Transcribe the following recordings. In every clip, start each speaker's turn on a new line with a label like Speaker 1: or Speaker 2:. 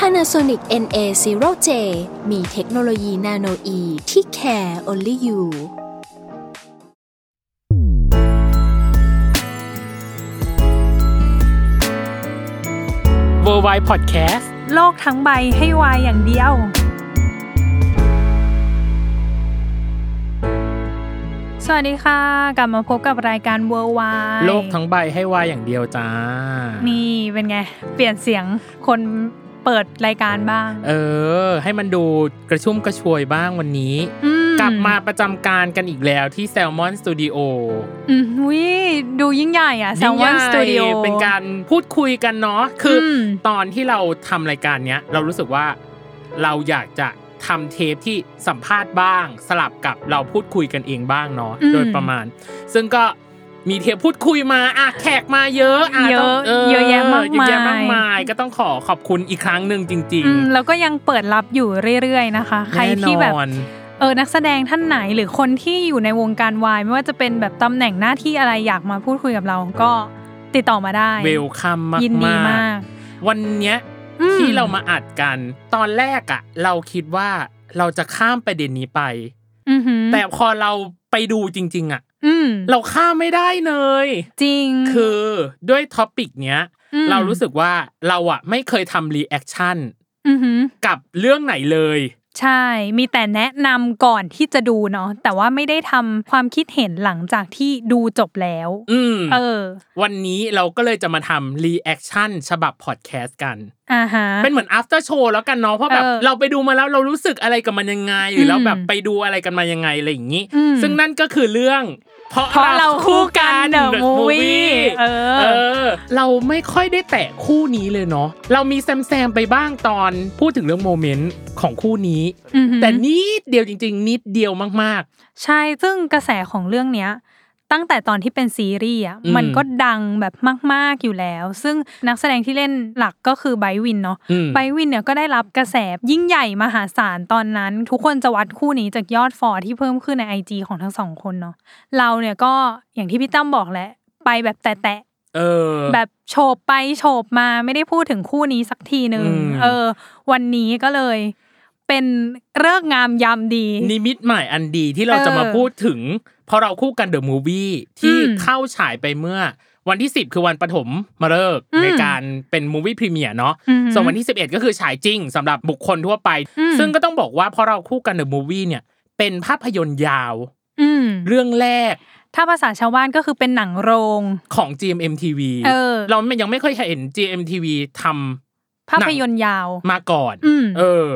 Speaker 1: Panasonic NA0J มีเทคโนโลยีนาโนอีที่ care only you
Speaker 2: w o r l d w i d e Podcast
Speaker 3: โลกทั้งใบให้วายอย่างเดียว สวัสดีค่ะ กลับมาพบกับรายการเวอร์วาย
Speaker 2: โลกทั้งใบให้วายอย่างเดียวจ้า นี่
Speaker 3: นี่เป็นไง เปลี่ยนเสียงคนเปิดรายการบ้าง
Speaker 2: เออ ให้มันดูกระชุ่มกระชวยบ้างวันนี้
Speaker 3: อื
Speaker 2: กลับมาประจำการกันอีกแล้วที่ Salmon Studio
Speaker 3: อืมวิดูยิ่งใหญ่อ่ะแซมวัน
Speaker 2: ยิ่งใหญ่
Speaker 3: สตูดิโอ
Speaker 2: เป็นการพูดคุยกันเนาะ คืออ
Speaker 3: ม
Speaker 2: ตอนที่เราทำรายการเนี้ย เรารู้สึกว่าเราอยากจะทำเทปที่สัมภาษณ์บ้าง สลับกับเราพูดคุยกันเองบ้างเนาะ โดยประมาณ ซึ่งก็มีเทปพูดคุยมาอ่ะแขกมาเยอะอ่ะ
Speaker 3: เยอะ
Speaker 2: ต้ง
Speaker 3: เยอะแยะมากมาย
Speaker 2: เยอะแยะมากมาย ก็ต้องขอขอบคุณอีกครั้งหนึ่งจริง
Speaker 3: อืมแล้วก็ยังเปิดรับอยู่เรื่อยๆนะคะ
Speaker 2: ๆ
Speaker 3: ใครที่แบบ
Speaker 2: น่นอน
Speaker 3: เออนักแสดงท่านไหนหรือคนที่อยู่ในวงการวายไม่ว่าจะเป็นแบบตำแหน่งหน้าที่อะไรอยากมาพูดคุยกับเราก็ติดต่อมาได้
Speaker 2: เวลคัมมาก
Speaker 3: ยินดีมาก
Speaker 2: ๆวันเนี้ย
Speaker 3: อืม
Speaker 2: ที่เรามาอัดกัน ตอนแรกอะเราคิดว่าเราจะข้ามประเด็นนี้ไป
Speaker 3: อือหือ
Speaker 2: แต่พอเราไปดูจริง ๆอะ
Speaker 3: อืม
Speaker 2: เราข้ามไม่ได้เลย
Speaker 3: จริง
Speaker 2: คือด้วยท็อปิกเนี้ย
Speaker 3: ม
Speaker 2: เรารู้สึกว่าเราอะไม่เคยทำรีแอคชั่น
Speaker 3: อือหือ
Speaker 2: กับเรื่องไหนเลย
Speaker 3: ใช่มีแต่แนะนำก่อนที่จะดูเนาะแต่ว่าไม่ได้ทำความคิดเห็นหลังจากที่ดูจบแล้ว
Speaker 2: อืม
Speaker 3: เออ
Speaker 2: วันนี้เราก็เลยจะมาทำรีแอคชั่นฉบับพอดแคสต์กัน
Speaker 3: อ่าฮะ
Speaker 2: เป็นเหมือน after show แล้วกันเนาะเพราะแบบ
Speaker 3: เออ
Speaker 2: เราไปดูมาแล้วเรารู้สึกอะไรกับมันยังไง หรือ
Speaker 3: ม
Speaker 2: เราแบบไปดูอะไรกันมายังไงอะไรอย่างนี้
Speaker 3: อืม
Speaker 2: ซึ่งนั่นก็คือเรื่อง เพราะ
Speaker 3: เพราะเราคู่กัน The
Speaker 2: The
Speaker 3: Movie
Speaker 2: Movie
Speaker 3: เออ
Speaker 2: เออ เราไม่ค่อยได้แตะคู่นี้เลยเนาะเรามีแซมแซมๆไปบ้างตอนพูดถึงเรื่องโมเมนต์ของคู่นี้
Speaker 3: อือหือ
Speaker 2: แต่นิดเดียวจริง ๆ นิดเดียวมาก
Speaker 3: ใช่ ซึ่งกระแสของเรื่องเนี้ย ตั้งแต่ตอนที่เป็นซีรีส์อ่ะ
Speaker 2: อืม
Speaker 3: มันก็ดังแบบมาก ๆ อยู่แล้ว ซึ่งนักแสดงที่เล่นหลักก็คือไบร์ทวินเนาะ
Speaker 2: ๆอืม
Speaker 3: ไบร์ทวินเนี่ยก็ได้รับกระแสยิ่งใหญ่มหาศาลตอนนั้น ทุกคนจะวัดคู่นี้จากยอดฟอลที่เพิ่มขึ้นใน IG ของทั้งสองคนเนาะ เราเนี่ยก็อย่างที่พี่ตั้มบอกแหละ ไปแบบแตะ
Speaker 2: เออ
Speaker 3: ๆแบบโฉบไปโฉบมาไม่ได้พูดถึงคู่นี้สักทีหนึ่ง
Speaker 2: อืม
Speaker 3: เออ วันนี้ก็เลยเป็นเลิกษ์งามยามดี
Speaker 2: นิมิตหมายอันดีที่เรา
Speaker 3: เออ
Speaker 2: จะมาพูดถึง เพราะเราคู่กันเดอะมูฟวี่ที่
Speaker 3: อืม
Speaker 2: เข้าฉายไปเมื่อวันที่ 10 คือวันปฐมมาเลิกษ์
Speaker 3: อืม
Speaker 2: ในการเป็นมูฟวี่พรีเมียร์เนาะ
Speaker 3: อือหือ
Speaker 2: ส่วนวันที่ 11 ก็คือฉายจริงสำหรับบุคคลทั่วไป
Speaker 3: อืม
Speaker 2: ซึ่งก็ต้องบอกว่าเพราะเราคู่กันเดอะมูฟวี่เนี่ย เป็นภาพยนตร์ยาว
Speaker 3: อืม
Speaker 2: เรื่องแรก
Speaker 3: ถ้าภาษาชาวบ้านก็คือเป็นหนังโรง
Speaker 2: ของ GMMTV
Speaker 3: เออ
Speaker 2: เรายังไม่เคยเห็น GMTV ทำ
Speaker 3: ภาพยนตร์ยาว
Speaker 2: มาก่อน
Speaker 3: อืม
Speaker 2: เออ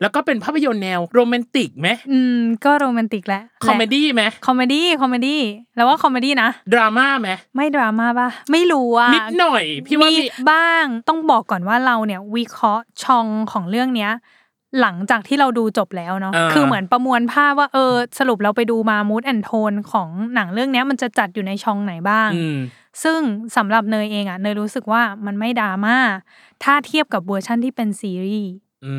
Speaker 2: แล้วก็เป็นภาพยนตร์แนวโรแมนติกไหม
Speaker 3: อืม ก็โรแมนติกแหละ
Speaker 2: คอมเมดี้ไหม
Speaker 3: คอมเมดี้ คอมเมดี้ แล้วว่าคอมเมดี้นะ
Speaker 2: ดราม่าไหม
Speaker 3: ไม่ดราม่าป่ะ ไม่รู้อ่ะ
Speaker 2: นิดหน่อย พี่ว่า
Speaker 3: มี
Speaker 2: มี
Speaker 3: บ้าง ต้องบอกก่อนว่าเราเนี่ย วิเคราะห์ชองของเรื่องเนี้ย หลังจากที่เราดูจบแล้วเนาะ
Speaker 2: อ่า
Speaker 3: คือเหมือนประมวลภาพว่าเออ สรุปเราไปดูมามูดแอนโทนของหนังเรื่องเนี้ยมันจะจัดอยู่ในชองไหนบ้าง
Speaker 2: อืม
Speaker 3: ซึ่งสำหรับเนยเองอ่ะ เนยรู้สึกว่ามันไม่ดราม่า ถ้าเทียบกับเวอร์ชั่นที่เป็นซีรีส์
Speaker 2: อื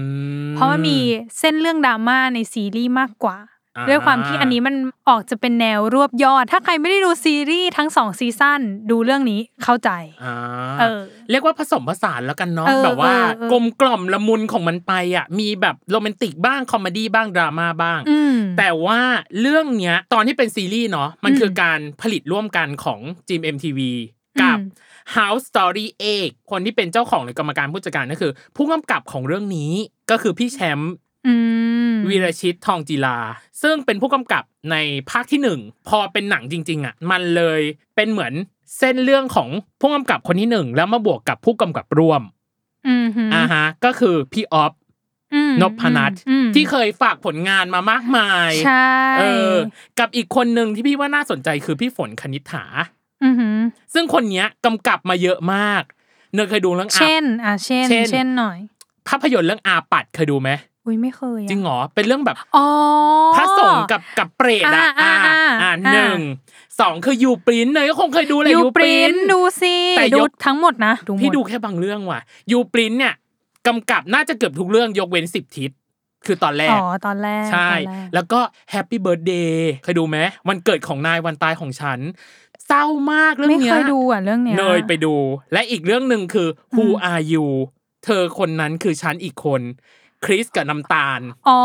Speaker 3: เพราะมันมีเส้นเรื่องดราม่าในซีรีส์มากกว่า
Speaker 2: อ่
Speaker 3: ด้วยความที่อันนี้มันออกจะเป็นแนวรวบยอด ถ้าใครไม่ได้ดูซีรีส์ทั้งสองซีซั่นดูเรื่องนี้เข้าใจ
Speaker 2: อ่า
Speaker 3: เออ
Speaker 2: เรียกว่าผสมผสานแล้วกันเนาะ
Speaker 3: เออ
Speaker 2: แบบว่า
Speaker 3: เออเออ
Speaker 2: กลมกล่อมละมุนของมันไปอ่ะ มีแบบโรแมนติกบ้างคอมเมดี้บ้างดราม่าบ้าง
Speaker 3: อืม
Speaker 2: แต่ว่าเรื่องเนี้ยตอนที่เป็นซีรีส์เนาะมัน
Speaker 3: อืม
Speaker 2: คือการผลิตร่วมกันของ GMMTV กับ
Speaker 3: อืม
Speaker 2: House Story เอกคนที่เป็นเจ้าของหรือกรรมการผู้จัดการก็คือ ผู้กำกับของเรื่องนี้ก็คือพี่แชมป์
Speaker 3: อืม
Speaker 2: วีรชิตทองจีลา ซึ่งเป็นผู้กำกับในภาคที่หนึ่งพอเป็นหนังจริง ๆอ่ะมันเลยเป็นเหมือนเส้นเรื่องของผู้กำกับคนที่หนึ่งแล้วมาบวกกับผู้กำกับร่วม
Speaker 3: อืมหืม
Speaker 2: อ่าฮะก็คือพี่ออฟ
Speaker 3: อืม
Speaker 2: นพนัท
Speaker 3: อืม
Speaker 2: ที่เคยฝากผลงานมามากมาย
Speaker 3: ใช่
Speaker 2: เออ กับอีกคนหนึ่งที่พี่ว่าน่าสนใจคือพี่ฝนคณิษฐา
Speaker 3: อือหือ
Speaker 2: ซึ่งคนเนี้ยกำกับมาเยอะมาก เนยเคยดูเรื่องอา
Speaker 3: เช่น อ่ะเช่น
Speaker 2: เช่น
Speaker 3: เช่นหน่อย
Speaker 2: ภาพยนตร์เรื่องอาปัดเคยดูไหม
Speaker 3: อุ้ยไม่เคยอะ
Speaker 2: จริงเหรอเป็นเรื่องแบบ
Speaker 3: อ๋อ
Speaker 2: พระสงฆ์กับกับเปรตอ่ะ
Speaker 3: อ่า
Speaker 2: อ่า
Speaker 3: อ่า
Speaker 2: อ่า
Speaker 3: อ่า
Speaker 2: หนึ่งสองคือยูปรินเนยก็คงเคยดูแหละ
Speaker 3: ยู
Speaker 2: ยู
Speaker 3: ป
Speaker 2: ป
Speaker 3: ริ
Speaker 2: ริ
Speaker 3: น
Speaker 2: น
Speaker 3: ดูสิ
Speaker 2: แต่ยก
Speaker 3: ดูทั้งหมดนะหม
Speaker 2: พี่ดูแค่บางเรื่องว่ะยูปรินเนี่ยกำกับน่าจะเกือบทุกเรื่องยกเว้นสิบทิศคือตอนแร
Speaker 3: อ๋
Speaker 2: ก
Speaker 3: อตอนแรก
Speaker 2: ใช่
Speaker 3: ตอนรก
Speaker 2: แล้วก็แฮปปี้เบิร์ดเดย์เคยดูไหมวันเกิดของนายวันตายของฉัน เศร้ามากเรื่อง
Speaker 3: ไม่
Speaker 2: เนี้
Speaker 3: เคยดูอ่ะเรื่องเนี้ย
Speaker 2: เนยไปดู และอีกเรื่องหนึ่งคือ Who
Speaker 3: อืม
Speaker 2: are you เธอคนนั้นคือฉันอีกคน คริสกับน้ำตาล
Speaker 3: อ๋อ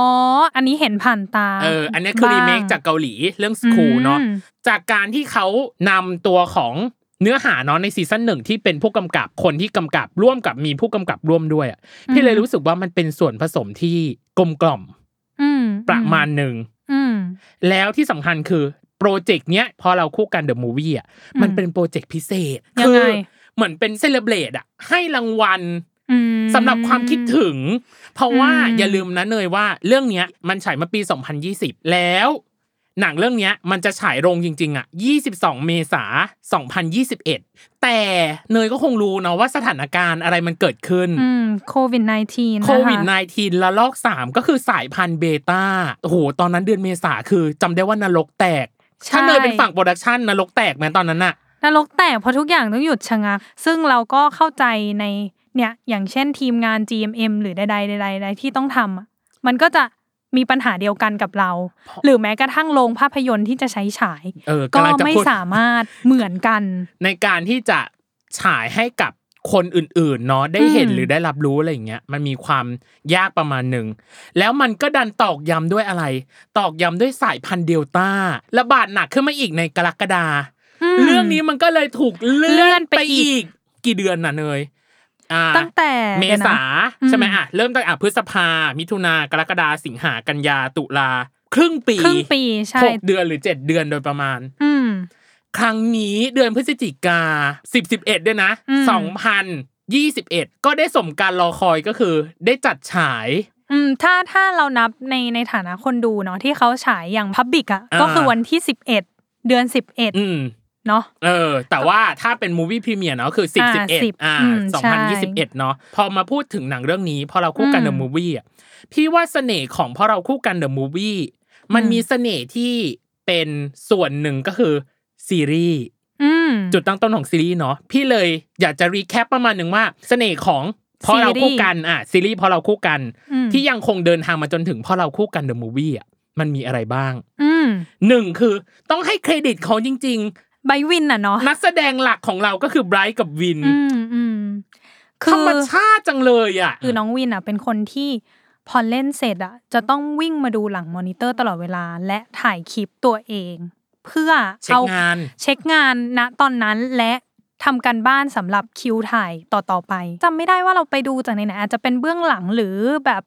Speaker 3: อันนี้เห็นผ่านตา
Speaker 2: เออ อันเนี้ยคือรีเมค
Speaker 3: บ้ง
Speaker 2: จากเกาหลีเรื่องสคูลเนาะ
Speaker 3: อืม
Speaker 2: จากการที่เขานำตัวของเนื้อหาเนาะในซีซั่นหนึ่งที่เป็นผู้กำกับคนที่กำกับร่วมกับมีผู้กำกับร่วมด้วยอะ
Speaker 3: อืม
Speaker 2: พี่เลยรู้สึกว่ามันเป็นส่วนผสมที่กลมกล่อม
Speaker 3: อืม
Speaker 2: ประมาณหนึ่ง
Speaker 3: อืม
Speaker 2: แล้วที่สำคัญคือ โปรเจกต์เนี้ยพอเราคู่กันเดอะมูวี่อ่ะ
Speaker 3: อืม
Speaker 2: มันเป็นโปรเจกต์พิเศษ
Speaker 3: ยังไง
Speaker 2: คืเหมือนเป็นเซเลบรตอ่ะให้รางวัล
Speaker 3: อืม
Speaker 2: สำหรับความคิดถึง เพราะว่า
Speaker 3: อืม
Speaker 2: อย่าลืมนะเนยว่าเรื่องเนี้ยมันฉายมาปี 2020 แล้ว หนังเรื่องเนี้ยมันจะฉายโรงจริง ๆ อ่ะ 22 เมษา2021 แต่เนยก็คงรู้เนาะว่าสถานการณ์อะไรมันเกิดขึ้น
Speaker 3: อืมโควิด -19
Speaker 2: โควิด -19 ระลอก 3 ก็คือสายพันธุ์เบต้า โอ้โห ตอนนั้นเดือนเมษาคือจำได้ว่านรกแตก
Speaker 3: ใช่
Speaker 2: ถ้าเนยเป็นฝั่งโปรดักชันนรกแตกไหมตอนนั้นอะ
Speaker 3: นรกแตกเพราะทุกอย่างต้องหยุดชะงัก ซึ่งเราก็เข้าใจในเนี่ยอย่างเช่นทีมงาน GMM หรือใดๆใดๆใดๆที่ต้องทำอะมันก็จะมีปัญหาเดียวกันกับเรา หรือแม้กระทั่งโรงภาพยนตร์ที่จะใช้ฉาย
Speaker 2: เออ
Speaker 3: ก็
Speaker 2: กำลังจะ
Speaker 3: ไม่
Speaker 2: พูด
Speaker 3: สามารถเหมือนกัน
Speaker 2: ในการที่จะฉายให้กับคนอื่นๆเนาะได้เห็น
Speaker 3: อืม
Speaker 2: หรือได้รับรู้อะไรอย่างเงี้ยมันมีความยากประมาณหนึ่ง แล้วมันก็ดันตอกย้ำด้วยอะไร ตอกย้ำด้วยสายพันธุ์เดลต้าระบาดหนักขึ้นมาอีกในกรกฎา
Speaker 3: ม
Speaker 2: เรื่องนี้มันก็เลยถูกเลื่
Speaker 3: เลื่
Speaker 2: อ
Speaker 3: อน น
Speaker 2: ไป
Speaker 3: ไปอีก
Speaker 2: อีกกี่เดือนน่ะเนยอ่า
Speaker 3: ตั้งแต่
Speaker 2: เม
Speaker 3: ดี๋ยวนะ
Speaker 2: ษาใช่ไหม
Speaker 3: อืม
Speaker 2: อ่ะเริ่มตั้งแต่อ่ะพฤษภา มิถุนากรกฎาสิงหากันยาตุลา ครึ่งปี
Speaker 3: ครึ่งปีใช่
Speaker 2: หกเดือนหรือเจ็ดเดือนโดยประมาณ
Speaker 3: อืม
Speaker 2: ครั้งนี้เดือนพฤศจิกาสิบสิบเอ็ดด้วยนะ
Speaker 3: อืม
Speaker 2: สองพันยี่สิบเอ็ดก็ได้สมการรอคอยก็คือ ได้จัดฉาย
Speaker 3: อืมถ้าถ้าเรานับในในฐานะคนดูเนาะที่เขาฉายอย่างพับบิกอ่ะ
Speaker 2: อ่า
Speaker 3: ก็คือวันที่ 11 เดือน
Speaker 2: อืม
Speaker 3: 11เนาะ
Speaker 2: เออ แต่ว่าถ้าเป็นมูวี่พรีเมียร์เนาะคือสิบ
Speaker 3: อ่า
Speaker 2: สิบเอ็ด
Speaker 3: 10
Speaker 2: อ่า
Speaker 3: อืม
Speaker 2: สองพันยี่สิบ
Speaker 3: ใช่
Speaker 2: เอ็ดเนาะพอมาพูดถึงหนังเรื่องนี้ พอเราคู่กัน
Speaker 3: อืม
Speaker 2: เดอะมูวี่อ่ะพี่ว่าเสน่ห์ของพอเราคู่กันเดอะมูวี่มัน
Speaker 3: อืม
Speaker 2: มีเสน่ห์ที่เป็นส่วนหนึ่งก็คือซีรีส์
Speaker 3: อืม
Speaker 2: จุดตั้งต้นของซีรีส์เนาะพี่เลยอยากจะรีแคปประมาณหนึ่งว่าเสน่ห์ของพอเราคู่กันอ่ะซีรีส์พอเราคู่กัน
Speaker 3: อืม
Speaker 2: ที่ยังคงเดินทางมาจนถึงพอเราคู่กันเดอะมูวี่อ่ะมันมีอะไรบ้าง
Speaker 3: อืม
Speaker 2: หนึ่งคือต้องให้เครดิตเขาจริง ๆ
Speaker 3: ไบวินอ่ะเนาะ
Speaker 2: นักแสดงหลักของเราก็คือไบรท์กับวิน
Speaker 3: อืมอืมคื
Speaker 2: ธรร
Speaker 3: อ
Speaker 2: มชาติจังเลยอ่ะ
Speaker 3: คือน้องวินอ่ะเป็นคนที่พอเล่นเสร็จอ่ะจะต้องวิ่งมาดูหลังมอนิเตอร์ตลอดเวลาและถ่ายคลิปตัวเอง เพื่อ
Speaker 2: เช็ค
Speaker 3: เอา
Speaker 2: งาน
Speaker 3: เช็คงานณตอนนั้นและทำการบ้านสำหรับคิวถ่ายต่อ ๆ ไปจำไม่ได้ว่าเราไปดูจากไหนนะอาจจะเป็นเบื้องหลังหรือแบบ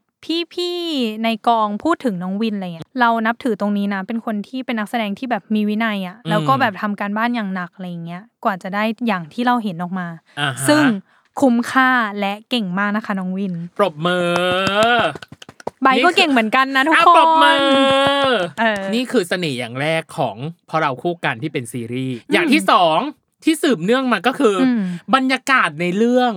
Speaker 3: พี่ๆในกองพูดถึงน้องวินอะไรเงี้ยเรานับถือตรงนี้นะ เป็นคนที่เป็นนักแสดงที่แบบมีวินัยอะแล้วก็แบบทำการบ้านอย่างหนักอะไรเงี้ยกว่าจะได้อย่างที่เราเห็นออกมา
Speaker 2: อ่าฮะ
Speaker 3: ซึ่งคุ้มค่าและเก่งมากนะคะน้องวิน
Speaker 2: ปรบมือ
Speaker 3: ใบก็เก่งเหมือนกันนะทุก
Speaker 2: อ่ะ
Speaker 3: ค
Speaker 2: ปรบมื
Speaker 3: น
Speaker 2: อ
Speaker 3: เออ
Speaker 2: นี่คือเสน่ห์อย่างแรกของพอเราคู่กันที่เป็นซีรีส์อย่างที่สองที่สืบเนื่องมาก็คืออ
Speaker 3: ม
Speaker 2: บรรยากาศในเรื่อง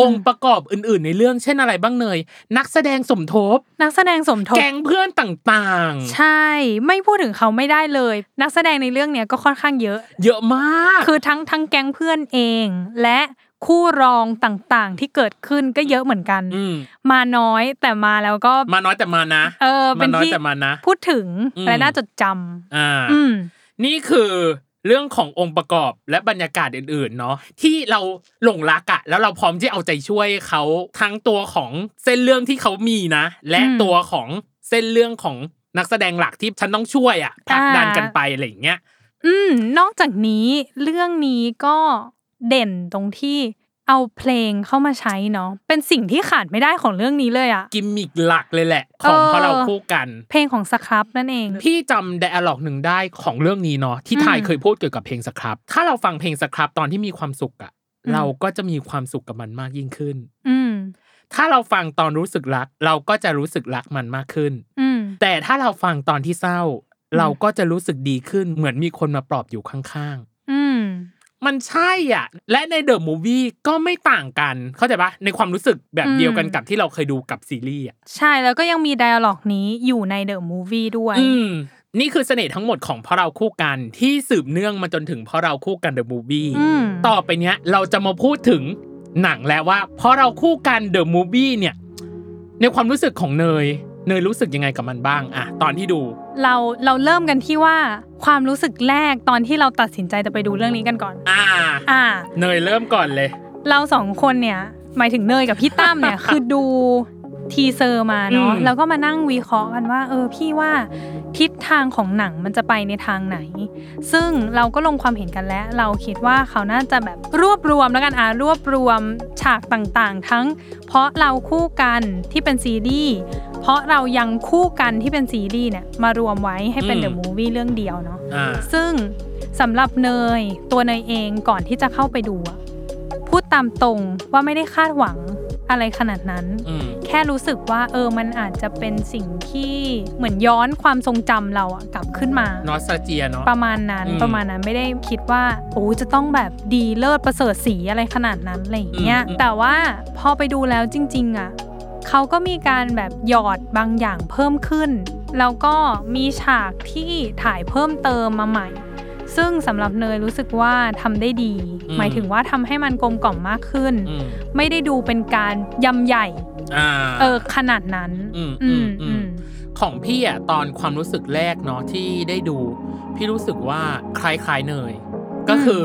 Speaker 2: องค์ประกอบอื่น ๆ ในเรื่อง เช่นอะไรบ้างเนย นักแสดงสมทบ
Speaker 3: นักแสดงสมทบ
Speaker 2: แก๊งเพื่อนต่าง
Speaker 3: ใช่ไม่พูดถึงเขาไม่ได้เลย นักแสดงในเรื่องเนี้ยก็ค่อนข้างเยอะ
Speaker 2: ๆ เยอะมาก
Speaker 3: คือทั้งทั้งแก๊งเพื่อนเอง และคู่รองต่างๆ ที่เกิดขึ้นก็เยอะเหมือนกัน
Speaker 2: ม
Speaker 3: มาน้อยแต่มาแล้วก็
Speaker 2: มาน้อยแต่มานะ
Speaker 3: เออเป็
Speaker 2: มาน น้อย
Speaker 3: ที่
Speaker 2: แต่มานะ
Speaker 3: พูดถึง
Speaker 2: อืม
Speaker 3: และน่าจดจ
Speaker 2: อ่า
Speaker 3: ำอืม
Speaker 2: นี่คือเรื่องขององค์ประกอบและบรรยากาศอื่นๆเนาะที่เราหลงรักอะแล้วเราพร้อมที่เอาใจช่วยเขาทั้งตัวของเส้นเรื่องที่เขามีนะ และ
Speaker 3: อืม
Speaker 2: ตัวของเส้นเรื่องของนักแสดงหลักที่ฉันต้องช่วยอะผลักดัน
Speaker 3: อ่า
Speaker 2: กันไปอะไรอย่างเงี้ย
Speaker 3: อืมนอกจากนี้เรื่องนี้ก็เด่นตรงที่เอาเพลงเข้ามาใช้เนาะเป็นสิ่งที่ขาดไม่ได้ของเรื่องนี้เลยอะ
Speaker 2: กิมมิกหลักเลยแหละ ของ
Speaker 3: เออ
Speaker 2: พอเราคู่กัน
Speaker 3: เพลงของสครับนั่นเอง
Speaker 2: พี่จำไดอะล็อกหนึ่งได้ของเรื่องนี้เนาะที่ทาย
Speaker 3: อืม
Speaker 2: เคยพูดเกี่ยวกับเพลงสครับ ถ้าเราฟังเพลงสครับตอนที่มีความสุขอะ
Speaker 3: อืม
Speaker 2: เราก็จะมีความสุขกับมันมากยิ่งขึ้น
Speaker 3: อืม
Speaker 2: ถ้าเราฟังตอนรู้สึกรัก เราก็จะรู้สึกรักมันมากขึ้น
Speaker 3: อืม
Speaker 2: แต่ถ้าเราฟังตอนที่เศร้า
Speaker 3: ม
Speaker 2: เราก็จะรู้สึกดีขึ้นเหมือนมีคนมาปลอบอยู่ข้าง
Speaker 3: อืม
Speaker 2: มันใช่อ่ะ และในเดอะมูวี่ก็ไม่ต่างกัน เข้าใจปะในความรู้สึกแบบเดียวกันกับที่เราเคยดูกับซีรีส์อ่ะ
Speaker 3: ใช่แล้วก็ยังมีไดอะล็อกนี้อยู่ในเดอะมูวี่ด้วย
Speaker 2: อืมนี่คือเสน่ห์ทั้งหมดของพอเราคู่กันที่สืบเนื่องมาจนถึงพอเราคู่กันเดอะมูวี่
Speaker 3: อืม
Speaker 2: ต่อไปเนี้ยเราจะมาพูดถึงหนังแล้วว่าพอเราคู่กันเดอะมูวี่เนี่ย ในความรู้สึกของเนย เนยรู้สึกยังไงกับมันบ้างอะตอนที่ดู
Speaker 3: เราเราเริ่มกันที่ว่าความรู้สึกแรกตอนที่เราตัดสินใจจะไปดูเรื่องนี้กันก่อน
Speaker 2: อ่า
Speaker 3: อ่า
Speaker 2: เนยเริ่มก่อนเลย
Speaker 3: เราสองคนเนี่ย หมายถึงเนยกับพี่ตั้มเนี่ย คือดู ทีเซอร์มาเนาะ
Speaker 2: อืม
Speaker 3: แล้วก็มานั่งวิเคราะห์กันว่า เออพี่ว่าทิศทางของหนังมันจะไปในทางไหน ซึ่งเราก็ลงความเห็นกันแล้ว เราคิดว่าเขาน่าจะแบบรวบรวมแล้วกันอ่ะรวบรวมฉากต่างๆ ทั้ง เพราะเราคู่กันที่เป็นซีรีส์เพราะเรายังคู่กันที่เป็นซีรีส์เนี่ยมารวมไว้ให้เป็น
Speaker 2: อืม
Speaker 3: เดอะมูวี่เรื่องเดียวเนาะ
Speaker 2: อ่า
Speaker 3: ซึ่งสำหรับเนยตัวเนยเองก่อนที่จะเข้าไปดูอะพูดตามตรงว่าไม่ได้คาดหวังอะไรขนาดนั้น
Speaker 2: อืม
Speaker 3: แค่รู้สึกว่าเออมันอาจจะเป็นสิ่งที่เหมือนย้อนความทรงจำเราอะกลับขึ้นมา
Speaker 2: นอสตาเจียเนาะ
Speaker 3: ประมาณนั้น
Speaker 2: อืม
Speaker 3: ประมาณนั้นไม่ได้คิดว่าโอ้จะต้องแบบดีเลิศประเสริฐสีอะไรขนาดนั้นอะไรอย่างเงี้ยแต่ว่าพอไปดูแล้วจริง ๆอะเขาก็มีการแบบหยอดบางอย่างเพิ่มขึ้น แล้วก็มีฉากที่ถ่ายเพิ่มเติมมาใหม่ ซึ่งสำหรับเนยรู้สึกว่าทำได้ดี
Speaker 2: อืม
Speaker 3: หมายถึงว่าทำให้มันกลมกล่อมมากขึ้น
Speaker 2: อืม
Speaker 3: ไม่ได้ดูเป็นการยำใหญ่
Speaker 2: อ่า
Speaker 3: เออขนาดนั้น
Speaker 2: อืม
Speaker 3: อืม
Speaker 2: อื
Speaker 3: อื
Speaker 2: ม
Speaker 3: ม
Speaker 2: ของพี่อ่ะตอนความรู้สึกแรกเนาะที่ได้ดู พี่รู้สึกว่าคล้ายๆเนย ก็คือ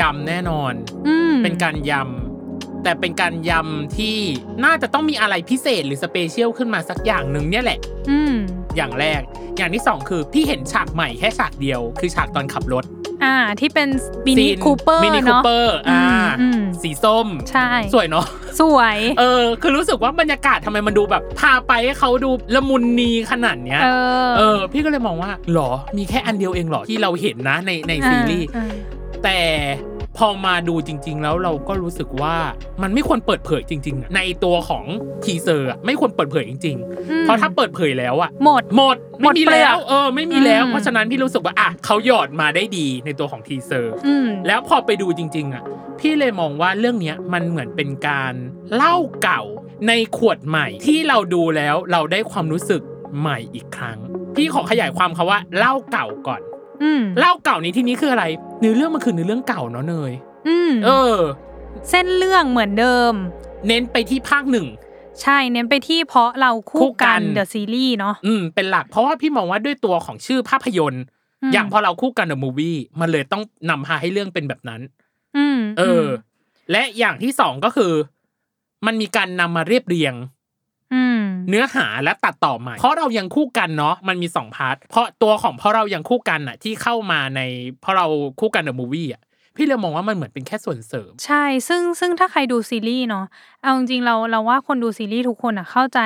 Speaker 2: ยำแน่นอน
Speaker 3: อืม
Speaker 2: เป็นการยำ แต่เป็นการยำที่น่าจะต้องมีอะไรพิเศษหรือสเปเชียลขึ้นมาสักอย่างหนึ่งเนี่ยแหละ
Speaker 3: อืม
Speaker 2: อย่างแรก อย่างที่สองคือพี่เห็นฉากใหม่แค่ฉากเดียว คือฉากตอนขับรถ
Speaker 3: อ่าที่เป็นมินิ
Speaker 2: ซี
Speaker 3: คูเปอร์
Speaker 2: มินิคู
Speaker 3: เนาะ
Speaker 2: เปอร์อ่า
Speaker 3: อืมอืม
Speaker 2: สีส้ม
Speaker 3: ใช่
Speaker 2: สวยเนาะ
Speaker 3: สวย
Speaker 2: เออ คือรู้สึกว่าบรรยากาศทำไมมันดูแบบ พาไปให้เขาดูละมุนนีขนาดเนี้ย
Speaker 3: เออ
Speaker 2: เออ พี่ก็เลยมองว่าหรอ มีแค่อันเดียวเองเหรอ ที่เราเห็นนะในในซีรีส์
Speaker 3: อ่า
Speaker 2: แต่พอมาดูจริง ๆ แล้วเราก็รู้สึกว่ามันไม่ควรเปิดเผยจริง ๆอะในตัวของทีเซอร์อะไม่ควรเปิดเผยจริง
Speaker 3: อื
Speaker 2: ๆ
Speaker 3: ม
Speaker 2: เพราะถ้าเปิดเผยแล้วอะ
Speaker 3: หมด
Speaker 2: หมด
Speaker 3: หม
Speaker 2: ไม่
Speaker 3: ด
Speaker 2: มี
Speaker 3: เปลือก
Speaker 2: แล้ว เออ ไม่มีแล้ว
Speaker 3: อืม
Speaker 2: เพราะฉะนั้นพี่รู้สึกว่าอ่ะเขาหยอดมาได้ดีในตัวของทีเซอร์
Speaker 3: อืม
Speaker 2: แล้วพอไปดูจริง ๆ อ่ะ พี่เลยมองว่าเรื่องเนี้ยมันเหมือนเป็นการเล่าเก่าในขวดใหม่ ที่เราดูแล้วเราได้ความรู้สึกใหม่อีกครั้ง พี่ขอขยายความคำว่าเล่าเก่าก่อน
Speaker 3: อืม
Speaker 2: เล่าเก่าในที่นี้คืออะไรเนื้อเรื่องมันคือเนื้อเรื่องเก่าเนาะเนย
Speaker 3: อืม
Speaker 2: เออ
Speaker 3: เส้นเรื่องเหมือนเดิม
Speaker 2: เน้นไปที่ภาคหนึ่ง
Speaker 3: ใช่เน้นไปที่เพราะเรา
Speaker 2: คู่
Speaker 3: คู่
Speaker 2: กั
Speaker 3: กัน
Speaker 2: น
Speaker 3: เดอะซีรีส์เนาะ
Speaker 2: อืมเป็นหลักเพราะว่าพี่มองว่าด้วยตัวของชื่อภาพยนตร์
Speaker 3: ม
Speaker 2: อย่างพอเราคู่กันเดอะมูวี่มันเลยต้องนำพาให้เรื่องเป็นแบบนั้น
Speaker 3: อืม
Speaker 2: เอออ และอย่างที่สองก็คือ มันมีการนำมาเรียบเรียง
Speaker 3: อืม
Speaker 2: เนื้อหาและตัดต่อใหม่ เพราะเรายังคู่กันเนาะ มันมีสองพาร์ท เพราะตัวของเพราะเรายังคู่กันอะที่เข้ามาในเพราะเราคู่กันเดอะมูวี่อะพี่เลยมองว่ามันเหมือนเป็นแค่ส่วนเสริม
Speaker 3: ใช่ซึ่งซึ่งถ้าใครดูซีรีส์เนาะเอาจริงๆเราเราว่าคนดูซีรีส์ทุกคนอะเข้าใจ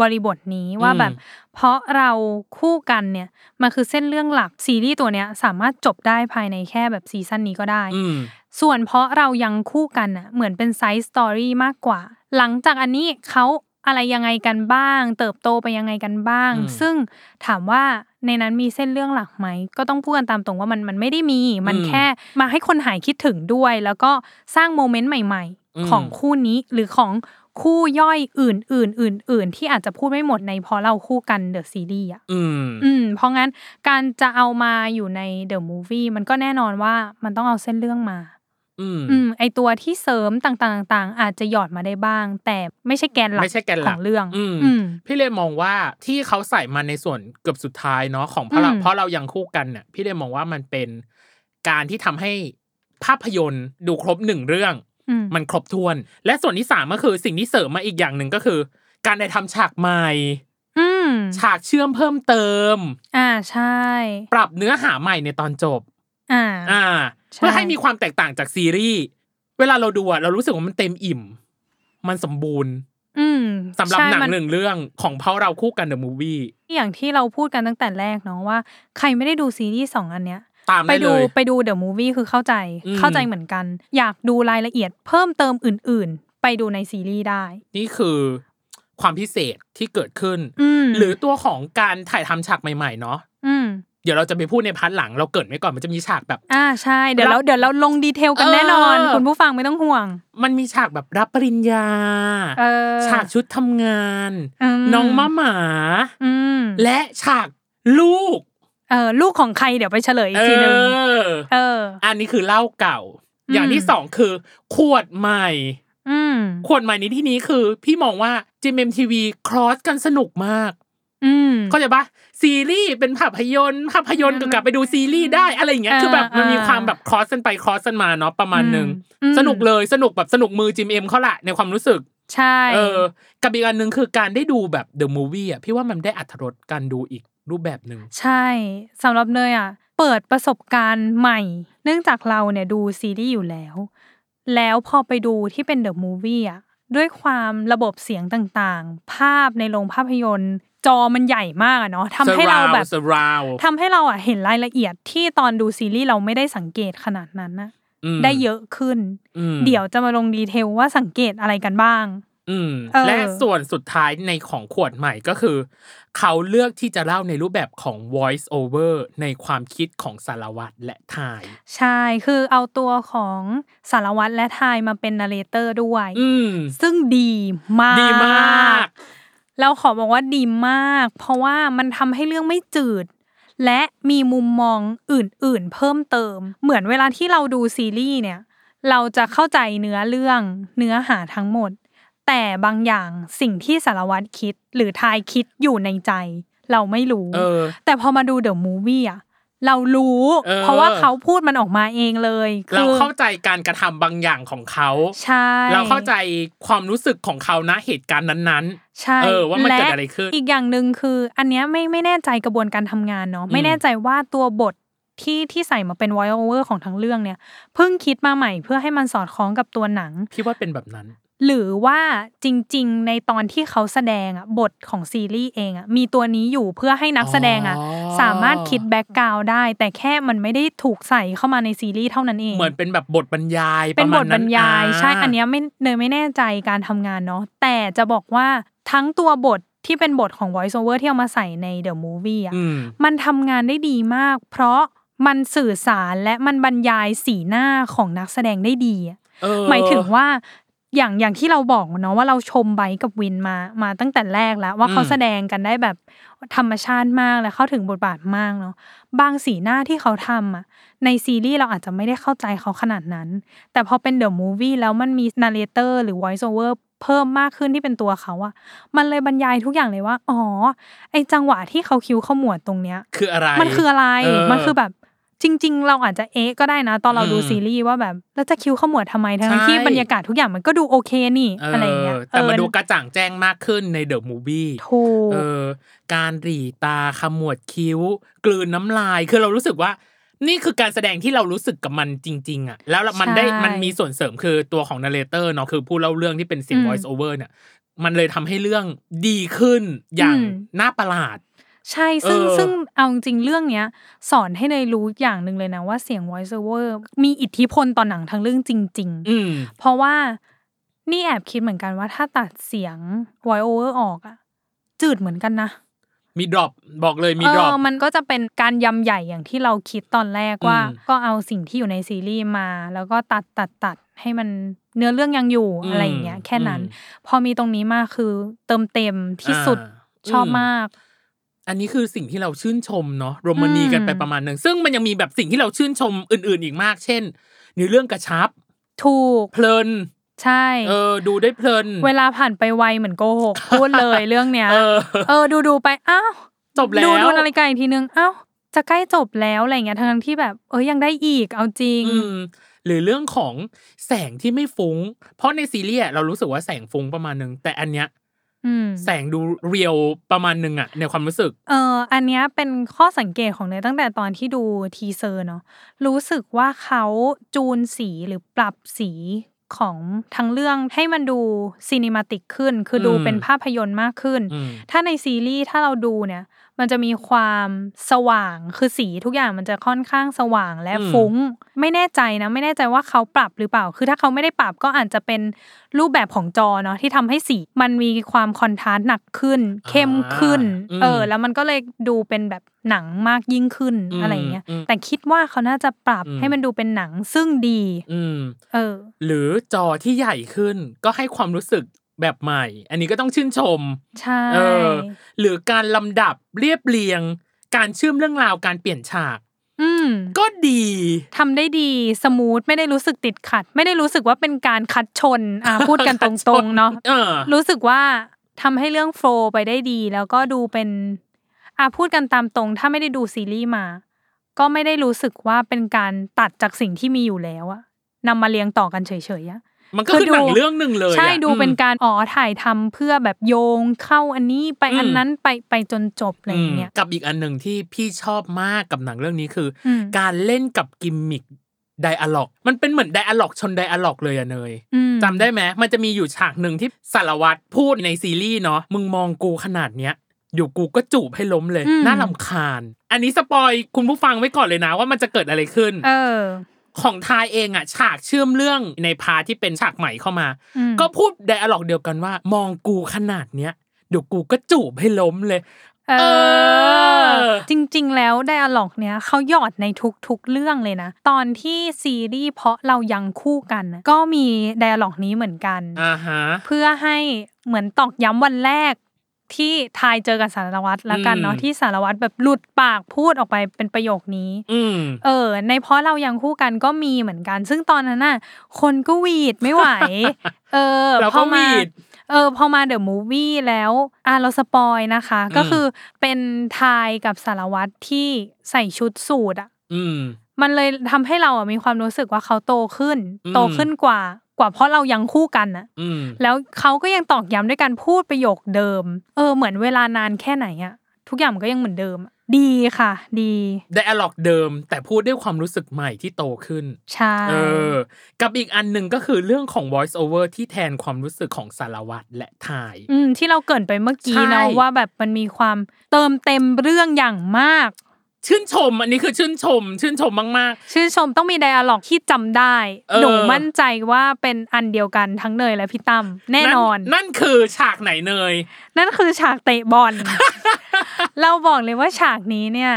Speaker 3: บริบทนี้ว่า
Speaker 2: อืม
Speaker 3: แบบ เพราะเราคู่กันเนี่ยมันคือเส้นเรื่องหลักซีรีส์ตัวเนี้ยสามารถจบได้ภายในแค่แบบซีซั่นนี้ก็ได้
Speaker 2: อืม
Speaker 3: ส่วนเพราะเรายังคู่กันน่ะเหมือนเป็นไซส์สตอรี่มากกว่า หลังจากอันนี้เขาอะไรยังไงกันบ้าง เติบโตไปยังไงกันบ้าง
Speaker 2: อืม
Speaker 3: ซึ่งถามว่าในนั้นมีเส้นเรื่องหลักไหม ก็ต้องพูดกันตามตรงว่ามันมันไม่ได้มี มัน
Speaker 2: อืม
Speaker 3: แค่มาให้คนหายคิดถึงด้วย แล้วก็สร้างโมเมนต์ใหม่
Speaker 2: อืม
Speaker 3: ๆ ของคู่นี้หรือของคู่ย่อยอื่น ๆ อื่น ๆ ที่อาจจะพูดไม่หมดในเพราะเราคู่กันเดอะซีรีส์อะ
Speaker 2: อืม
Speaker 3: อืมเพราะงั้นการจะเอามาอยู่ในเดอะมูฟวี่มันก็แน่นอนว่ามันต้องเอาเส้นเรื่องมา
Speaker 2: อืม
Speaker 3: อืมไอตัวที่เสริมต่างๆต่างๆ อาจจะหยอดมาได้บ้าง แต่ไม่ใช่แกนหลัก
Speaker 2: ไม่ใช่แกนห
Speaker 3: ข
Speaker 2: ลัก
Speaker 3: องเรื่อง
Speaker 2: อืม
Speaker 3: อืม
Speaker 2: พี่เลยมองว่าที่เขาใส่มาในส่วนเกือบสุดท้ายเนาะของเพราะเรา
Speaker 3: อืม
Speaker 2: เพราะเรายังคู่กันเนี่ยพี่เลยมองว่ามันเป็นการที่ทำให้ภาพยนตร์ดูครบหนึ่งเรื่อง
Speaker 3: อืม
Speaker 2: มันครบถ้วน และส่วนที่สามก็คือสิ่งที่เสริมมาอีกอย่างหนึ่งก็คือ การได้ทำฉากใหม่
Speaker 3: อืม
Speaker 2: ฉากเชื่อมเพิ่มเติม
Speaker 3: อ่าใช่
Speaker 2: ปรับเนื้อหาใหม่ในตอนจบ
Speaker 3: อ่า
Speaker 2: อ่า
Speaker 3: ใช่
Speaker 2: เพื่อให้มีความแตกต่างจากซีรีส์ เวลาเราดูอะเรารู้สึกว่ามันเต็มอิ่ม มันสมบูรณ์
Speaker 3: อืม
Speaker 2: สำหรับ
Speaker 3: ใช่
Speaker 2: หนัง
Speaker 3: มั
Speaker 2: หนึ่งเรื่องของเพราะเราคู่กันเดอะมูวี่
Speaker 3: อย่างที่เราพูดกันตั้งแต่แรกเนาะว่า ใครไม่ได้ดูซีรีส์สองอันเนี้ย
Speaker 2: ตาม
Speaker 3: ไป
Speaker 2: ได้เล
Speaker 3: ดู
Speaker 2: ย
Speaker 3: ไปดูเดอะมูวี่คือเข้าใจ
Speaker 2: อืม
Speaker 3: เข้าใจเหมือนกัน อยากดูรายละเอียดเพิ่มเติมอื่น ๆ ไปดูในซีรีส์ได้
Speaker 2: นี่คือความพิเศษที่เกิดขึ้น
Speaker 3: อืม
Speaker 2: หรือตัวของการถ่ายทำฉากใหม่ๆเนาะ
Speaker 3: อืม
Speaker 2: เดี๋ยวเราจะไปพูดในพาร์ทหลัง เราเกริดไว้ก่อนมันจะมีฉากแบบ
Speaker 3: อ่าใช่ เดี๋ยวเราเดี๋ยวเราลงดีเทลกันแน่นอน
Speaker 2: เออ
Speaker 3: คุณผู้ฟังไม่ต้องห่วง
Speaker 2: มันมีฉากแบบรับปริญญา
Speaker 3: เออ
Speaker 2: ฉากชุดทำงาน
Speaker 3: ม
Speaker 2: น้องมะหมา
Speaker 3: อืม
Speaker 2: และฉากลูก
Speaker 3: เออลูกของใครเดี๋ยวไปเฉลยอี
Speaker 2: เอก
Speaker 3: ทีนึง
Speaker 2: อ
Speaker 3: เออ
Speaker 2: อันนี้คือเหล้าเก่า
Speaker 3: อืม
Speaker 2: อย่างที่สองคือ ขวดใหม่
Speaker 3: อืม
Speaker 2: ขวดใหม่นี้ที่นี้คือ พี่มองว่า GMMTV ครอสกันสนุกมาก
Speaker 3: อืม
Speaker 2: เข้าใจปะซีรีส์เป็นภาพยนตร์ภาพยนตร์
Speaker 3: อืม
Speaker 2: กลับไปดูซีรีส์ได้อะไรอย่างเงี้ย
Speaker 3: อ่า
Speaker 2: คือแบบมันมี
Speaker 3: อ่า
Speaker 2: ความแบบครอสกันไปครอสกันมาเนาะประมาณหนึ่ง
Speaker 3: อืม
Speaker 2: สนุกเลยสนุกแบบสนุกมือจิมเอ็มเขาละในความรู้สึก
Speaker 3: ใช่
Speaker 2: เออกับอีกอันหนึ่งคือการได้ดูแบบเดอะมูวี่อ่ะพี่ว่ามันได้อัธรสการดูอีกรูปแบบหนึ่ง
Speaker 3: ใช่สำหรับเนยอ่ะ เปิดประสบการณ์ใหม่ เนื่องจากเราเนี่ยดูซีรีส์อยู่แล้ว แล้วพอไปดูที่เป็นเดอะมูวี่อ่ะ ด้วยความระบบเสียงต่างๆ ภาพในโรงภาพยนตร์ จอมันใหญ่มากอะเนาะทำให้เราแบบ
Speaker 2: Surround surround
Speaker 3: ทำให้เราอะเห็นรายละเอียดที่ตอนดูซีรีส์เราไม่ได้สังเกตขนาดนั้นนะ
Speaker 2: อืม
Speaker 3: ได้เยอะขึ้น
Speaker 2: อืม
Speaker 3: เดี๋ยวจะมาลงดีเทลว่าสังเกตอะไรกันบ้าง
Speaker 2: อืม
Speaker 3: เออ
Speaker 2: และส่วนสุดท้ายในของขวดใหม่ก็คือ เขาเลือกที่จะเล่าในรูปแบบของ voice over ในความคิดของสารวัตรและทาย
Speaker 3: ใช่ คือเอาตัวของสารวัตรและทายมาเป็นนาเรเตอร์ด้วย
Speaker 2: อืม
Speaker 3: ซึ่งดีมาก
Speaker 2: ดีมาก
Speaker 3: เราขอบอกว่าดีมาก เพราะว่ามันทำให้เรื่องไม่จืด และมีมุมมองอื่นๆ เพิ่มเติม เหมือนเวลาที่เราดูซีรีส์เนี่ย เราจะเข้าใจเนื้อเรื่องเนื้อหาทั้งหมด แต่บางอย่างสิ่งที่สารวัตรคิดหรือทายคิดอยู่ในใจ เราไม่รู้
Speaker 2: เออ
Speaker 3: แต่พอมาดูเดอะมูวี่อะเรารู้
Speaker 2: เออ
Speaker 3: เพราะว่าเขาพูดมันออกมาเองเลย
Speaker 2: เรา
Speaker 3: คือ
Speaker 2: เข้าใจการกระทำบางอย่างของเขา
Speaker 3: ใช่
Speaker 2: เราเข้าใจความรู้สึกของเขานะเหตุการณ์นั้น
Speaker 3: ใช่
Speaker 2: เออว่ามันเกิด
Speaker 3: และ
Speaker 2: อะไรขึ้น
Speaker 3: อีกอย่างหนึ่งคือ อันเนี้ยไม่ไม่แน่ใจกระบวนการทำงานเนาะ
Speaker 2: อืม
Speaker 3: ไม่แน่ใจว่าตัวบทที่ที่ใส่มาเป็น voice over ของทั้งเรื่องเนี่ยเพิ่งคิดมาใหม่เพื่อให้มันสอดคล้องกับตัวหนัง
Speaker 2: ๆพี่ว่าเป็นแบบนั้น
Speaker 3: หรือว่าจริง ๆ ในตอนที่เขาแสดงอะบทของซีรีส์เองอะมีตัวนี้อยู่เพื่อให้นักแสดงอะ
Speaker 2: อ๋อ
Speaker 3: สามารถคิดแบ็กกราวด์ได้ แต่แค่มันไม่ได้ถูกใส่เข้ามาในซีรีส์เท่านั้นเอง
Speaker 2: เหมือนเป็นแบบบทบรรยาย
Speaker 3: เป็นบ
Speaker 2: ระ
Speaker 3: ท
Speaker 2: มณ
Speaker 3: บรรยาย
Speaker 2: า
Speaker 3: ใช่ อันเนี้ยไม่เนยไม่แน่ใจการทำงานเนาะแต่จะบอกว่าทั้งตัวบทที่เป็นบทของ voice over ที่เอามาใส่ใน The Movie อะ
Speaker 2: อืม
Speaker 3: มันทำงานได้ดีมาก เพราะมันสื่อสารและมันบรรยายสีหน้าของนักแสดงได้ดีอะ
Speaker 2: เออ
Speaker 3: หมายถึงว่าอย่างอย่างที่เราบอกเนาะว่าเราชมไบร์ทกับวินมามาตั้งแต่แรกแล้ว ว่า
Speaker 2: อืม
Speaker 3: เขาแสดงกันได้แบบธรรมชาติมากและเข้าถึงบทบาทมากเนาะบางสีหน้าที่เขาทำอะในซีรีส์เราอาจจะไม่ได้เข้าใจเขาขนาดนั้น แต่พอเป็นเดอะมูฟวี่แล้วมันมีนาเรเตอร์หรือ voice over เพิ่มมากขึ้นที่เป็นตัวเขาอะมันเลยบรรยายทุกอย่างเลยว่าอ๋อไอจังหวะที่เขาคิ้วขมวดตรงเนี้ย
Speaker 2: คืออะไร
Speaker 3: มันคืออะไร
Speaker 2: เออ
Speaker 3: มันคือแบบจริง ๆ เราอาจจะเอ๊ะก็ได้นะ ตอนเราดู
Speaker 2: อืม
Speaker 3: ซีรีส์ว่าแบบแล้วจะคิ้วขมวดทำไมทั้งที่
Speaker 2: ใช่
Speaker 3: บรรยากาศทุกอย่างมันก็ดูโอเคนี่
Speaker 2: เอออ
Speaker 3: อะไรเงี้ย
Speaker 2: แต่มา
Speaker 3: เออ
Speaker 2: ดูกระจ่างแจ้งมากขึ้นในเดอะมูวี่
Speaker 3: ถูก
Speaker 2: เออ การหรี่ตาขมวดคิ้ว กลืนน้ำลาย คือเรารู้สึกว่า นี่คือการแสดงที่เรารู้สึกกับมันจริง ๆ อ่ะ แล้วมันได้มันมีส่วนเสริมคือตัวของนาเรเตอร์เนาะคือผู้เล่าเรื่องที่เป็นเสียง voice over เนี่ย มันเลยทำให้เรื่องดีขึ้นอย่างน่าประหลาด
Speaker 3: ใช่ซึ่ง
Speaker 2: เออ
Speaker 3: ซึ่งเอาจริงๆเรื่องเนี้ย สอนให้เนยรู้อย่างหนึ่งเลยนะว่าเสียง voice over มีอิทธิพลต่อหนังทั้งเรื่องจริง
Speaker 2: อืม
Speaker 3: ๆ เพราะว่านี่แอบคิดเหมือนกันว่าถ้าตัดเสียง voice over ออกอะจืดเหมือนกันนะ
Speaker 2: มีดรอปบอกเลยมี
Speaker 3: เอ
Speaker 2: ดรอ
Speaker 3: อ
Speaker 2: ป
Speaker 3: มันก็จะเป็นการยำใหญ่อย่างที่เราคิดตอนแรกว่า
Speaker 2: อืม
Speaker 3: ก็เอาสิ่งที่อยู่ในซีรีส์มา แล้วก็ตัดตัดตัดให้มันเนื้อเรื่องยังอยู่
Speaker 2: อืม
Speaker 3: อะไรอย่างเงี้ยแค่นั้น
Speaker 2: อื
Speaker 3: พอมีตรงนี้มาคือเติมเต็มที่สุด
Speaker 2: อ่า
Speaker 3: ชอบ
Speaker 2: อืม
Speaker 3: มาก
Speaker 2: อันนี้คือสิ่งที่เราชื่นชมเนาะโรมานีกันไปประมาณหนึ่งซึ่งมันยังมีแบบสิ่งที่เราชื่นชมอื่น ๆ อีกมาก เช่นในเรื่องกระชับ
Speaker 3: ถูก
Speaker 2: เพลิน
Speaker 3: ใช่
Speaker 2: เออ ดูได้เพลิน
Speaker 3: เวลาผ่านไปไวเหมือนโกหก พูดเลยเรื่องเนี้ย
Speaker 2: เอ อ
Speaker 3: เออดูดูๆไปอ้าว
Speaker 2: จบแล้ว
Speaker 3: ดูดูนาฬิกาอีกทีนึงอ้าวจะใกล้จบแล้วอะไรอย่างเงี้ยทั้งๆที่แบบเอ้ยยังได้อีกเอาจริง
Speaker 2: อืมหรือเรื่องของแสงที่ไม่ฟุ้ง เพราะในซีรีส์อะเรารู้สึกว่าแสงฟุ้งประมาณหนึ่งแต่อันเนี้ย
Speaker 3: อืม
Speaker 2: แสงดูเรียวประมาณหนึ่งอะในความรู้สึก
Speaker 3: เอออันเนี้ยเป็นข้อสังเกตของเนยตั้งแต่ตอนที่ดูทีเซอร์เนาะรู้สึกว่าเขาจูนสีหรือปรับสีของทั้งเรื่องให้มันดูซีนิมาติกขึ้น คือดู
Speaker 2: อืม
Speaker 3: เป็นภาพยนตร์มากขึ้น
Speaker 2: อืม
Speaker 3: ถ้าในซีรีส์ถ้าเราดูเนี่ย มันจะมีความสว่างคือสีทุกอย่างมันจะค่อนข้างสว่างและ
Speaker 2: อืม
Speaker 3: ฟุ้ง ไม่แน่ใจนะ ไม่แน่ใจว่าเขาปรับหรือเปล่า คือถ้าเขาไม่ได้ปรับก็อาจจะเป็นรูปแบบของจอเนาะที่ทำให้สีมันมีความคอนทราสต์หนักขึ้น เข้มขึ้น
Speaker 2: อ่าอืม
Speaker 3: เออ แล้วมันก็เลยดูเป็นแบบ หนังมากยิ่งขึ้น
Speaker 2: อืม
Speaker 3: อะไรเงี้ย
Speaker 2: อืม
Speaker 3: แต่คิดว่าเขาน่าจะปรับ
Speaker 2: อืม
Speaker 3: ให้มันดูเป็นหนังซึ่งดี
Speaker 2: อืม
Speaker 3: เออ
Speaker 2: หรือจอที่ใหญ่ขึ้นก็ให้ความรู้สึกแบบใหม่ อันนี้ก็ต้องชื่นชม
Speaker 3: ใช่
Speaker 2: เออ หรือการลำดับเรียบเรียง การเชื่อมเรื่องราวการเปลี่ยนฉาก
Speaker 3: อืม
Speaker 2: ก็ดี
Speaker 3: ทำได้ดีสมูทไม่ได้รู้สึกติดขัด ไม่ได้รู้สึกว่าเป็นการคัดชน อ่ะพูดกันตรงๆเนาะ
Speaker 2: เออ
Speaker 3: รู้สึกว่าทำให้เรื่องโฟลว์ไปได้ดี แล้วก็ดูเป็นอ่ะพูดกันตามตรง ถ้าไม่ได้ดูซีรีส์มา ก็ไม่ได้รู้สึกว่าเป็นการตัดจากสิ่งที่มีอยู่แล้วอะนำมาเรียงต่อกันเฉยๆอะ
Speaker 2: มันก็คือหนังเรื่องหนึ่งเลยอะ
Speaker 3: ใช่ดู
Speaker 2: อืม
Speaker 3: เป็นการอ๋อถ่ายทำเพื่อแบบโยงเข้าอันนี้ไป
Speaker 2: อืม
Speaker 3: อันนั้นไปไปจนจบอะไรอย่างเงี้ย
Speaker 2: อืมกับอีกอันหนึ่งที่พี่ชอบมากกับหนังเรื่องนี้คืออ
Speaker 3: ม
Speaker 2: การเล่นกับกิมมิคไดอะล็อก มันเป็นเหมือนไดอะล็อกชนไดอะล็อกเลยอะเนย
Speaker 3: อืม
Speaker 2: จำได้ไหมมันจะมีอยู่ฉากหนึ่งที่สารวัตรพูดในซีรีส์เนาะมึงมองกูขนาดเนี้ยอยู่กูก็จูบให้ล้มเลย น่าลำคาญ อันนี้สปอยคุณผู้ฟังไว้ก่อนเลยนะว่ามันจะเกิดอะไรขึ้น
Speaker 3: เออ
Speaker 2: ของทายเองอะฉากเชื่อมเรื่องในพาร์ทที่เป็นฉากใหม่เข้ามา
Speaker 3: อืม
Speaker 2: ก็พูดไดอะล็อกเดียวกันว่า มองกูขนาดเนี้ยเดี๋ยวกูก็จูบให้ล้มเลย
Speaker 3: เอ
Speaker 2: เอ
Speaker 3: อ
Speaker 2: อ
Speaker 3: จริง ๆ แล้วไดอะล็อกเนี้ยเขาหยอดในทุกๆเรื่องเลยนะ ตอนที่ซีรีส์เพราะเรายังคู่กันน่ะก็มีไดอะล็อกนี้เหมือนกัน
Speaker 2: อ่าฮะ
Speaker 3: เพื่อให้เหมือนตอกย้ำวันแรก ที่ทายเจอกับสารวัตรแล้วกันเนาะ
Speaker 2: อืม
Speaker 3: ที่สารวัตรแบบหลุดปากพูดออกไปเป็นประโยคนี้
Speaker 2: อืม
Speaker 3: เออ ในเพราะเรายังคู่กันก็มีเหมือนกัน ซึ่งตอนนั้นน่ะ คนก็หวีดไม่ ไหว เออ
Speaker 2: เรา
Speaker 3: พ
Speaker 2: ก็
Speaker 3: อมา
Speaker 2: หวีด
Speaker 3: เออพอมาเดอะมูวี่แล้วอ่ะเราสปอยนะคะ
Speaker 2: อืม
Speaker 3: ก็คือเป็นทายกับสารวัตรที่ใส่ชุดสูทอ่ะ
Speaker 2: อืม
Speaker 3: มันเลยทำให้เราอ่ะมีความรู้สึกว่าเขาโตขึ้น
Speaker 2: อืม
Speaker 3: โตขึ้นกว่า กว่าเพราะเรายังคู่กันอ่ะ
Speaker 2: อืม
Speaker 3: แล้วเขาก็ยังตอกย้ำด้วยการพูดประโยคเดิม เออ เหมือนเวลานานแค่ไหนอะทุกอย่างมันก็ยังเหมือนเดิมอะดีค่ะ ดี
Speaker 2: ไดอะล็อกเดิม แต่พูดด้วยความรู้สึกใหม่ที่โตขึ้น
Speaker 3: ใช่
Speaker 2: เออ กับอีกอันหนึ่งก็คือเรื่องของ voice over ที่แทนความรู้สึกของสารวัตรและทาย
Speaker 3: ืมที่เราเกรินไปเมื่อกี้
Speaker 2: ใช่
Speaker 3: เนาะว่าแบบมันมีความเติมเต็มเรื่องอย่างมาก
Speaker 2: ชื่นชม อันนี้คือชื่นชม ชื่นชมมาก
Speaker 3: ชื่นชมต้องมีไดอะล็อกที่จำได้
Speaker 2: เออ
Speaker 3: หนูมั่นใจว่าเป็นอันเดียวกันทั้งเนยและพี่ตั้ม
Speaker 2: ๆ
Speaker 3: แน่นอน
Speaker 2: นั่นคือฉากไหนเนย
Speaker 3: นั่นคือฉากเตะบ อล เราบอกเลยว่าฉากนี้เนี่ย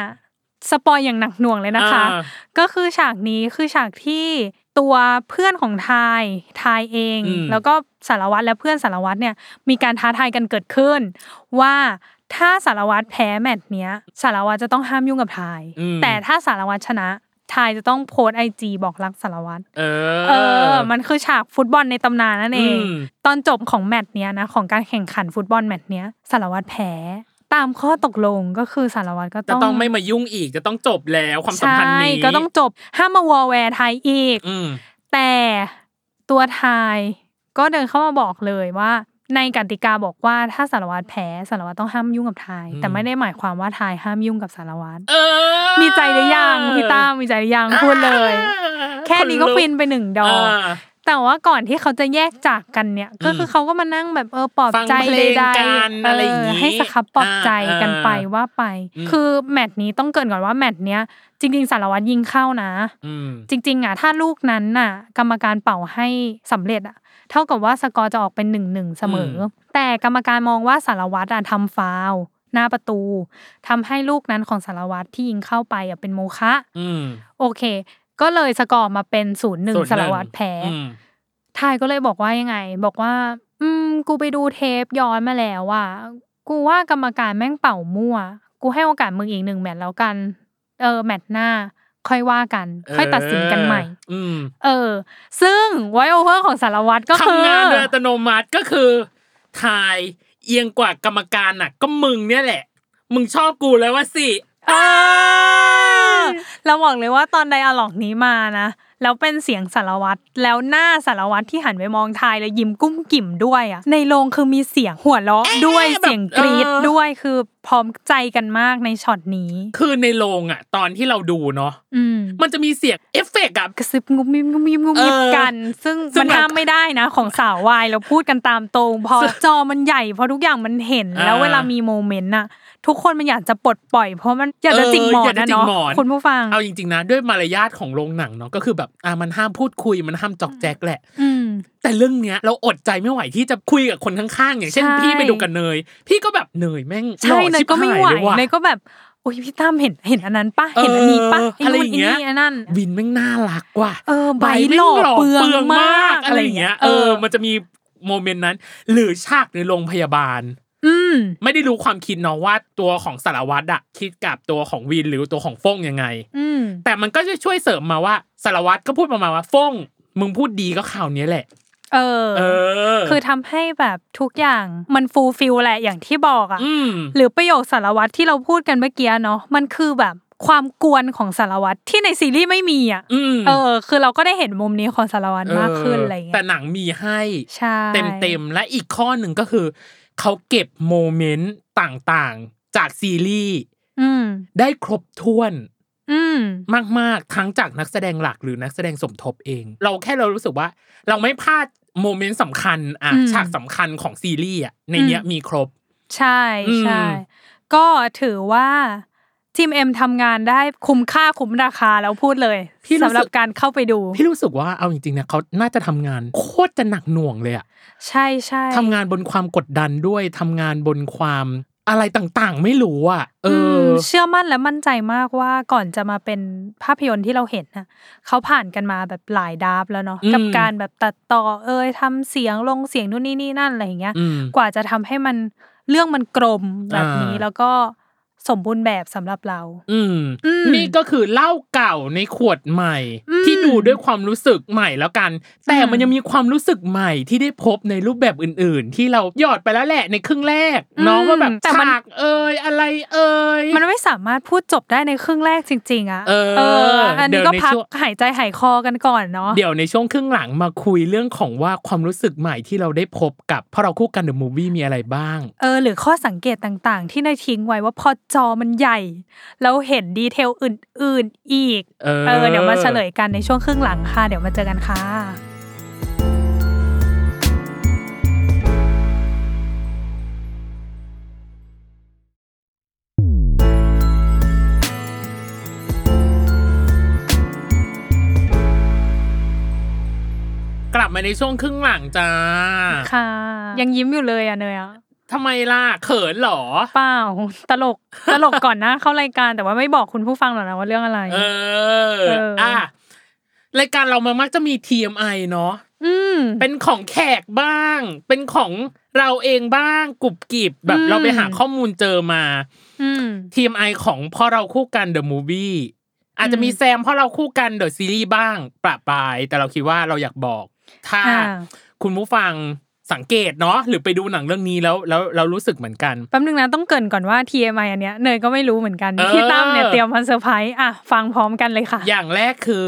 Speaker 3: สปอยอย่างหนักหน่วงเลยนะคะ
Speaker 2: อ่า
Speaker 3: ก็คือฉากนี้คือฉากที่ตัวเพื่อนของทายทายเอง
Speaker 2: อืม
Speaker 3: แล้วก็สารวัตรและเพื่อนสารวัตรเนี่ย มีการท้าทายกันเกิดขึ้น ว่าถ้าสารวัตรแพ้แมตช์เนี้ย สารวัตรจะต้องห้ามยุ่งกับทาย
Speaker 2: อืม
Speaker 3: แต่ถ้าสารวัตรชนะทายจะต้องโพสไอจีบอกรักสารวัตร
Speaker 2: เออ
Speaker 3: เออ มันคือฉากฟุตบอลในตำนานนั่นเอง
Speaker 2: อืม
Speaker 3: ตอนจบของแมตช์เนี้ยนะ ของการแข่งขันฟุตบอลแมตช์เนี้ยสารวัตรแพ้ ตามข้อตกลงก็คือสารวัตรก็
Speaker 2: จะต้องไม่มายุ่งอีก จะต้องจบแล้วความสัมพันธ์
Speaker 3: ใช่
Speaker 2: นี้
Speaker 3: ก็ต้องจบห้ามมาวอลแวร์ไทยอีก
Speaker 2: อืม
Speaker 3: แต่ตัวไทยก็เดินเข้ามาบอกเลยว่า ในกติกาบอกว่าถ้าสารวัตรแพ้สารวัตรต้องห้ามยุ่งกับไทย
Speaker 2: อืม
Speaker 3: แต่ไม่ได้หมายความว่าไทยห้ามยุ่งกับสารวัตร
Speaker 2: เออ
Speaker 3: มีใจหรือยังพี่ตามมีใจหรือยังพูดเลย
Speaker 2: อ่า
Speaker 3: แค่นี้ก็ฟินไปหนึ่งดอก
Speaker 2: า
Speaker 3: แต่ว่าก่อนที่เขาจะแยกจากกันเนี่ย ก็คือเขาก็มานั่งแบบเออปลอบ
Speaker 2: ฟัง
Speaker 3: ใจ
Speaker 2: เพลง
Speaker 3: ใด
Speaker 2: กัน
Speaker 3: ๆ
Speaker 2: อะไรอย่างงี้
Speaker 3: เให้สครับปลอบใจกันไป
Speaker 2: อ่า
Speaker 3: ว่าไป
Speaker 2: อืม
Speaker 3: คือแมตช์นี้ต้องเกรินก่อนว่าแมตช์เนี้ยจริง ๆ สารวัตรยิงเข้านะ
Speaker 2: อืม
Speaker 3: จริง ๆอ่ะถ้าลูกนั้นน่ะ กรรมการเป่าให้สำเร็จอ่ะ เท่ากับว่าสกอร์จะออกเป็นหนึ่งหนึ่งเสมออ
Speaker 2: ม
Speaker 3: แต่กรรมการมองว่าสารวัตรอ่ะทำฟาวล์หน้าประตูทำให้ลูกนั้นของสารวัตรที่ยิงเข้าไปอ่ะเป็นโมฆะ
Speaker 2: อืม
Speaker 3: โอเค ก็เลยสกอร์มาเป็นศูนย์หนึ่งสารวัตรแพ้
Speaker 2: อืม
Speaker 3: ทายก็เลยบอกว่ายังไง บอกว่า อืม กูไปดูเทปย้อนมาแล้วอ่ะกูว่ากรรมการแม่งเป่ามั่ว กูให้โอกาสมึงอีกหนึ่งแมตช์แล้วกัน เออ แมตช์หน้า ค่อยว่ากัน ค่อยตัดสินกันใหม่
Speaker 2: เอออืม
Speaker 3: เออ ซึ่งไวโอเวอร์ของสารวัตรก็คือ
Speaker 2: ทำงานโดยอัตโนมัติก็คือทายเอียงกว่ากรรมการน่ะ ก็มึงเนี่ยแหละ มึงชอบกูแล้วว่าสิ
Speaker 3: เออเราบอกเลยว่าตอนไดอะล็อกนี้มานะ แล้วเป็นเสียงสารวัตรแล้วหน้าสารวัตรที่หันไปมองทายแล้วยิ้มกุ้มกิ่มด้วยอะในโรงคือมีเสียงหัวเราะด้วย
Speaker 2: แบบ
Speaker 3: เสียงกรี๊ด
Speaker 2: เออ
Speaker 3: ด้วยคือพร้อมใจกันมากในช็อตนี้
Speaker 2: คือในโรงอ่ะ ตอนที่เราดูเนาะ
Speaker 3: อืม
Speaker 2: มันจะมีเสียงเอฟเฟกต์อะ
Speaker 3: กระซิบงุบมิบงุบมิบงุบมิบ
Speaker 2: เออ
Speaker 3: กัน ซึ่ง
Speaker 2: ซึ่ง
Speaker 3: มัน
Speaker 2: แบบ
Speaker 3: ห้ามไม่ได้นะ ของสาววายเราพูดกันตามตรงพอ
Speaker 2: ซึ่ง
Speaker 3: จอมันใหญ่เพราะทุกอย่างมันเห็นแล้ว
Speaker 2: อ่า
Speaker 3: เวลามีโมเมนต์น่ะ ทุกคนมันอยากจะปลดปล่อย เพราะมันอยากจะ
Speaker 2: เออ
Speaker 3: จิกหมอ
Speaker 2: อน ยากจะ
Speaker 3: นะ
Speaker 2: จิก
Speaker 3: เนาะ
Speaker 2: หมอน
Speaker 3: คุณผู้ฟัง
Speaker 2: เอาจริงๆนะด้วยมารยาทของโรงหนังเนาะก็คือแบบอ่ะมันห้ามพูดคุยมันห้ามจอกแจกแหละ
Speaker 3: อืม
Speaker 2: แต่เรื่องเนี้ยเราอดใจไม่ไหวที่จะคุยกับคนข้างๆ อย่างเช่น
Speaker 3: ใช่
Speaker 2: พี่ไปดูกับเนย พี่ก็แบบเนยแม่งหล่
Speaker 3: ใช่
Speaker 2: อ
Speaker 3: เนย
Speaker 2: ชิบ
Speaker 3: ก็ไม่
Speaker 2: หาย
Speaker 3: ไหว
Speaker 2: เลยว่ะ
Speaker 3: เนยก็แบบ โอ้ยพี่ตั้มเห็นเห็นอันนั้นปะเห็นอันนี้ปะ
Speaker 2: เออ
Speaker 3: ไอ้
Speaker 2: อะไร
Speaker 3: นู่
Speaker 2: อน ย่างเงี้ย
Speaker 3: ไอ้นี่อันนั้น
Speaker 2: วินแม่งน่ารักว่ะ
Speaker 3: เออใบหล่อเปลืองมาก
Speaker 2: อะไรอย่างเงี้ย เออ มันจะมีโมเมนต์นั้น หรือฉากในโรงพยาบาล
Speaker 3: อืม
Speaker 2: ไม่ได้รู้ความคิดเนาะว่าตัวของสารวัตรอะคิดกับตัวของวินหรือตัวของฟงยังไง
Speaker 3: อืม
Speaker 2: แต่มันก็จะช่วยเสริมมาว่าสารวัตรก็พูดประมาณว่าฟงมึงพูดดีก็ข่าวเนี้ยแหละ
Speaker 3: เออ
Speaker 2: เออ
Speaker 3: คือทำให้แบบทุกอย่างมันฟูลฟิลแหละอย่างที่บอกอ่ะ
Speaker 2: อืม
Speaker 3: หรือประโยคสารวัตรที่เราพูดกันเมื่อกี้เนาะมันคือแบบความกวนของสารวัตรที่ในซีรีส์ไม่มีอ่ะ
Speaker 2: อืม
Speaker 3: เออ คือเราก็ได้เห็นมุมนี้ของสารวัตรมากขึ้นอะไร
Speaker 2: แต่
Speaker 3: เงี้ย
Speaker 2: หนังมีให้
Speaker 3: ใช่
Speaker 2: เต็มเต็มๆและอีกข้อหนึ่งก็คือ เขาเก็บโมเมนต์ต่างๆ จากซีรีส์
Speaker 3: อืม
Speaker 2: ได้ครบถ้วน
Speaker 3: อืม
Speaker 2: มากๆ ทั้งจากนักแสดงหลักหรือนักแสดงสมทบเอง เราแค่เรารู้สึกว่า เราไม่พลาดโมเมนต์สำคัญอ่ะ
Speaker 3: อืม
Speaker 2: ฉากสำคัญของซีรีส์อ่ะในเนี้ย
Speaker 3: อืม
Speaker 2: มีครบ
Speaker 3: ใช่
Speaker 2: อืม
Speaker 3: ใช่ก็ถือว่าทีมเอ็มทำงานได้คุ้มค่าคุ้มราคาแล้วพูดเลยสำหรับการเข้าไปดู
Speaker 2: พี่รู้สึกว่าเอาจริงๆนะเขาน่าจะทำงานโคตรจะหนักหน่วงเลยอ่ะ
Speaker 3: ใช่ใช่
Speaker 2: ทำงานบนความกดดันด้วยทำงานบนความอะไรต่างๆ ไม่รู้อ่ะ เอ
Speaker 3: อื
Speaker 2: อ
Speaker 3: ม
Speaker 2: อ
Speaker 3: เชื่อมั่นและมั่นใจมากว่าก่อนจะมาเป็นภาพยนตร์ที่เราเห็นนะเขาผ่านกันมาแบบหลายดราฟต์แล้วเนาะ
Speaker 2: อืม
Speaker 3: กับการแบบตัดต่อเอ่ยทำเสียงลงเสียงนู่นนี่นี่นั่นอะไรอย่างเงี้ย
Speaker 2: อืม
Speaker 3: กว่าจะทำให้มันเรื่องมันกลมแบบนี้
Speaker 2: อ่า
Speaker 3: แล้วก็สมบูรณ์แบบสำหรับเรา
Speaker 2: อืม
Speaker 3: อืม
Speaker 2: นี่ก็คือเหล้าเก่าในขวดใหม่
Speaker 3: อืม
Speaker 2: ที่ดูด้วยความรู้สึกใหม่แล้วกัน แต่
Speaker 3: อืม
Speaker 2: มันยังมีความรู้สึกใหม่ที่ได้พบในรูปแบบอื่น ๆ ที่เราหยอดไปแล้วแหละในครึ่งแรก น้องว่าแบบฉากเอ่ยอะไรเอ่ย
Speaker 3: มันไม่สามารถพูดจบได้ในครึ่งแรกจริง ๆ อ่ะ
Speaker 2: เออ
Speaker 3: อันนี้ก็
Speaker 2: เดี๋ยวใน
Speaker 3: พัก
Speaker 2: ช่วง
Speaker 3: หายใจหายคอกันก่อนเนาะ
Speaker 2: เดี๋ยวในช่วงครึ่งหลังมาคุยเรื่องของว่าความรู้สึกใหม่ที่เราได้พบกับพอเราคู่กันเดอะมูฟวี่มีอะไรบ้าง
Speaker 3: เออหรือข้อสังเกตต่างๆ ที่นายทิ้งไว้ว่าพอจอมันใหญ่ แล้วเห็นดีเทลอื่น ๆ อีก
Speaker 2: เออ
Speaker 3: เออเดี๋ยวมาเฉลยกันในช่วงครึ่งหลังค่ะ เดี๋ยวมาเจอกันค่ะ
Speaker 2: กลับมาในช่วงครึ่งหลังจ้า
Speaker 3: ค่ะ ยังยิ้มอยู่เลยอ่ะเนยอ่ะ
Speaker 2: ทำไมล่ะเขินเหรอ
Speaker 3: เปล่าตลกตลกก่อนนะเข้ารายการแต่ว่าไม่บอกคุณผู้ฟังหรอกนะว่าเรื่องอะไร
Speaker 2: เออ
Speaker 3: เอออ่
Speaker 2: อ่ะรายการเรามันมักจะมี TMI เนาะ
Speaker 3: อืม
Speaker 2: เป็นของแขกบ้าง เป็นของเราเองบ้างกรุบกริบแบบ
Speaker 3: อืม
Speaker 2: เราไปหาข้อมูลเจอมา
Speaker 3: อืม
Speaker 2: TMI ของพ่อเราคู่กัน The Movie อาจจะมีแซมพ่อเราคู่กัน The Series บ้างประปราย แต่เราคิดว่าเราอยากบอก ถ้า
Speaker 3: อ่า
Speaker 2: คุณผู้ฟังสังเกตเนาะหรือไปดูหนังเรื่องนี้แล้วแล้วเรารู้สึกเหมือนกัน
Speaker 3: แป๊บนึงนะต้องเกรินก่อนว่า TMI อันเนี้ยเนยก็ไม่รู้เหมือนกัน
Speaker 2: เออ
Speaker 3: พี่ตั้มเนี่ยเตรียมมาเซอร์ไพรส์อ่ะฟังพร้อมกันเลยค่ะ
Speaker 2: อย่างแรกคือ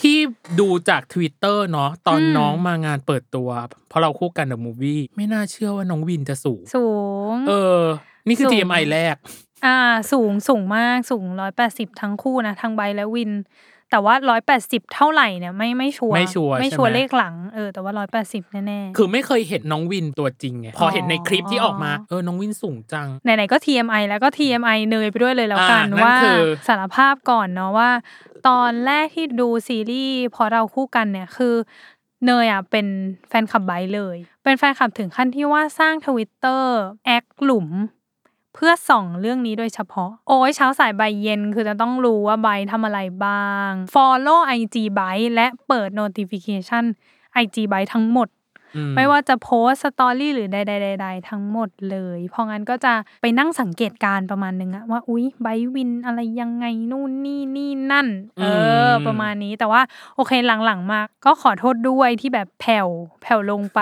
Speaker 2: พี่ดูจาก Twitter เนาะตอน
Speaker 3: อืม
Speaker 2: น้องมางานเปิดตัวเพราะเราคู่กัน The Movie ไม่น่าเชื่อว่าน้องวินจะสูง
Speaker 3: สูง
Speaker 2: เออ นี่คือ
Speaker 3: สูง
Speaker 2: TMI แรก
Speaker 3: อ่าสูงสูงมากสูงร้อยแปดสิบทั้งคู่นะทั้งใบและวิน แต่ว่าร้อยแปดสิบเท่าไหร่เนี่ยไม่ไม่ชัวร์
Speaker 2: ไม่ชัวร์
Speaker 3: ไม่ชัวร์
Speaker 2: ใช่ไหม
Speaker 3: เลขหลังเออแต่ว่าร้อยแปดสิบแน่ๆ
Speaker 2: คือไม่เคยเห็นน้องวินตัวจริงไง พอเห็นในคลิปที่ออกมา เออ น้องวินสูงจัง
Speaker 3: ไหนๆก็ TMI แล้วก็ TMI เนยไปด้วยเลยแล้วกัน
Speaker 2: อ่านั่น
Speaker 3: ว่า
Speaker 2: คือ
Speaker 3: สารภาพก่อนเนาะว่า ตอนแรกที่ดูซีรีส์พอเราคู่กันเนี่ยคือเนยอ่ะเป็นแฟนคลับไบร์ทเลย เป็นแฟนคลับถึงขั้นที่ว่าสร้างทวิตเตอร์แอคหลุม เพื่อส่องเรื่องนี้โดยเฉพาะ โอ้ยเช้าสายใบายเย็นคือจะต้องรู้ว่าใบร์ททำอะไรบ้าง Follow IG ใบร์ทและเปิด notification IG ใบร์ททั้งหมด ไม่ว่าจะโพสต์สตอรี่หรือใดๆๆ ทั้งหมดเลย เพราะงั้นก็จะไปนั่งสังเกตการณ์ประมาณนึงอะว่า อุ๊ยไบร์ทวินอะไรยังไงนู่นนี่นี่นั่น เอออ
Speaker 2: ม
Speaker 3: ประมาณนี้แต่ว่าโอเคหลังๆมาก็ขอโทษด้วยที่แบบแผ่วแผ่วลงไป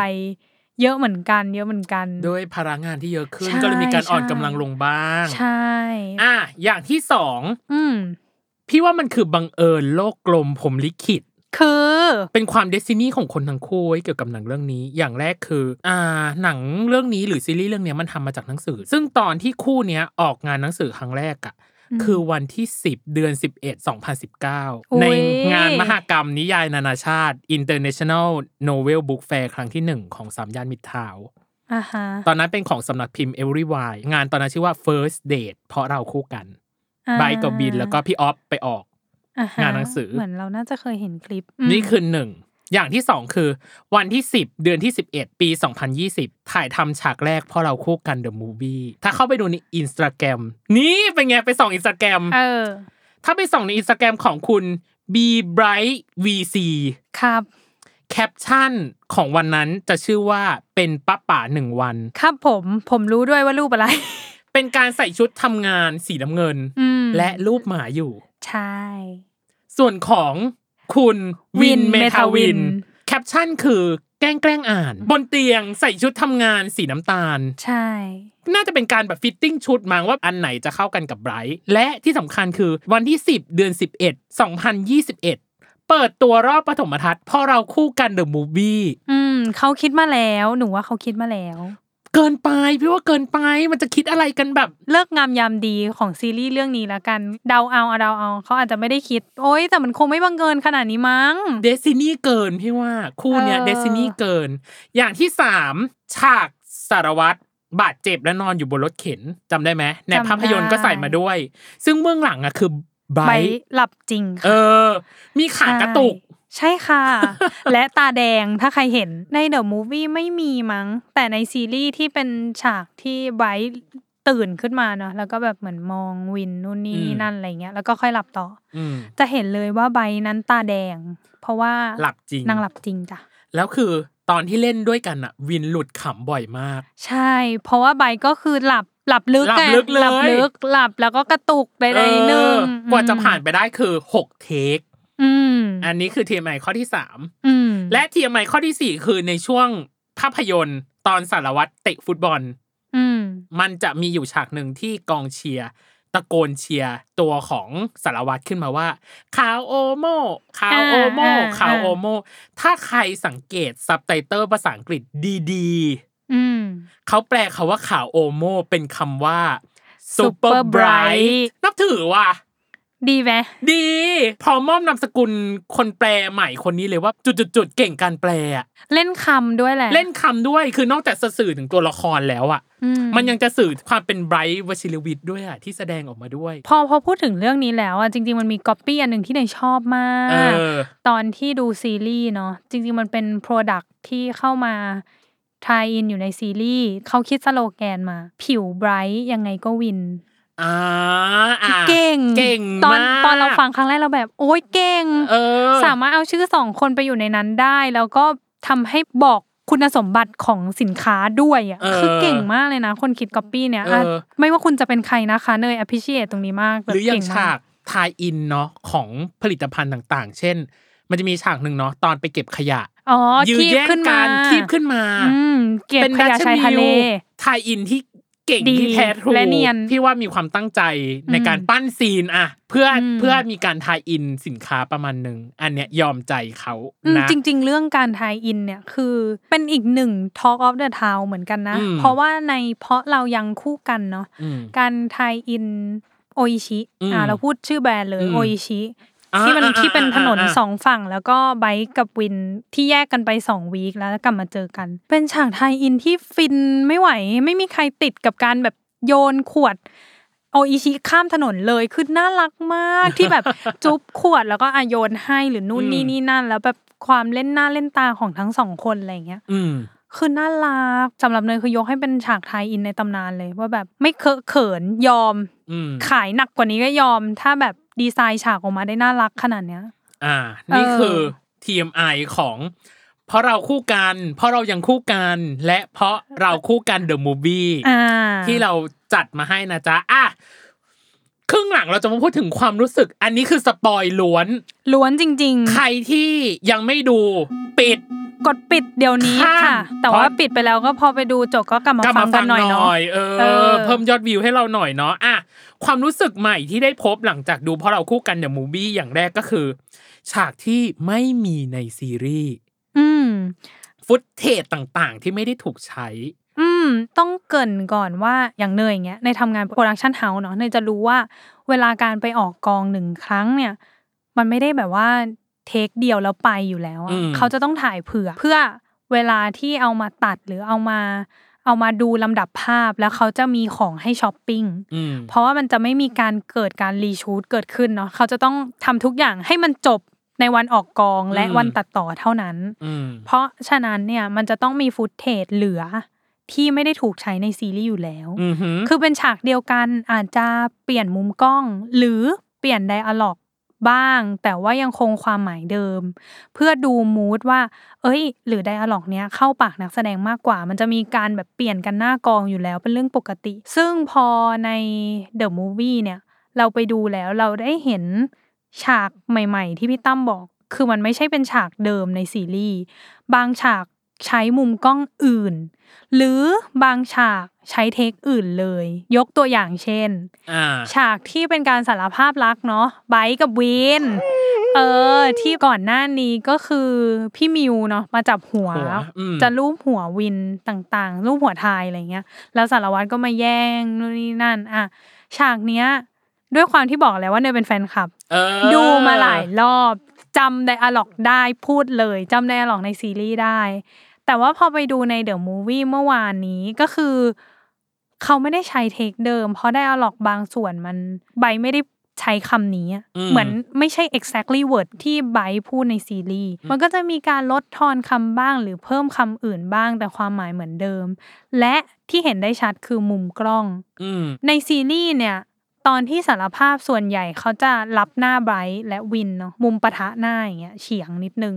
Speaker 3: เยอะเหมือนกัน เยอะเหมือนกัน
Speaker 2: ด้วยพลังงานที่เยอะขึ้น
Speaker 3: ใช่
Speaker 2: ก็เลยมีการอ่อน
Speaker 3: ใช่
Speaker 2: กำลังลงบ้าง
Speaker 3: ใช่
Speaker 2: อ่ะ อย่างที่สอง
Speaker 3: อืม
Speaker 2: พี่ว่ามันคือบังเอิญโลกกลมผมลิขิต
Speaker 3: คือ
Speaker 2: เป็นความเดซินี่ของคนทั้งคู่เว้ยเกี่ยวกับหนังเรื่องนี้ อย่างแรกคือ อ่า หนังเรื่องนี้หรือซีรีส์เรื่องเนี้ยมันทำมาจากหนังสือ ซึ่งตอนที่คู่เนี้ยออกงานหนังสือครั้งแรกอะ
Speaker 3: ม
Speaker 2: คือวันที่ 10 เดือน 11
Speaker 3: โ
Speaker 2: 2019
Speaker 3: อ้ย
Speaker 2: ในงานมหกรรมนิยายนานาชาติ International Novel Book Fair ครั้งที่ 1 ของสามย่านมิตรทาวน์
Speaker 3: อ่าฮะ
Speaker 2: ตอนนั้นเป็นของสำนักพิมพ์ Everywhere งานตอนนั้นชื่อว่า First Date เพราะเราคู่กัน
Speaker 3: อ่า
Speaker 2: ไบร์ทกับบินแล้วก็พี่ออฟไปออก
Speaker 3: อ่ฮะ
Speaker 2: งานหนังสือ
Speaker 3: เหมือนเราน่าจะเคยเห็นคลิป
Speaker 2: นี่คือหนึ่ง อย่างที่สองคือ วันที่ 10 เดือนที่ 11 ปี 2020 ถ่ายทำฉากแรกเพราะเราคู่กันเดอะมูฟี่ถ้าเข้าไปดูในอินสตาแกรมนี่เป็นไงไปส่องอินสตาแกรม
Speaker 3: เออ
Speaker 2: ถ้าไปส่องในอินสตาแกรมของคุณ b bright vc
Speaker 3: ครับ
Speaker 2: แคปชั่นของวันนั้นจะชื่อว่าเป็นป้าป่าหนึ่งวัน
Speaker 3: ครับผมผมรู้ด้วยว่ารูปอะไร
Speaker 2: เป็นการใส่ชุดทำงานสีน้ำเงิน
Speaker 3: อืม
Speaker 2: และรูปหมาอยู่
Speaker 3: ใช่
Speaker 2: ส่วนของคุณวิน
Speaker 3: Win
Speaker 2: เมทา
Speaker 3: Meta
Speaker 2: วิน
Speaker 3: Win
Speaker 2: แคปชั่นคือแกล้งแกล้งอ่าน บนเตียงใส่ชุดทำงานสีน้ำตาล
Speaker 3: ใช่
Speaker 2: น่าจะเป็นการแบบฟิตติ้งชุดมั้งว่าอันไหนจะเข้ากันกับไบรท์และที่สำคัญคือวันที่ 10 เดือน 11 2021 เปิดตัวรอบปฐมทัศน์เพราะเราคู่กันเดอะมูฟวี่
Speaker 3: อืมเขาคิดมาแล้วหนูว่าเขาคิดมาแล้ว
Speaker 2: เกินไปพี่ว่าเกินไปมันจะคิดอะไรกันแบบ
Speaker 3: เลิกงามยามดีของซีรีส์เรื่องนี้แล้วกันเดาเอาเอาเดาเอาเขาอาจจะไม่ได้คิด โอ๊ย แต่มันคงไม่บังเกินขนาดนี้มั้ง
Speaker 2: เดซินี่เกินพี่ว่าคู่เนี้ย
Speaker 3: เออ
Speaker 2: เดซินี่เกิน อย่างที่สามฉากสารวัตรบาดเจ็บและนอนอยู่บนรถเข็นจำได้ไหมในภาพยนตร์ก็ใส่มาด้วย ซึ่งเบื้องหลังอะคือไบ
Speaker 3: ไป
Speaker 2: ร์ท
Speaker 3: หลับจริงค่ะ
Speaker 2: เออ มีขากระตุก
Speaker 3: ใช่ค่ะ และตาแดงถ้าใครเห็นในเดอะมูฟวี่ไม่มีมั้ง แต่ในซีรีส์ที่เป็นฉากที่ไบรท์ตื่นขึ้นมาเนาะแล้วก็แบบเหมือนมองวินนู่นนี่
Speaker 2: อืม
Speaker 3: นั่นอะไรเงี้ยแล้วก็ค่อยหลับต่อ
Speaker 2: อืม
Speaker 3: จะเห็นเลยว่าไบรท์นั้นตาแดง เพราะว่า
Speaker 2: หลับจริง
Speaker 3: นางหลับจริงจ้ะ
Speaker 2: แล้วคือตอนที่เล่นด้วยกันอะวินหลุดขำบ่อยมาก
Speaker 3: ใช่ เพราะว่าใบก็คือหลับหลับลึก
Speaker 2: หลับ
Speaker 3: ไง
Speaker 2: ลึกเลย
Speaker 3: หลับลึกหลับแล้วก็กระตุกไปในหนึ่ง
Speaker 2: เออกว่าจะผ่านไปได้คือหกเทค
Speaker 3: อืม
Speaker 2: อันนี้คือ TMI ข้อที่สาม
Speaker 3: อืม
Speaker 2: และ TMI ข้อที่ 4 คือในช่วงภาพยนตร์ตอนสารวัตรเตะฟุตบอล
Speaker 3: อืม
Speaker 2: มันจะมีอยู่ฉากหนึ่งที่กองเชียร์ตะโกนเชียร์ตัวของสารวัตรขึ้นมาว่าขาวโอโมขาวโอโมขาวโอโม ถ้าใครสังเกตซับไตเติลภาษาอังกฤษดี
Speaker 3: อืม
Speaker 2: ๆ เขาแปลคาว่าขาวโอโมเป็นคำว่า super
Speaker 3: Super
Speaker 2: bright
Speaker 3: Bright
Speaker 2: นับถือว่ะ
Speaker 3: ดีไหม
Speaker 2: ดี พร้อมมอบนามสกุลคนแปลใหม่คนนี้เลยว่าจุดๆๆเก่งการแปลอะ
Speaker 3: เล่นคำด้วยแหละ
Speaker 2: เล่นคำด้วยคือนอกจากจะสื่อถึงตัวละครแล้วอ่ะ
Speaker 3: อื
Speaker 2: มันยังจะสื่อความเป็นไบรท์วชิรวิทย์ด้วยอ่ะ ที่แสดงออกมาด้วย
Speaker 3: พอพอพูดถึงเรื่องนี้แล้วอ่ะจริง ๆ มันมีก๊อปปี้อันหนึ่งที่เนยชอบมา
Speaker 2: เอก อ
Speaker 3: ตอนที่ดูซีรีส์เนาะจริง ๆ มันเป็น Product ที่เข้ามาทายอินอยู่ในซีรีส์เขาคิดสโลแกนมา ผิวไบรท์ยังไงก็วิน
Speaker 2: อ่าอ่ะ
Speaker 3: เก่ง
Speaker 2: เก่ง
Speaker 3: ตอน
Speaker 2: มาก
Speaker 3: ตอนเราฟังครั้งแรกเราแบบ โอ้ยเก่ง
Speaker 2: เออ
Speaker 3: สามารถเอาชื่อสองคนไปอยู่ในนั้นได้ แล้วก็ทำให้บอกคุณสมบัติของสินค้าด้วยอ่ะ
Speaker 2: ออ
Speaker 3: คือเก่งมากเลยนะ คนคิดก๊อปปี้เนี่ยอ่ะ
Speaker 2: เออ
Speaker 3: ไม่ว่าคุณจะเป็นใครนะคะเนย appreciate ตรงนี้มากแบบ
Speaker 2: หรืออย่า
Speaker 3: เก่
Speaker 2: ง
Speaker 3: ม
Speaker 2: ฉากทายอินเนาะของผลิตภัณฑ์ต่างๆ เช่น มันจะมีฉากหนึ่งเนาะตอนไปเก็บขยะ
Speaker 3: อ๋อ
Speaker 2: ยื
Speaker 3: คีบ
Speaker 2: แย่ง
Speaker 3: ขึ้นมา
Speaker 2: การคีบขึ้นมา
Speaker 3: อืมเก็บขยะชายทะเล
Speaker 2: ทายอินที่เก่ง
Speaker 3: ดี
Speaker 2: ที่แท้ทรู
Speaker 3: และเนียน
Speaker 2: พี่ว่ามีความตั้งใจใน
Speaker 3: อืม
Speaker 2: การปั้นซีนอะเพื่ออ
Speaker 3: ม
Speaker 2: เพื่อมีการทายอินสินค้าประมาณหนึ่งอันเนี้ยยอมใจเขา
Speaker 3: อืม
Speaker 2: นะ
Speaker 3: จริง ๆ เรื่องการทายอินเนี่ยคือเป็นอีกหนึ่ง Talk of the Town เหมือนกันนะ
Speaker 2: อืม
Speaker 3: เพราะว่าในเพราะเรายังคู่กันเนาะ
Speaker 2: อืม
Speaker 3: การไทยอินโออิชิ
Speaker 2: อืม
Speaker 3: อ่า เราพูดชื่อแบรนด์เลย
Speaker 2: อืม
Speaker 3: โออิชิ
Speaker 2: อ่า
Speaker 3: ที่มัน
Speaker 2: อ่า
Speaker 3: ที่เป็นถนน
Speaker 2: อ่าอ่า
Speaker 3: สองฝั่ง แล้วก็ไบค์กับวินที่แยกกันไปสองวีคแล้วกลับมาเจอกัน เป็นฉากไทยอินที่ฟินไม่ไหว ไม่มีใครติดกับการแบบโยนขวดโออิชิข้ามถนนเลยคือน่ารักมากที่แบบ จุ๊บขวดแล้วก็อะโยนให้หรือนู่นนี่นี่นั่น แล้วแบบความเล่นหน้าเล่นตาของทั้งสองคนอะไรอย่างเงี้ย
Speaker 2: อืม
Speaker 3: คือน่ารักสำหรับเนยคือยกให้เป็นฉากไทยอินในตำนานเลย ว่าแบบไม่เคอะเขินยอม
Speaker 2: อืม
Speaker 3: ขายหนักกว่านี้ก็ยอม ถ้าแบบดีไซน์ฉากออกมาได้น่ารักขนาดเนี้ย
Speaker 2: อ่า นี่
Speaker 3: เออ
Speaker 2: คือ TMI ของ เพราะเราคู่กัน เพราะเรายังคู่กัน และเพราะเราคู่กันเดอะมู i วี่
Speaker 3: อ่า
Speaker 2: ที่เราจัดมาให้นะจ๊ะ อ่ะ ครึ่งหลังเราจะมาพูดถึงความรู้สึก อันนี้คือสปอยล้วน
Speaker 3: ล้วนจริง
Speaker 2: ใครที่ยังไม่ดูปิด
Speaker 3: ๆ กดปิดเดี๋ยวนี้
Speaker 2: ข้าม
Speaker 3: ค่ะ แต่
Speaker 2: พอ
Speaker 3: ว่าปิดไปแล้วก็พอไปดูจบก็กลับมาก
Speaker 2: ลับ
Speaker 3: ฟั
Speaker 2: มาง
Speaker 3: กั
Speaker 2: ฟั
Speaker 3: น
Speaker 2: ง
Speaker 3: ห
Speaker 2: ห
Speaker 3: น่อย
Speaker 2: น่
Speaker 3: เนาะ
Speaker 2: อยเอ
Speaker 3: เอ
Speaker 2: อ
Speaker 3: อ
Speaker 2: เพิ่มยอดวิวให้เราหน่อยเนาะอ่ะความรู้สึกใหม่ที่ได้พบหลังจากดูเพราะเราคู่กันเดอะมู i วี่อย่างแรกก็คือ ฉากที่ไม่มีในซีรีส์
Speaker 3: อืม
Speaker 2: ฟุตเทจต่างๆ ที่ไม่ได้ถูกใช้
Speaker 3: อืม ต้องเกรินก่อนว่าอย่างเนยอย่างเงี้ยในทำงานโปรดักชันเฮาส์เนาะเนยจะรู้ว่าเวลาการไปออกกองหนึ่งครั้งเนี่ย มันไม่ได้แบบว่าเทคเดียวแล้วไปอยู่แล้ว
Speaker 2: อื
Speaker 3: อะ
Speaker 2: ม
Speaker 3: เขาจะต้องถ่ายเผื่อ เพื่อเวลาที่เอามาตัดหรือเอามา เอามาดูลำดับภาพแล้วเขาจะมีของให้ช้อปปิ้ง
Speaker 2: อืม
Speaker 3: เพราะว่ามันจะไม่มีการเกิดการรีชูตเกิดขึ้นเนาะเขาจะต้องทำทุกอย่างให้มันจบ ในวันออกกองและ
Speaker 2: อืม
Speaker 3: วันตัดต่อเท่านั้น
Speaker 2: อืม
Speaker 3: เพราะฉะนั้นเนี่ยมันจะต้องมีฟุตเทจเหลือที่ไม่ได้ถูกใช้ในซีรีส์อยู่แล้ว
Speaker 2: อือหือ
Speaker 3: คือเป็นฉากเดียวกันอาจจะเปลี่ยนมุมกล้อง หรือเปลี่ยนไดอะล็อกบ้าง แต่ว่ายังคงความหมายเดิม เพื่อดูมูดว่า เอ้ย หรือไดอะล็อกเนี้ยเข้าปากนักแสดงมากกว่า มันจะมีการแบบเปลี่ยนกันหน้ากองอยู่แล้วเป็นเรื่องปกติ ซึ่งพอในเดอะมูฟวี่เนี่ย เราไปดูแล้วเราได้เห็นฉากใหม่ ๆ ที่พี่ตั้มบอก คือมันไม่ใช่เป็นฉากเดิมในซีรีส์บางฉากใช้มุมกล้องอื่น หรือบางฉากใช้เทคอื่นเลย ยกตัวอย่างเช่น
Speaker 2: อ่า
Speaker 3: ฉากที่เป็นการสารภาพรักเนาะไบร์ทกับวินเออ ที่ก่อนหน้านี้ก็คือพี่มิวเนาะมาจับหัว
Speaker 2: หัวอืม
Speaker 3: จะรูปหัววินต่างๆ รูปหัวทายอะไรเงี้ย แล้วสารวัตรก็มาแย่งนู่นนี่นั่น อ่ะ ฉากเนี้ย ด้วยความที่บอกแล้วว่าเนยเป็นแฟนคลับ
Speaker 2: เออ
Speaker 3: ดูมาหลายรอบจำไดอะล็อกได้พูดเลยจำไดอะล็อกในซีรีส์ได้ แต่ว่าพอไปดูในเดอะมูฟวี่เมื่อวานนี้ก็คือ เขาไม่ได้ใช้เทคเดิม เพราะไดอะล็อกบางส่วนมันไบร์ทไม่ได้ใช้คำนี้อะเหมือนไม่ใช่ exactly word ที่ไบร์ทพูดในซีรีส์มันก็จะมีการลดทอนคำบ้างหรือเพิ่มคำอื่นบ้าง แต่ความหมายเหมือนเดิม และที่เห็นได้ชัดคือมุมกล้อง
Speaker 2: อืม
Speaker 3: ในซีรีส์เนี่ย ตอนที่สารภาพส่วนใหญ่เขาจะรับหน้าไบรท์และวินเนาะมุมปะทะหน้าอย่างเงี้ยเฉียงนิดนึง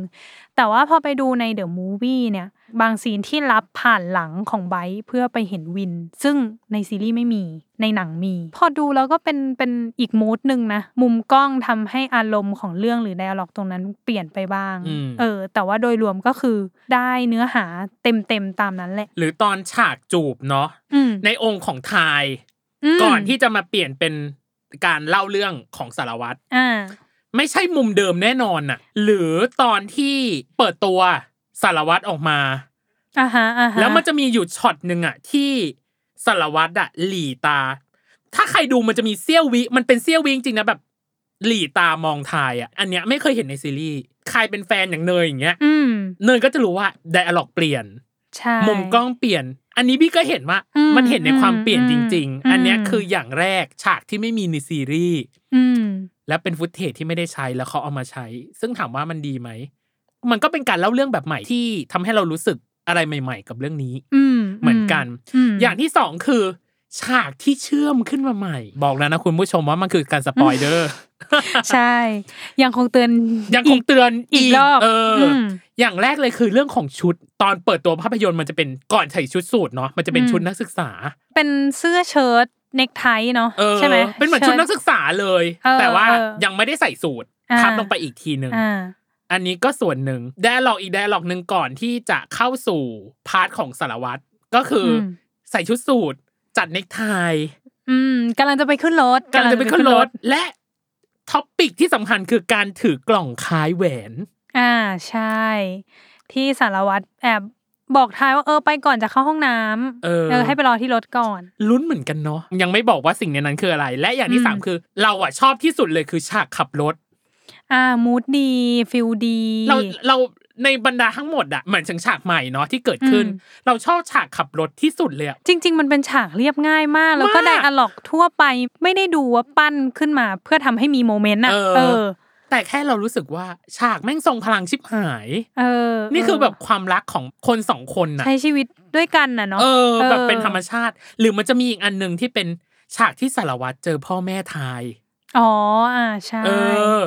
Speaker 3: แต่ว่าพอไปดูในเดอะมูฟวี่เนี่ย บางซีนที่รับผ่านหลังของไบรท์เพื่อไปเห็นวิน ซึ่งในซีรีส์ไม่มีในหนังมี พอดูแล้วก็เป็นเป็นอีกมูดหนึ่งนะ มุมกล้องทำให้อารมณ์ของเรื่องหรือไดอะล็อกตรงนั้นเปลี่ยนไปบ้าง
Speaker 2: อืม
Speaker 3: เออ แต่ว่าโดยรวมก็คือได้เนื้อหาเต็มเต็มๆตามนั้นแหละ
Speaker 2: หรือตอนฉากจูบเนาะ
Speaker 3: อืม
Speaker 2: ในองค์ของทาย
Speaker 3: ม
Speaker 2: ก่อนที่จะมาเปลี่ยนเป็นการเล่าเรื่องของสารวัตร
Speaker 3: อ่า
Speaker 2: ไม่ใช่มุมเดิมแน่นอนน่ะ หรือตอนที่เปิดตัวสารวัตรออกมา
Speaker 3: อ่าฮะอ่าฮะ
Speaker 2: แล้วมันจะมีอยู่ช็อตหนึ่งอะที่สารวัตรอะหลีตา ถ้าใครดูมันจะมีเซี่ยววิมันเป็นเซี่ยววิจริงๆนะแบบ หลีตามองทายอะอันเนี้ยไม่เคยเห็นในซีรีส์ใครเป็นแฟนอย่างเนยอย่างเงี้ย
Speaker 3: อืม
Speaker 2: เนยก็จะรู้ว่าไดอะล็อกเปลี่ยน
Speaker 3: ใช่
Speaker 2: มุมกล้องเปลี่ยน อันนี้พี่ก็เห็นว่า
Speaker 3: อืม
Speaker 2: มันเห็นในความเปลี่ยนจริง
Speaker 3: อืม
Speaker 2: ๆ อันเนี้ยคืออย่างแรกฉากที่ไม่มีในซีรีส์
Speaker 3: อืม
Speaker 2: และเป็นฟุตเทจที่ไม่ได้ใช้แล้วเขาเอามาใช้ ซึ่งถามว่ามันดีไหมมันก็เป็นการเล่าเรื่องแบบใหม่ที่ทำให้เรารู้สึกอะไรใหม่ ๆ กับเรื่องนี้
Speaker 3: อืม
Speaker 2: เหมือนกัน
Speaker 3: ม
Speaker 2: อย่างที่สองคือ ฉากที่เชื่อมขึ้นมาใหม่ บอกแล้วนะคุณผู้ชมว่ามันคือการสปอยเดอร์
Speaker 3: ใช่ ยังคงเตือน
Speaker 2: ยังคงเตือน
Speaker 3: อีกรอบ
Speaker 2: เอออ
Speaker 3: ม
Speaker 2: อย่างแรกเลยคือเรื่องของชุด ตอนเปิดตัวภาพยนตร์มันจะเป็นก่อนใส่ชุดสูทเนาะมันจะเป็น
Speaker 3: อืม
Speaker 2: ชุดนักศึกษา
Speaker 3: เป็นเสื้อเชิ้ตเนคไทเนาะ
Speaker 2: เออ
Speaker 3: ใช่ไหม
Speaker 2: เป็นเหมือนชุดนักศึกษาเลย
Speaker 3: เออ
Speaker 2: แต่ว่า
Speaker 3: เออ
Speaker 2: ยังไม่ได้ใส่สูตร
Speaker 3: อ่า
Speaker 2: ทับลงไปอีกทีหนึ่ง
Speaker 3: อ่า
Speaker 2: อันนี้ก็ส่วนหนึ่งแดร์ล็อกอีกแดร์ล็อกหนึ่งก่อนที่จะเข้าสู่พาร์ทของสารวัตรก็คืออ
Speaker 3: ม
Speaker 2: ใส่ชุดสูทจัดเนคไท
Speaker 3: อืมกำลังจะไปขึ้นรถ
Speaker 2: กำลังจะไปขึ้นรถและท็อปปิกที่สำคัญคือการถือกล่องคล้ายแหวน
Speaker 3: อ่าใช่ ที่สารวัตรแอบบอกทายว่าเออไปก่อนจะเข้าห้องน้ำ
Speaker 2: เออ
Speaker 3: ให้ไปรอที่รถก่อน
Speaker 2: ลุ้นเหมือนกันเนาะยังไม่บอกว่าสิ่งในนั้นคืออะไร และอย่างที่สาม
Speaker 3: อืม
Speaker 2: คือ เราอะชอบที่สุดเลยคือฉากขับรถ
Speaker 3: อ่ามูดดีฟิลดี
Speaker 2: เราเราในบรรดาทั้งหมดอะเหมือนถึงฉากใหม่เนาะที่เกิดขึ้น
Speaker 3: อืม
Speaker 2: เราชอบฉากขับรถที่สุดเลยอะ
Speaker 3: จริง ๆ มันเป็นฉากเรียบง่ายมาก แล้วก็
Speaker 2: มาก
Speaker 3: ไดอะล็อกทั่วไปไม่ได้ดูว่าปั้นขึ้นมา เพื่อทำให้มีโมเมนต์อะ
Speaker 2: เออ
Speaker 3: เออ
Speaker 2: แต่แค่เรารู้สึกว่าฉากแม่งทรงพลังชิบหาย
Speaker 3: เออ
Speaker 2: นี่คือแบบความรักของคนสองคนน่ะ
Speaker 3: ใช้ชีวิตด้วยกันน่ะเนาะ
Speaker 2: เออแบบเป็นธรรมชาติ หรือมันจะมีอีกอันหนึ่งที่เป็นฉากที่สารวัตรเจอพ่อแม่ทาย
Speaker 3: อ๋ออ่าใช่
Speaker 2: เออ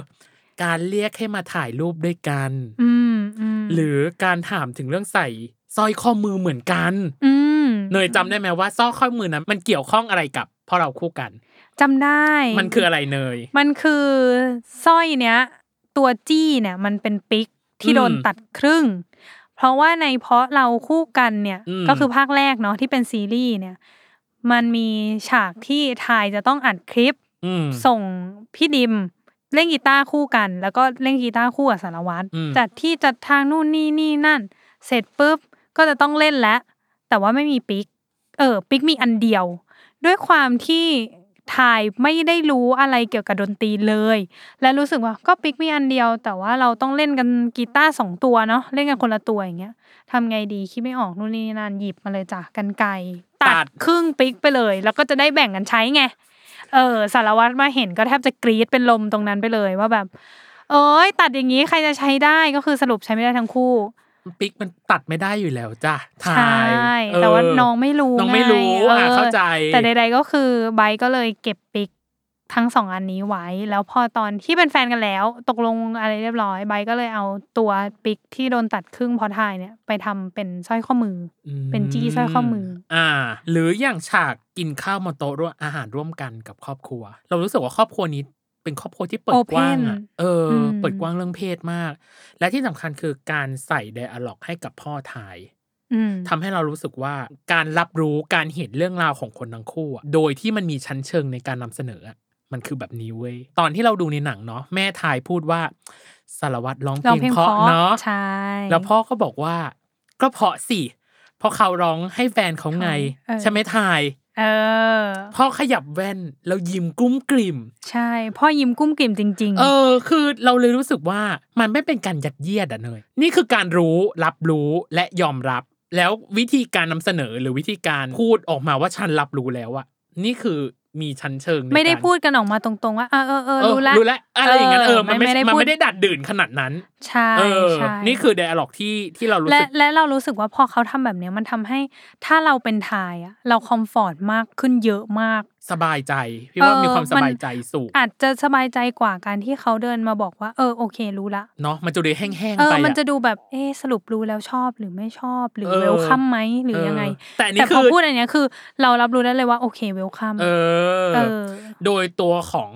Speaker 2: การเรียกให้มาถ่ายรูปด้วยกัน
Speaker 3: อืมอืม
Speaker 2: หรือการถามถึงเรื่องใส่สร้อยข้อมือเหมือนกัน
Speaker 3: อืม
Speaker 2: เนยจำได้ไหมว่าสร้อยข้อมือนั้นมันเกี่ยวข้องอะไรกับพอเราคู่กัน
Speaker 3: จำได้
Speaker 2: มันคืออะไรเนย
Speaker 3: มันคือสร้อยเนี้ย ตัวจี้เนี่ยมันเป็นปิกที่โดน
Speaker 2: อืม
Speaker 3: ตัดครึ่ง เพราะว่าในเพราะเราคู่กันเนี่ย
Speaker 2: อืม
Speaker 3: ก็คือภาคแรกเนาะที่เป็นซีรีส์เนี่ย มันมีฉากที่ทายจะต้องอัดคลิป
Speaker 2: อืม
Speaker 3: ส่งพี่ดิมเล่นกีตาร์คู่กัน แล้วก็เล่นกีตาร์คู่กับสารวัตร
Speaker 2: อืม
Speaker 3: จัดที่จัดทางนู่นนี่นี่นั่น เสร็จปุ๊บก็จะต้องเล่นแล้ว แต่ว่าไม่มีปิก เออปิกมีอันเดียว ด้วยความที่ทายไม่ได้รู้อะไรเกี่ยวกับดนตรีเลย และรู้สึกว่าก็ปิกมีอันเดียว แต่ว่าเราต้องเล่นกันกีตาร์สองตัวเนาะเล่นกันคนละตัวอย่างเงี้ยทำไงดีคิดไม่ออกนู่นนี่นั่นหยิบมาเลยจ้ะกันไกร
Speaker 2: ตัด
Speaker 3: ตัดครึ่งปิกไปเลย แล้วก็จะได้แบ่งกันใช้ไง เออสารวัตรมาเห็นก็แทบจะกรี๊ดเป็นลมตรงนั้นไปเลยว่าแบบ เอ้ยตัดอย่างนี้ใครจะใช้ได้ก็คือสรุปใช้ไม่ได้ทั้งคู่
Speaker 2: ปิกมันตัดไม่ได้อยู่แล้วจ้ะ
Speaker 3: ใช
Speaker 2: ทาย่ เออ
Speaker 3: แต่ว่าน้องไม่รู้
Speaker 2: น้องไม่รู้
Speaker 3: ง
Speaker 2: อ่ะ
Speaker 3: ออ
Speaker 2: เข้าใจ
Speaker 3: แต่ใดๆก็คือไบร์ทก็เลยเก็บปิกทั้งสองอันนี้ไว้ แล้วพอตอนที่เป็นแฟนกันแล้ว ตกลงอะไรเรียบร้อยไบร์ทก็เลยเอาตัวปิกที่โดนตัดครึ่งเพอทายเนี่ยไปทำเป็นสร้อยข้อมือ
Speaker 2: อืม
Speaker 3: เป็นจี้สร้อยข้อมือ
Speaker 2: อ่า หรืออย่างฉากกินข้าวมาโต๊ะร่วมอาหารร่วมกันกับครอบครัว เรารู้สึกว่าครอบครัวนี้เป็นครอบครัวที่เปิดกว้างอ่ะ
Speaker 3: Open
Speaker 2: เอออ
Speaker 3: ม
Speaker 2: เปิดกว้างเรื่องเพศมาก และที่สำคัญคือการใส่ไดอะล็อกให้กับพ่อทาย
Speaker 3: อืม
Speaker 2: ทำให้เรารู้สึกว่าการรับรู้การเห็นเรื่องราวของคนทั้งคู่อะโดยที่มันมีชั้นเชิงในการนำเสนออะมันคือแบบนี้เว้ย ตอนที่เราดูในหนังเนาะแม่ทายพูดว่าสารวัตรร้องเพล
Speaker 3: ร้อง
Speaker 2: ง
Speaker 3: เพลง
Speaker 2: เพราะ
Speaker 3: เพราะ
Speaker 2: เนาะ
Speaker 3: ใช่
Speaker 2: แล้วพ่อก็บอกว่า ก็เพราะสิเพราะเขาร้องให้แฟนเขาไง
Speaker 3: เออ
Speaker 2: ใช่ไหมทาย
Speaker 3: เออ
Speaker 2: พ่อขยับแว่นแล้วยิ้มกุ้มกลิ่ม
Speaker 3: ใช่ พ่อยิ้มกุ้มกิ่มจริง
Speaker 2: เออ คือเราเลยรู้สึกว่ามันไม่เป็นการยัดเยียดอะเนยนี่คือการรู้รับรู้และยอมรับ แล้ววิธีการนำเสนอหรือวิธีการพูดออกมาว่าฉันรับรู้แล้วอะนี่คือมีชั้นเชิงใน
Speaker 3: ๆ ไม่ได้
Speaker 2: การ
Speaker 3: พูดกันออกมาตรงๆ ว่าเออเออเออ
Speaker 2: เออ
Speaker 3: รู้ละ
Speaker 2: รู้แล้วอะไรอย่างนั้นเออ
Speaker 3: เออ
Speaker 2: มันไม่
Speaker 3: ไม่ได้
Speaker 2: มัน
Speaker 3: พูด
Speaker 2: ไม่ได้ดัดดื่นขนาดนั้น
Speaker 3: ใช่
Speaker 2: เออ
Speaker 3: ใช่
Speaker 2: นี่คือ d ด a l ล็อกที่ที่เรารู้
Speaker 3: และ
Speaker 2: สึก
Speaker 3: และเรารู้สึกว่าพอเขาทำแบบเนี้ยมันทำให้ถ้าเราเป็นทายอะเราคอมฟอร์ตมากขึ้นเยอะมาก
Speaker 2: สบายใจ พี่ว่า
Speaker 3: เออ
Speaker 2: มีความส
Speaker 3: มัน
Speaker 2: บายใจสูง
Speaker 3: อาจจะสบายใจกว่าการที่เขาเดินมาบอกว่า เออโอเครู้ละ
Speaker 2: เนาะมันจะดูแห้ง
Speaker 3: เอ
Speaker 2: ๆ
Speaker 3: อ
Speaker 2: ไป
Speaker 3: มัน
Speaker 2: อะ
Speaker 3: จะดูแบบเอะสรุปรู้แล้วชอบหรือไม่ชอบหรือ
Speaker 2: เออ
Speaker 3: เวลคัมไหมหรือยังไง
Speaker 2: เแต่อัน
Speaker 3: แต่
Speaker 2: นี่
Speaker 3: พ
Speaker 2: คือ อ
Speaker 3: พูดอันเนี้ยคือ เรารับรู้ได้เลยว่าโอเคเวลคัม
Speaker 2: เออ
Speaker 3: เออ
Speaker 2: โดยตัวของ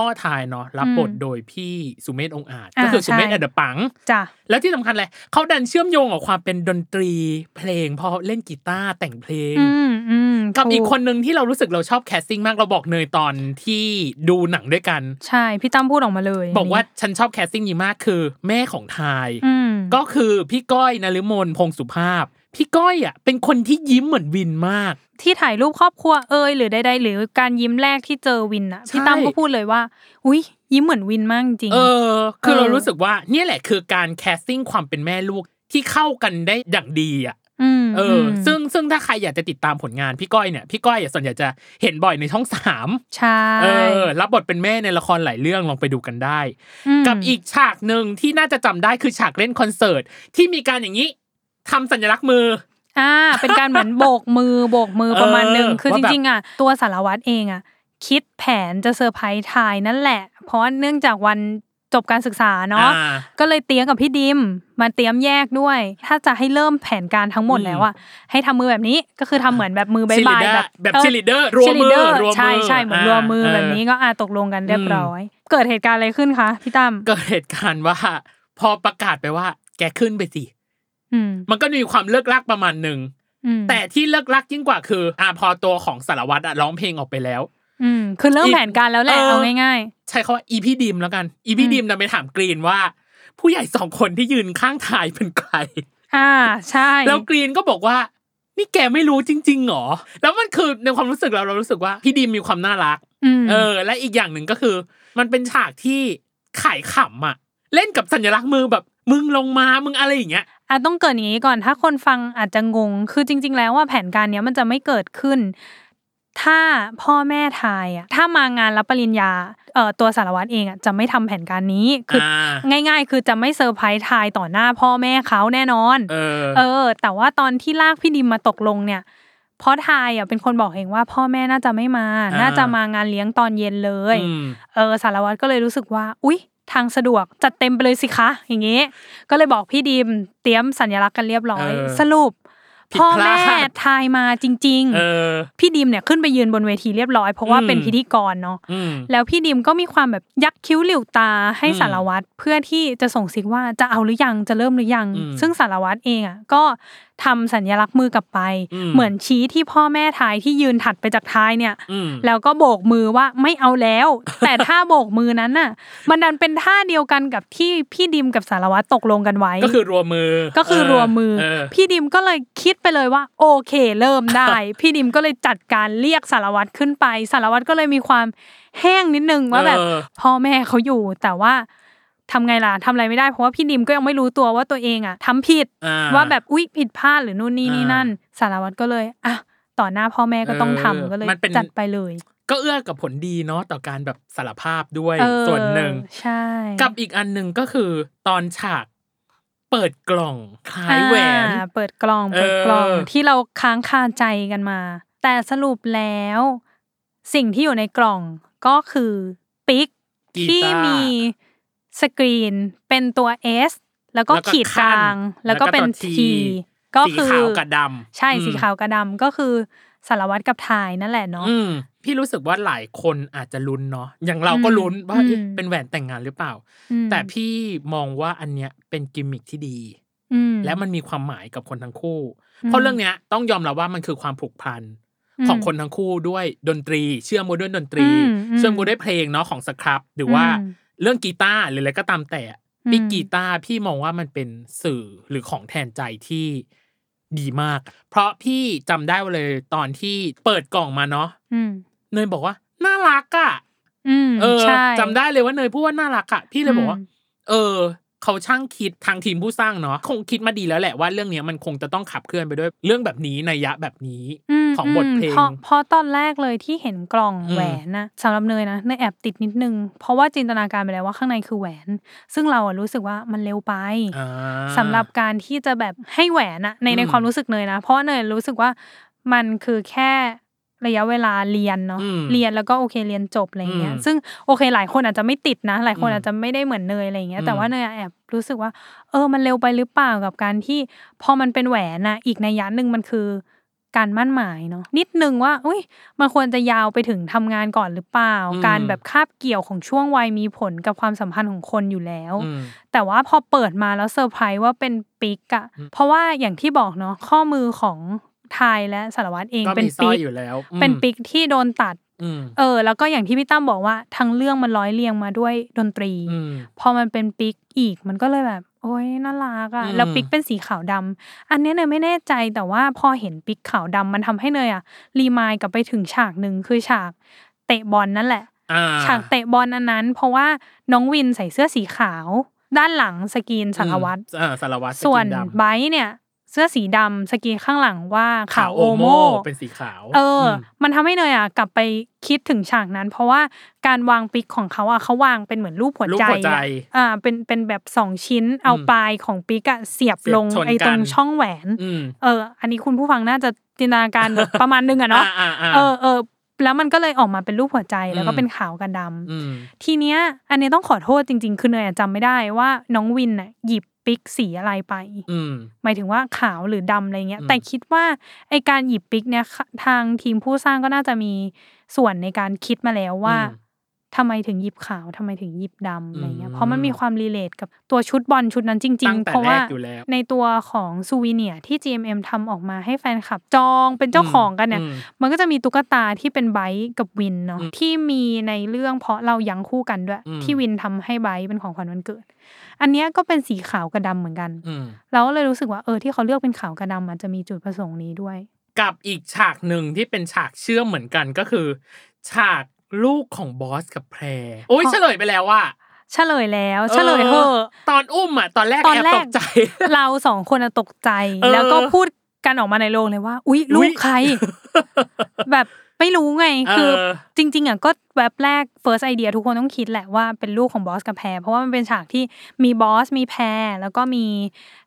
Speaker 2: พ่อทายเนาะรับ
Speaker 3: อืม
Speaker 2: บทโดยพี่สุเมธองค์อาจ
Speaker 3: อ่า
Speaker 2: ก็คือสุเมธ
Speaker 3: ใช่
Speaker 2: แอดเดอะปัง
Speaker 3: จ้ะ
Speaker 2: แล้วที่สำคัญเลยเขาดันเชื่อมโยงกับความเป็นดนตรีเพลงเพอเล่นกีตาร์แต่งเพลง
Speaker 3: อืมอืม
Speaker 2: กับอีก
Speaker 3: ถู
Speaker 2: คนหนึ่งที่เรารู้สึกเราชอบแคสติ้งมากเราบอกเนยตอนที่ดูหนังด้วยกัน
Speaker 3: ใช่พี่ตั้มพูดออกมาเลย
Speaker 2: บอกว่า
Speaker 3: อัน
Speaker 2: ฉันชอบแคสติ้งนี้มากคือ แม่ของทาย
Speaker 3: นี้อืม
Speaker 2: ก็คือพี่ก้อยนฤมลพงศ์สุภาพ พี่ก้อยอ่ะเป็นคนที่ยิ้มเหมือนวินมาก
Speaker 3: ที่ถ่ายรูปครอบครัวเอยหรือใดๆหรือการยิ้มแรกที่เจอวินอะพี่ตั้ม
Speaker 2: ใช่
Speaker 3: ก็พูดเลยว่า อุ้ยยิ้มเหมือนวินมากจริง
Speaker 2: เออ คือ
Speaker 3: เออ
Speaker 2: เรารู้สึกว่าเนี่ยแหละคือการแคสติ้งความเป็นแม่ลูกที่เข้ากันได้อย่างดีอ่ะ
Speaker 3: ม
Speaker 2: เอออ
Speaker 3: ม
Speaker 2: ซึ่งซึ่งถ้าใครอยากจะติดตามผลงานพี่ก้อยเนี่ยพี่ก้อยอ่ะส่วนใหญ่จะเห็นบ่อยในช่องสาม
Speaker 3: ใช่
Speaker 2: เออ รับบทเป็นแม่ในละครหลายเรื่องลองไปดูกันได้
Speaker 3: ม
Speaker 2: กับอีกฉากหนึ่งที่น่าจะจำได้คือฉากเล่นคอนเสิร์ตที่มีการอย่างนี้ทำสัญลักษณ์มือ
Speaker 3: อ่า เป็นการเหมือน โบกมือ โบกมือประมาณนึง
Speaker 2: เออ
Speaker 3: คือจ
Speaker 2: ว่าแบบ
Speaker 3: ริงๆอ่ะตัวสารวัตรเองอ่ะ คิดแผนจะเซอร์ไพรส์ทายนั่นแหละ เพราะเนื่องจากวันจบการศึกษาเนาะ
Speaker 2: อ่
Speaker 3: ก็เลยเตรียมกับพี่ดิมมาเตรียมแยกด้วย ถ้าจะให้เริ่มแผนการทั้งหมด
Speaker 2: อืม
Speaker 3: แล้วอ่ะให้ทำมือแบบนี้ก็คือทำเหมือนแบบมือบายบาย
Speaker 2: cheerleader
Speaker 3: แบบ
Speaker 2: แบบ
Speaker 3: เออ
Speaker 2: ชิลิเดอร์รวมมือ
Speaker 3: cheerleader
Speaker 2: รวมมือ
Speaker 3: ใช่ใช่เหมือนรวมมืออา แบบนี้
Speaker 2: เ
Speaker 3: ก็อ่ะตกลงกันเรียบ
Speaker 2: อืม
Speaker 3: ร้อย เกิดเหตุการณ์อะไรขึ้นคะพี่ตั้ม
Speaker 2: เกิดเหตุการณ์ว่า พอประกาศไปว่า แกขึ้นไปสิ
Speaker 3: อืม
Speaker 2: มันก็มีความเลิกลักประมาณหนึ่ง
Speaker 3: อืม
Speaker 2: แต่ที่เลิกลักยิ่งกว่าคืออ่าพอตัวของสารวัตรอะร้องเพลงออกไปแล้ว
Speaker 3: อืมคือเริ่มแผนการแล้วแหละ
Speaker 2: เออ
Speaker 3: เอาง่าย
Speaker 2: ใช้คำว่าอีพี่ดิมแล้วกันอีพี่
Speaker 3: อืม
Speaker 2: ดิมนะไปถามกรีนว่า ผู้ใหญ่สองคนที่ยืนข้างทายเป็นใคร
Speaker 3: ๆ อ่าใช่
Speaker 2: แล้วกรีนก็บอกว่า นี่แกไม่รู้จริงๆหรอ แล้วมันคือในความรู้สึกเราเรารู้สึกว่าพี่ดิมมีความน่ารัก
Speaker 3: ม
Speaker 2: เออ และอีกอย่างหนึ่งก็คือ มันเป็นฉากที่ขายขำอะเล่นกับสัญลักษณ์มือแบบมึงลงมามึงอะไรอย่างเงี้ย
Speaker 3: อ่ะต้องเกิดอย่างนี้ก่อนถ้าคนฟังอาจจะงง คือจริง ๆ แล้วว่าแผนการเนี้ยมันจะไม่เกิดขึ้น ถ้าพ่อแม่ทายอ่ะถ้ามางานรับปริญญาเอ่อตัวสารวัตรเองอ่ะจะไม่ทำแผนการนี้คือ
Speaker 2: อ่า
Speaker 3: อง่าย ๆ คือจะไม่เซอร์ไพรส์ทายต่อหน้าพ่อแม่เขาแน่นอน
Speaker 2: เออ
Speaker 3: เออ แต่ว่าตอนที่ลากพี่ดิมมาตกลงเนี่ยเพราะทายอ่ะเป็นคนบอกเองว่าพ่อแม่น่าจะไม่มา
Speaker 2: อ่า
Speaker 3: น่าจะมางานเลี้ยงตอนเย็นเลย
Speaker 2: อืม
Speaker 3: เออสารวัตรก็เลยรู้สึกว่า อุ๊ย ทางสะดวกจัดเต็มไปเลยสิคะอย่างนี้ ก็เลยบอกพี่ดิมเตรียมสัญลักษณ์กันเรียบร้อย
Speaker 2: เออ
Speaker 3: สรุป
Speaker 2: ผิด
Speaker 3: พ่อ
Speaker 2: พลาด
Speaker 3: แม่ทายมาจริง
Speaker 2: เออ
Speaker 3: ๆ พี่ดิมเนี่ยขึ้นไปยืนบนเวทีเรียบร้อยเพราะว่า
Speaker 2: อืม
Speaker 3: เป็นพิธีกรเนาะ
Speaker 2: อืม
Speaker 3: แล้วพี่ดิมก็มีความแบบยักคิ้วหลิวตาให้
Speaker 2: อืม
Speaker 3: สารวัตรเพื่อที่จะส่งสิกว่าจะเอาหรือยังจะเริ่มหรือยัง
Speaker 2: อืม
Speaker 3: ซึ่งสารวัตรเองอ่ะก็ทำสัญลักษณ์มือกลับไป
Speaker 2: อืม
Speaker 3: เหมือนชี้ที่พ่อแม่ทายที่ยืนถัดไปจากทายเนี่ย
Speaker 2: อืม
Speaker 3: แล้วก็โบกมือว่าไม่เอาแล้ว แต่ท่าโบกมือนั้นน่ะ มันดันเป็นท่าเดียวกันกับที่พี่ดิมกับสารวัตรตกลงกันไว้
Speaker 2: ก็คือรวมมือ
Speaker 3: ก็คือรวมมือ
Speaker 2: เออ
Speaker 3: พี่ดิมก็เลยคิดไปเลยว่า โอเค เริ่ม ได้ พี่ดิมก็เลยจัดการเรียกสารวัตรขึ้นไป สารวัตรก็เลยมีความแห้งนิดนึงว่าแบบ
Speaker 2: เออ
Speaker 3: พ่อแม่เขาอยู่ แต่ว่าทำไงล่ะทำอะไรไม่ได้เพราะว่าพี่ดิมก็ยังไม่รู้ตัวว่าตัวเองอ่ะทำผิด
Speaker 2: อ่
Speaker 3: ว่าแบบอุ๊ยผิดพลาดหรือนู่นนี่นี่
Speaker 2: อ่านั่
Speaker 3: นั่น สารวัตรก็เลยอ่ะต่อหน้าพ่อแม่ก็ต้อง
Speaker 2: เออ
Speaker 3: ทำก็เลย
Speaker 2: มันเป็น
Speaker 3: จัดไปเลย
Speaker 2: ก็เอื้อกับผลดีเนาะต่อการแบบสารภาพด้วย
Speaker 3: เออ
Speaker 2: ส่วนหนึ่ง
Speaker 3: ใช่
Speaker 2: กับอีกอันหนึ่งก็คือตอนฉากเปิดกล่องคล้ายแหวน
Speaker 3: อ่าเปิดกล่อง
Speaker 2: เออ
Speaker 3: เปิดกล่องที่เราค้างคาใจกันมา แต่สรุปแล้ว สิ่งที่อยู่ในกล่องก็คือปิก
Speaker 2: กี
Speaker 3: ที่
Speaker 2: ตาร์
Speaker 3: มีสกรีนเป็นตัว S แล้วก็
Speaker 2: แล้วก็
Speaker 3: ขีด
Speaker 2: ขั้
Speaker 3: ก
Speaker 2: น
Speaker 3: ลางแล้วก็เป็น
Speaker 2: แล้วก็ตัว
Speaker 3: T
Speaker 2: T
Speaker 3: ก็
Speaker 2: สี
Speaker 3: คือ
Speaker 2: ขาวกับดำ
Speaker 3: ใช่
Speaker 2: อืม
Speaker 3: สีขาวกับดำก็คือสารวัตรกับทายนั่นแหละเนาะ
Speaker 2: อืมพี่รู้สึกว่าหลายคนอาจจะลุ้นเนาะอย่างเราก็
Speaker 3: อืม
Speaker 2: ลุ้นว่าเอ๊ะ
Speaker 3: อืม
Speaker 2: เป็นแหวนแต่งงานหรือเปล่า
Speaker 3: อืม
Speaker 2: แต่พี่มองว่าอันเนี้ยเป็นกิมมิคที่ดี
Speaker 3: อืม
Speaker 2: และมันมีความหมายกับคนทั้งคู่
Speaker 3: อืม
Speaker 2: เพราะเรื่องเนี้ยต้องยอมรับว่ามันคือความผูกพันของคนทั้งคู่ด้วยดนตรี เชื่อมโมด้วยดนตรี
Speaker 3: อืมอืม
Speaker 2: เชื่อมโมด้วยเพลงเนาะของสครับหรือว่า
Speaker 3: อืม
Speaker 2: เรื่องกีตาร์หรืออะไรก็ตามแต่
Speaker 3: อืม
Speaker 2: พี่กีตาร์พี่มองว่ามันเป็นสื่อหรือของแทนใจที่ดีมาก เพราะพี่จำได้เลยตอนที่เปิดกล่องมาเนาะ
Speaker 3: อืม
Speaker 2: เนยบอกว่าน่ารักอ่ะ
Speaker 3: อืม
Speaker 2: เออ
Speaker 3: ใช่
Speaker 2: จำได้เลยว่าเนยพูดว่าน่ารักอ่ะ พี่เลยบอกว่า
Speaker 3: ม
Speaker 2: เออ เขาช่างคิดทางทีมผู้สร้างเนาะคงคิดมาดีแล้วแหละว่าเรื่องเนี้ยมันคงจะต้องขับเคลื่อนไปด้วยเรื่องแบบนี้ในยยะแบบนี้
Speaker 3: ม
Speaker 2: ของบทเพลง
Speaker 3: ราะเพราะตอนแรกเลยที่เห็นกล่อง
Speaker 2: อืม
Speaker 3: แหวนนะสำหรับเนยนะเนยแอบติดนิดนึง เพราะว่าจินตนาการไปแล้วว่าข้างในคือแหวน ซึ่งเราอะรู้สึกว่ามันเร็วไป
Speaker 2: อ่า
Speaker 3: สำหรับการที่จะแบบให้แหวนอะในใน
Speaker 2: อืม
Speaker 3: ความรู้สึกเนยนะ เพราะว่าเนยรู้สึกว่ามันคือแค่ระยะเวลาเรียนเนาะ
Speaker 2: อืม
Speaker 3: เรียนแล้วก็โอเคเรียนจบอะไรเงี้ย
Speaker 2: อืม
Speaker 3: ซึ่งโอเคหลายคนอาจจะไม่ติดนะ หลายคน
Speaker 2: อืม
Speaker 3: อาจจะไม่ได้เหมือนเนยอะไรเงี้ย
Speaker 2: อืม
Speaker 3: แต่ว่าเนยอะแอบรู้สึกว่า เออ มันเร็วไปหรือเปล่ากับการที่พอมันเป็นแหวนนะอีกในยยะหนึ่งมันคือการมั่นหมายเนาะนิดนึงว่า อุ้ยมันควรจะยาวไปถึงทำงานก่อนหรือเปล่า
Speaker 2: อืม
Speaker 3: การแบบคาบเกี่ยวของช่วงวัยมีผลกับความสัมพันธ์ของคนอยู่แล้ว
Speaker 2: อืม
Speaker 3: แต่ว่าพอเปิดมาแล้วเซอร์ไพรส์ว่าเป็นปิกอะ
Speaker 2: อืม
Speaker 3: เพราะว่าอย่างที่บอกเนาะข้อมือของไทยและสารวัตรเอง
Speaker 2: ก็
Speaker 3: เป็น
Speaker 2: มีสร้
Speaker 3: ปิ
Speaker 2: อย
Speaker 3: ก
Speaker 2: อยู่แล้วอืม
Speaker 3: เป็นปิกที่โดนตัด
Speaker 2: อืม
Speaker 3: เออ แล้วก็อย่างที่พี่ตั้มบอกว่าทั้งเรื่องมันร้อยเรียงมาด้วยดนตรี
Speaker 2: อืม
Speaker 3: พอมันเป็นปิกอีกมันก็เลยแบบ โอ้ยน่ารักอะ
Speaker 2: อืม
Speaker 3: แล้วปิกเป็นสีขาวดำอันเนี้ยเนยไม่แน่ใจแต่ว่าพอเห็นปิกขาวดำมันทำให้เนยอะรีมายด์กลับไปถึงฉากหนึ่งคือฉากเตะบอลนั่นแหละ
Speaker 2: อ่า
Speaker 3: ฉากเตะบอลอันนั้น เพราะว่าน้องวินใส่เสื้อสีขาว ด้านหลังสกรีนสารวัตร
Speaker 2: อืมเออสารวัตร
Speaker 3: ส่วน
Speaker 2: สกรีนดำ
Speaker 3: ไบร์ทเนี่ย เสื้อสีดำสกรีนข้างหลังว่าขาวโอโม
Speaker 2: เป็นสีขาว
Speaker 3: เอออ
Speaker 2: ม
Speaker 3: มันทำให้เนยอ่ะกลับไปคิดถึงฉากนั้น เพราะว่าการวางปิกของเขาอ่ะเขาวางเป็นเหมือนรูปหัว
Speaker 2: รูป
Speaker 3: ใจ
Speaker 2: หัวใจ
Speaker 3: อ่ะอ่าเป็นเป็นแบบสองชิ้นเอา
Speaker 2: อืม
Speaker 3: ปลายของปิกอ่ะเสียบ
Speaker 2: เสียบ
Speaker 3: ลง
Speaker 2: ชน
Speaker 3: ไอ้ตรง
Speaker 2: กัน
Speaker 3: ช่องแหวน
Speaker 2: อืม
Speaker 3: เออ อันนี้คุณผู้ฟังน่าจะจินตนาการแบบประมาณนึงอะเนาะ
Speaker 2: อ่าอ่า
Speaker 3: เออเออแล้วมันก็เลยออกมาเป็นรูปหัวใจแล้วก็เป็นขาวกับดำ
Speaker 2: ม
Speaker 3: ทีเนี้ยอันนี้ต้องขอโทษจริง ๆ คือเนยอะจำไม่ได้ว่าน้องวินน่ะหยิบปิกสีอะไรไป
Speaker 2: อืม
Speaker 3: หมายถึงว่าขาวหรือดำอะไรเงี้ย
Speaker 2: อืม
Speaker 3: แต่คิดว่าไอการหยิบปิกเนี่ยค่ะทางทีมผู้สร้างก็น่าจะมีส่วนในการคิดมาแล้วว่าทำไมถึงหยิบขาวทำไมถึงหยิบดำอะไรเงี้ยเพราะมันมีความรีเลทกับตัวชุดบอลชุดนั้นจริ
Speaker 2: ตั้
Speaker 3: ง
Speaker 2: ง
Speaker 3: ๆ
Speaker 2: แต่
Speaker 3: เพราะ
Speaker 2: แร
Speaker 3: ว่า
Speaker 2: กอยู่แล้ว
Speaker 3: ในตัวของซูวีเนียร์ที่ GMM ทำออกมาให้แฟนคลับจองเป็นเจ้าของกันเนี่ย
Speaker 2: อืม
Speaker 3: มันก็จะมีตุ๊กตาที่เป็นไบร์ทกับวินเนาะ
Speaker 2: อืม
Speaker 3: ที่มีในเรื่องเพราะเรายังคู่กันด้วย
Speaker 2: อืม
Speaker 3: ที่วินทำให้ไบร์ทเป็นของขวัญวันเกิด อันเนี้ยก็เป็นสีขาวกับดำเหมือนกัน
Speaker 2: อืม
Speaker 3: เราก็เลยรู้สึกว่าเออที่เขาเลือกเป็นขาวกับดำมันจะมีจุดประสงค์นี้ด้วย
Speaker 2: กับอีกฉากหนึ่งที่เป็นฉากเชื่อมเหมือนกันก็คือ ฉากลูกของบอสกับแพร โอ้ย
Speaker 3: เพราะ
Speaker 2: เฉลยไปแล้วว่า
Speaker 3: เฉลยแล้วเฉลยเถอะ
Speaker 2: ตอนอุ้มอ่ะ ตอนแรก
Speaker 3: ตอน
Speaker 2: แอบ
Speaker 3: แรก
Speaker 2: ตกใจ
Speaker 3: เราสองคนอะตกใจ
Speaker 2: เออ
Speaker 3: แล้วก็พูดกันออกมาในโรงเลยว่า อุ๊ยลู
Speaker 2: อุ๊
Speaker 3: ก
Speaker 2: ย
Speaker 3: ใคร แบบไม่รู้ไง
Speaker 2: เออ
Speaker 3: คือจริง ๆอ่ะก็แวบแรก first idea ทุกคนต้องคิดแหละว่าเป็นลูกของบอสกับแพรเพราะว่ามันเป็นฉากที่มีบอสมีแพรแล้วก็มี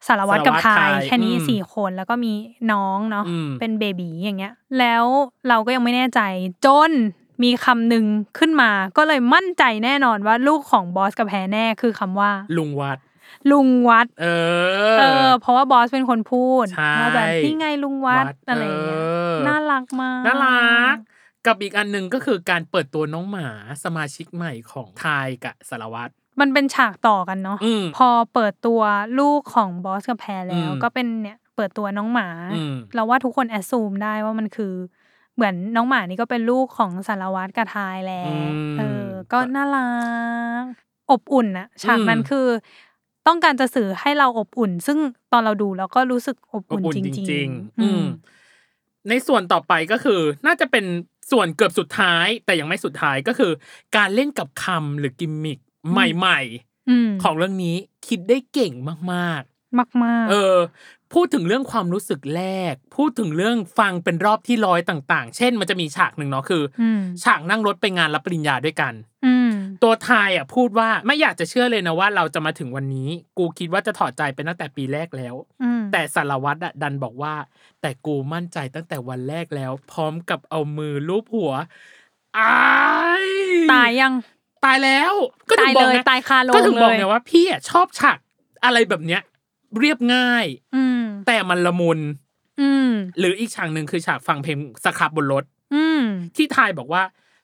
Speaker 3: สารวัตรกับ
Speaker 2: สารวัตร
Speaker 3: ทาย
Speaker 2: ทาย
Speaker 3: แค่นี้
Speaker 2: อืม
Speaker 3: สี่คนแล้วก็มีน้องเนาะ
Speaker 2: อืม
Speaker 3: เป็นเบบีอย่างเงี้ย แล้วเราก็ยังไม่แน่ใจ จนมีคำหนึ่งขึ้นมา ก็เลยมั่นใจแน่นอนว่าลูกของบอสกับแพรแน่คือคำว่า
Speaker 2: ลุงวัด
Speaker 3: ลุงวัด
Speaker 2: เออ
Speaker 3: เออเพราะว่าบอสเป็นคนพูด
Speaker 2: ใช่
Speaker 3: ว่าแบบนี่ไงลุงวัด
Speaker 2: วัด
Speaker 3: อะไรอย่างเงี้ย
Speaker 2: เออ
Speaker 3: น่ารักมาก
Speaker 2: น่ารัก กับอีกอันหนึ่งก็คือการเปิดตัวน้องหมาสมาชิกใหม่ของทายกับสารวัตร
Speaker 3: มันเป็นฉากต่อกันเนาะ
Speaker 2: อืม
Speaker 3: พอเปิดตัวลูกของบอสกับแพรแล้ว
Speaker 2: อืม
Speaker 3: ก็เป็นเนี่ยเปิดตัวน้องหมา
Speaker 2: อืม
Speaker 3: เราว่าทุกคนแอดซูมได้ว่ามันคือ เหมือนน้องหมานี่ก็เป็นลูกของสารวัตรกระทายแล้
Speaker 2: อื
Speaker 3: ว
Speaker 2: ม
Speaker 3: เออ ก็น่ารักอบอุ่นอะฉากนั้น
Speaker 2: อืม
Speaker 3: คือ ต้องการจะสื่อให้เราอบอุ่น ซึ่งตอนเราดูเราก็รู้สึกอบอุ่น
Speaker 2: อบอุ่น
Speaker 3: จริง
Speaker 2: จริง
Speaker 3: ๆ
Speaker 2: ๆอืม ในส่วนต่อไปก็คือ น่าจะเป็นส่วนเกือบสุดท้าย แต่ยังไม่สุดท้ายก็คือ การเล่นกับคำหรือกิมมิคใหม่
Speaker 3: อืม
Speaker 2: ๆ ของเรื่องนี้คิดได้เก่งมาก
Speaker 3: มาก
Speaker 2: เออ พูดถึงเรื่องความรู้สึกแรก พูดถึงเรื่องฟังเป็นรอบที่ร้อยต่าง ๆ เช่น มันจะมีฉากหนึ่งเนาะคืออ
Speaker 3: อืม
Speaker 2: ฉากนั่งรถไปงานรับปริญญาด้วยกัน
Speaker 3: อืม
Speaker 2: ตัวทายอ่ะพูดว่าไม่อยากจะเชื่อเลยนะว่าเราจะมาถึงวันนี้ กูคิดว่าจะถอดใจไปตั้งแต่ปีแรกแล้ว
Speaker 3: อืม
Speaker 2: แต่สารวัตรอะดันบอกว่า แต่กูมั่นใจตั้งแต่วันแรกแล้ว พร้อมกับเอามือลูบหัวอาย
Speaker 3: ตายยัง
Speaker 2: ตายแล้ว ก็ถึ
Speaker 3: ตาง ย
Speaker 2: บ
Speaker 3: เล
Speaker 2: อก
Speaker 3: ย
Speaker 2: ไง
Speaker 3: ตายคาโลง
Speaker 2: ก็ถึงบอก
Speaker 3: เล
Speaker 2: ไง
Speaker 3: ย
Speaker 2: ว่าพี่อะชอบฉากอะไรแบบเนี้ย เรียบง่าย
Speaker 3: อืม
Speaker 2: แต่มันละมุน
Speaker 3: อืม
Speaker 2: หรืออีกฉากหนึ่งคือฉากฟังเพลงสครับบนรถ
Speaker 3: อืม
Speaker 2: ที่ทายบอกว่า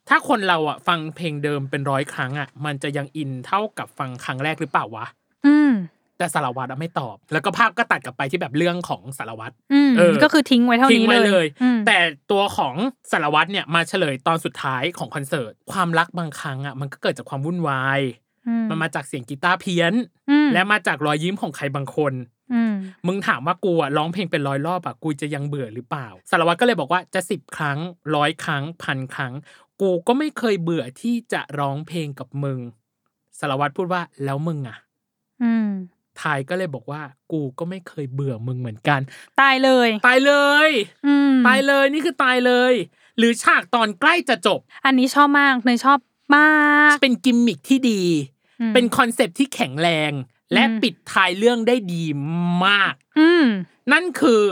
Speaker 2: ถ้าคนเราอ่ะฟังเพลงเดิมเป็นร้อยครั้งอ่ะ มันจะยังอินเท่ากับฟังครั้งแรกหรือเปล่าวะ
Speaker 3: อืม
Speaker 2: แต่สารวัตรอะไม่ตอบ แล้วก็ภาพก็ตัดกลับไปที่แบบเรื่องของสารวัตร
Speaker 3: อืม
Speaker 2: เออ
Speaker 3: ก็คือทิ้งไว้เท่า
Speaker 2: ทิ้ง
Speaker 3: นี้
Speaker 2: ไว้เลย
Speaker 3: อืม
Speaker 2: แต่ตัวของสารวัตรเนี่ยมาเฉลยตอนสุดท้ายของคอนเสิร์ต ความรักบางครั้งอ่ะมันก็เกิดจากความวุ่นวาย
Speaker 3: อื
Speaker 2: มันมาจากเสียงกีตาร์เพี้ยน
Speaker 3: อืม
Speaker 2: และมาจากรอยยิ้มของใครบางคน
Speaker 3: อืม
Speaker 2: มึงถามว่ากูอ่ะร้องเพลงเป็นร้อยรอบอ่ะกูจะยังเบื่อหรือเปล่า สารวัตรก็เลยบอกว่าจะสิบครั้งร้อยครั้งพันครั้ง กูก็ไม่เคยเบื่อที่จะร้องเพลงกับมึง สารวัตรพูดว่าแล้วมึงอ่ะ
Speaker 3: อืม
Speaker 2: ทายก็เลยบอกว่า กูก็ไม่เคยเบื่อมึงเหมือนกัน
Speaker 3: ตายเลย
Speaker 2: ตายเลย
Speaker 3: อืม
Speaker 2: ตายเลยนี่คือตายเลย หรือฉากตอนใกล้จะจบ
Speaker 3: อันนี้ชอบมากเนยชอบมาก
Speaker 2: เป็นกิมมิคที่ดี
Speaker 3: อืม
Speaker 2: เป็นคอนเซปต์ที่แข็งแรง และ
Speaker 3: อืม
Speaker 2: ปิดท้ายเรื่องได้ดีมาก
Speaker 3: อืม
Speaker 2: นั่นคือ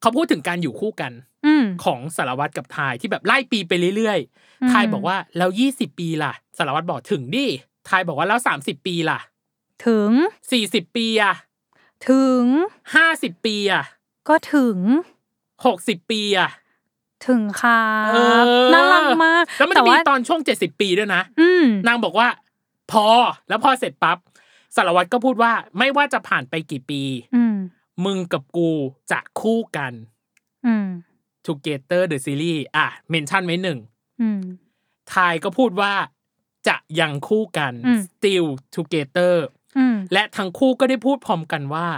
Speaker 2: เขาพูดถึงการอยู่คู่กัน
Speaker 3: อืม
Speaker 2: ของสารวัตรกับทายที่แบบไล่ปีไปเรื่อย
Speaker 3: อืม
Speaker 2: ๆ ทายบอกว่าแล้ว 20 ปีล่ะ สารวัตรบอกถึงดิ ทายบอกว่าแล้ว 30 ปีล่ะ
Speaker 3: ถึง
Speaker 2: 40 ปีอ่ะ
Speaker 3: ถึง
Speaker 2: 50 ปีอ่ะ
Speaker 3: ก็ถึง
Speaker 2: 60 ปีอ่ะ
Speaker 3: ถึงครับ
Speaker 2: เออ
Speaker 3: น่ารักมาก
Speaker 2: แล้วมันจะมีตอนช่วง 70 ปีด้วยนะ
Speaker 3: อืม
Speaker 2: นางบอกว่า พอแล้วพอเสร็จปั๊บสารวัตรก็พูดว่าไม่ว่าจะผ่านไปกี่ปี
Speaker 3: อืม
Speaker 2: มึงกับกูจะคู่กัน
Speaker 3: อืม
Speaker 2: Together the series อ่ะเมนชั่นไว้หนึ่ง
Speaker 3: อืม
Speaker 2: ทายก็พูดว่าจะยังคู่กัน
Speaker 3: อืม
Speaker 2: still together
Speaker 3: อืม
Speaker 2: และทั้งคู่ก็ได้พูดพร้อมกันว่า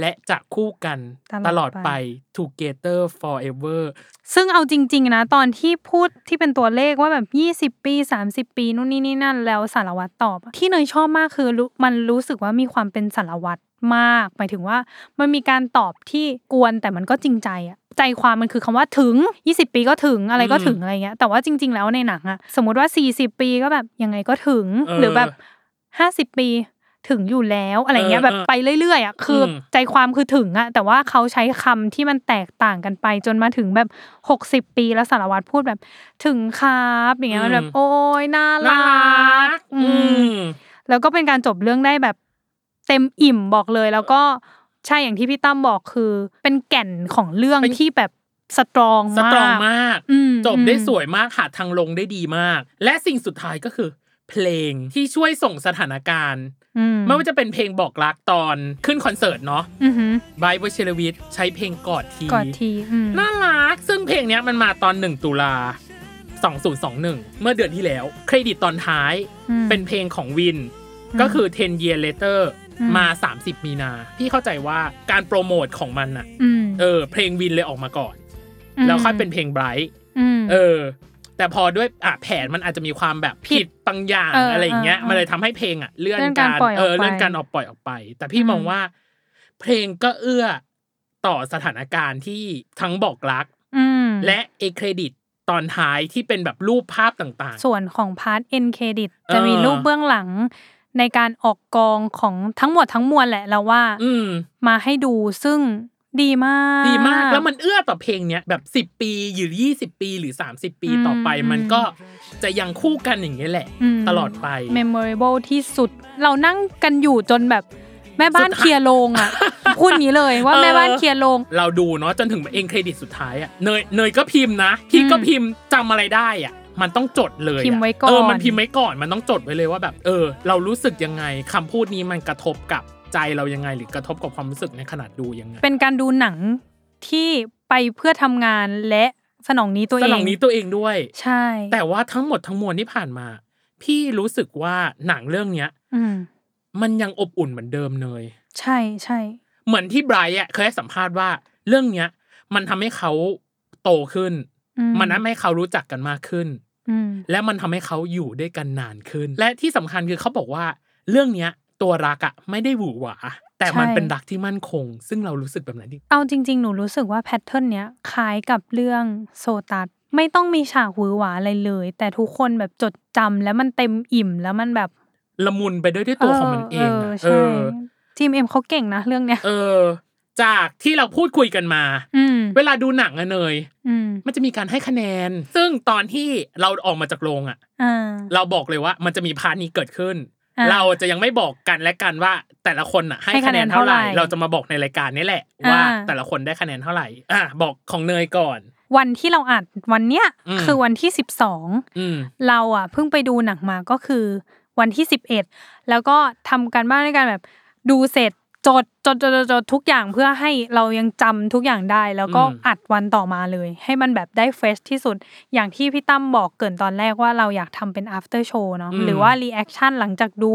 Speaker 2: และจะคู่กันต
Speaker 3: ต
Speaker 2: ล
Speaker 3: ล
Speaker 2: อ
Speaker 3: อ
Speaker 2: ด
Speaker 3: ด
Speaker 2: ไป
Speaker 3: ไป
Speaker 2: together forever
Speaker 3: ซึ่งเอาจริง ๆ นะ ตอนที่พูดที่เป็นตัวเลขว่าแบบ 20 ปี 30 ปีนู่นนี่นี่นั่นแล้วสารวัตรตอบอะที่เนยชอบมากคือรู้มันรู้สึกว่ามีความเป็นสารวัตรมาก หมายถึงว่ามันมีการตอบที่กวนแต่มันก็จริงใจอะใจความมันคือคำว่าถึง 20 ปีก็ถึงอะไรก็ถึงอะไรเงี้ยแต่ว่าจริง ๆ แล้วในหนังอะสมมติว่า 40 ปีก็แบบยังไงก็ถึง
Speaker 2: เออ
Speaker 3: หรือแบบ 50 ปีถึงอยู่แล้วอะไรเงี้ย
Speaker 2: เออ
Speaker 3: แบบไปเรื่อยๆอะคืออ
Speaker 2: ม
Speaker 3: ใจความคือถึงอะแต่ว่าเขาใช้คำที่มันแตกต่างกันไปจนมาถึงแบบ หกสิบปีแล้วสารวัตรพูดแบบถึงครับอย่างเงี้ย
Speaker 2: อืม
Speaker 3: มันแบบโอ้ยน่ารัก
Speaker 2: อื
Speaker 3: อืม
Speaker 2: ม
Speaker 3: แล้วก็เป็นการจบเรื่องได้แบบ เต็มอิ่มบอกเลย แล้วก็ใช่อย่างที่พี่ตั้มบอกคือ เป็นแก่นของเรื่อง
Speaker 2: เป็น
Speaker 3: ที่แบบสตรอง
Speaker 2: ส
Speaker 3: มาก
Speaker 2: ตรองมาก
Speaker 3: อืม
Speaker 2: จบได้ส
Speaker 3: อื
Speaker 2: วยมากหาทางลงได้ดีมาก และสิ่งสุดท้ายก็คือ เพลงที่ช่วยส่งสถานการณ์
Speaker 3: มอืม
Speaker 2: ไม่ว่าจะเป็นเพลงบอกรักตอนขึ้นคอนเสิร์ตเนาะ
Speaker 3: อือหือบ
Speaker 2: ายวชิรวิทย์ใช้เพลงกอดที
Speaker 3: กอดทีอืม
Speaker 2: น่ารัก ซึ่งเพลงเนี้ยมันมาตอน 1 ตุลา 2021 เมื่อเดือนที่แล้ว เครดิตตอนท้าย
Speaker 3: อืม
Speaker 2: เป็นเพลงของวิน
Speaker 3: อืม
Speaker 2: ก็คือ 10 year later
Speaker 3: อืม
Speaker 2: มา 30 มีนา พี่เข้าใจว่าการโปรโมทของมันอะ
Speaker 3: อืม
Speaker 2: เออ เพลงวินเลยออกมาก่อน แล้วค่อยเป็นเพลงไบรท์
Speaker 3: ม
Speaker 2: เออ แต่พอด้วยอ่ะแผนมันอาจจะมีความแบบ
Speaker 3: ผิ
Speaker 2: ผิ
Speaker 3: ด
Speaker 2: ดบางอย่าง
Speaker 3: เอออ
Speaker 2: อะไรอย่างเงี้ย
Speaker 3: เออ
Speaker 2: มันเลยทำให้เพลงอ่ะเลื่อน
Speaker 3: เลื่อน
Speaker 2: กา
Speaker 3: การ
Speaker 2: ร
Speaker 3: ปล่อยออก
Speaker 2: เออ
Speaker 3: ไป
Speaker 2: เลื่อนการออกปล่อยออกไป แต่พี่
Speaker 3: อืม
Speaker 2: มองว่า เพลงก็เอื้อต่อสถานการณ์ที่ทั้งบอกรัก
Speaker 3: ม
Speaker 2: และเอเครดิตตอนท้ายที่เป็นแบบรูปภาพต่าง
Speaker 3: ส่วนของพาร์ทเอ็นเครดิต
Speaker 2: เออ
Speaker 3: จะมีรูปเบื้องหลังในการออกกองของทั้งหมดทั้งมวลแหละเราว่า
Speaker 2: ๆ อืม
Speaker 3: มาให้ดูซึ่งดีมาก
Speaker 2: ดีมากแล้วมันเอื้อต่อเพลงเนี้ยแบบสิบ10 ปีหรือยี่สิบปีหรือสามสิบปี
Speaker 3: อืม
Speaker 2: ต่อไป
Speaker 3: อืม
Speaker 2: มันก็จะยังคู่กันอย่างนี้ยแหละ
Speaker 3: ม
Speaker 2: ตลอดไป
Speaker 3: memorable ที่สุดเรานั่งกันอยู่จนแบบแม่บ้านเคลียร์โรง อ่ะ พูดงี้เลยว่า
Speaker 2: เออ
Speaker 3: แม่บ้านเคลียร์โรง
Speaker 2: เราดูเนาะจนถึงเองเครดิตสุดท้ายอะเนยเนยก็พิมพ์นะพี่ก็
Speaker 3: อืม
Speaker 2: พิมพ์จำอะไรได้อะมันต้องจดเลยะ
Speaker 3: พิมพ์ไว้ก่อน
Speaker 2: เออมันพิมพ์ไว้ก่อนมันต้องจดไว้เลยว่าแบบ เออ เรารู้สึกยังไงคำพูดนี้มันกระทบกับใจเรายังไงหรือกระทบกับความรู้สึกในขนาดดูยังไง
Speaker 3: เป็นการดูหนังที่ไปเพื่อทำงานและสนองนี้ตัว
Speaker 2: ส
Speaker 3: เอน
Speaker 2: อง
Speaker 3: ง
Speaker 2: นี้ตัวเองด้วย
Speaker 3: ใช่
Speaker 2: แต่ว่าทั้งหมดทั้งมวลที่ผ่านมา พี่รู้สึกว่าหนังเรื่องเนี้ย
Speaker 3: อืม
Speaker 2: มันยังอบอุ่นเหมือนเดิมเลย
Speaker 3: ใช่ใช่
Speaker 2: เหมือนที่ไบรท์อะเคยให้สัมภาษณ์ว่าเรื่องเนี้ย มันทำให้เขาโตขึ้น
Speaker 3: อื
Speaker 2: มันทำให้เขารู้จักกันมากขึ้น
Speaker 3: อืม
Speaker 2: และมันทำให้เขาอยู่ด้วยกันนานขึ้น และที่สำคัญคือเขาบอกว่า เรื่องเนี้ย ตัวรักอะไม่ได้หวือหวา แต่มัน
Speaker 3: ใช่
Speaker 2: เป็นรักที่มั่นคง ซึ่งเรารู้สึกแบบนั้นดิ
Speaker 3: เอาจริง ๆ หนูรู้สึกว่าแพทเทิร์นเนี้ยคล้ายกับเรื่องโซตัสไม่ต้องมีฉากหวือหวาอะไรเลย แต่ทุกคนแบบจดจำแล้วมันเต็มอิ่มแล้วมันแบบ
Speaker 2: ละมุนไปด้วยด้วยตัวของมันเอง
Speaker 3: เอ
Speaker 2: อะ
Speaker 3: อ
Speaker 2: เอ
Speaker 3: ใช่
Speaker 2: อ
Speaker 3: ทีมเอ็มเขาเก่งนะเรื่องเนี้ย
Speaker 2: เออ จากที่เราพูดคุยกันมา
Speaker 3: อืม
Speaker 2: เวลาดูหนังอะเนย
Speaker 3: อืม
Speaker 2: มันจะมีการให้คะแนน ซึ่งตอนที่เราออกมาจากโรงอะ
Speaker 3: อ่า
Speaker 2: เราบอกเลยว่ามันจะมีพาร์ทนี้เกิดขึ้น
Speaker 3: อ่า
Speaker 2: เราจะยังไม่บอกกันและกันว่า แต่ละคนอะให้
Speaker 3: ให้
Speaker 2: คะ
Speaker 3: คะ
Speaker 2: แน
Speaker 3: แน
Speaker 2: น
Speaker 3: น
Speaker 2: เท่า
Speaker 3: เท่า
Speaker 2: ไห
Speaker 3: ไหร่
Speaker 2: ร่ เราจะมาบอกในรายการนี่แหละ ว่า
Speaker 3: อ่า
Speaker 2: แต่ละคนได้คะแนนเท่าไหร่ อ่ะบอกของเนยก่อน
Speaker 3: วันที่เราอัดวันเนี้ย
Speaker 2: อืม
Speaker 3: คือวันที่สิบสอง
Speaker 2: อืม
Speaker 3: เราอ่ะเพิ่งไปดูหนังมาก็คือวันที่สิบเอ็ดแล้วก็ทำการบ้านด้วยกันแบบดูเสร็จจดจดจดจดจดทุกอย่างเพื่อให้เรายังจำทุกอย่างได้ แล้วก็
Speaker 2: อืม
Speaker 3: อัดวันต่อมาเลย ให้มันแบบได้เฟรชที่สุดอย่างที่พี่ตั้มบอกเกรินตอนแรกว่าเราอยากทำเป็น after show เนาะหรือว่า reaction หลังจากดู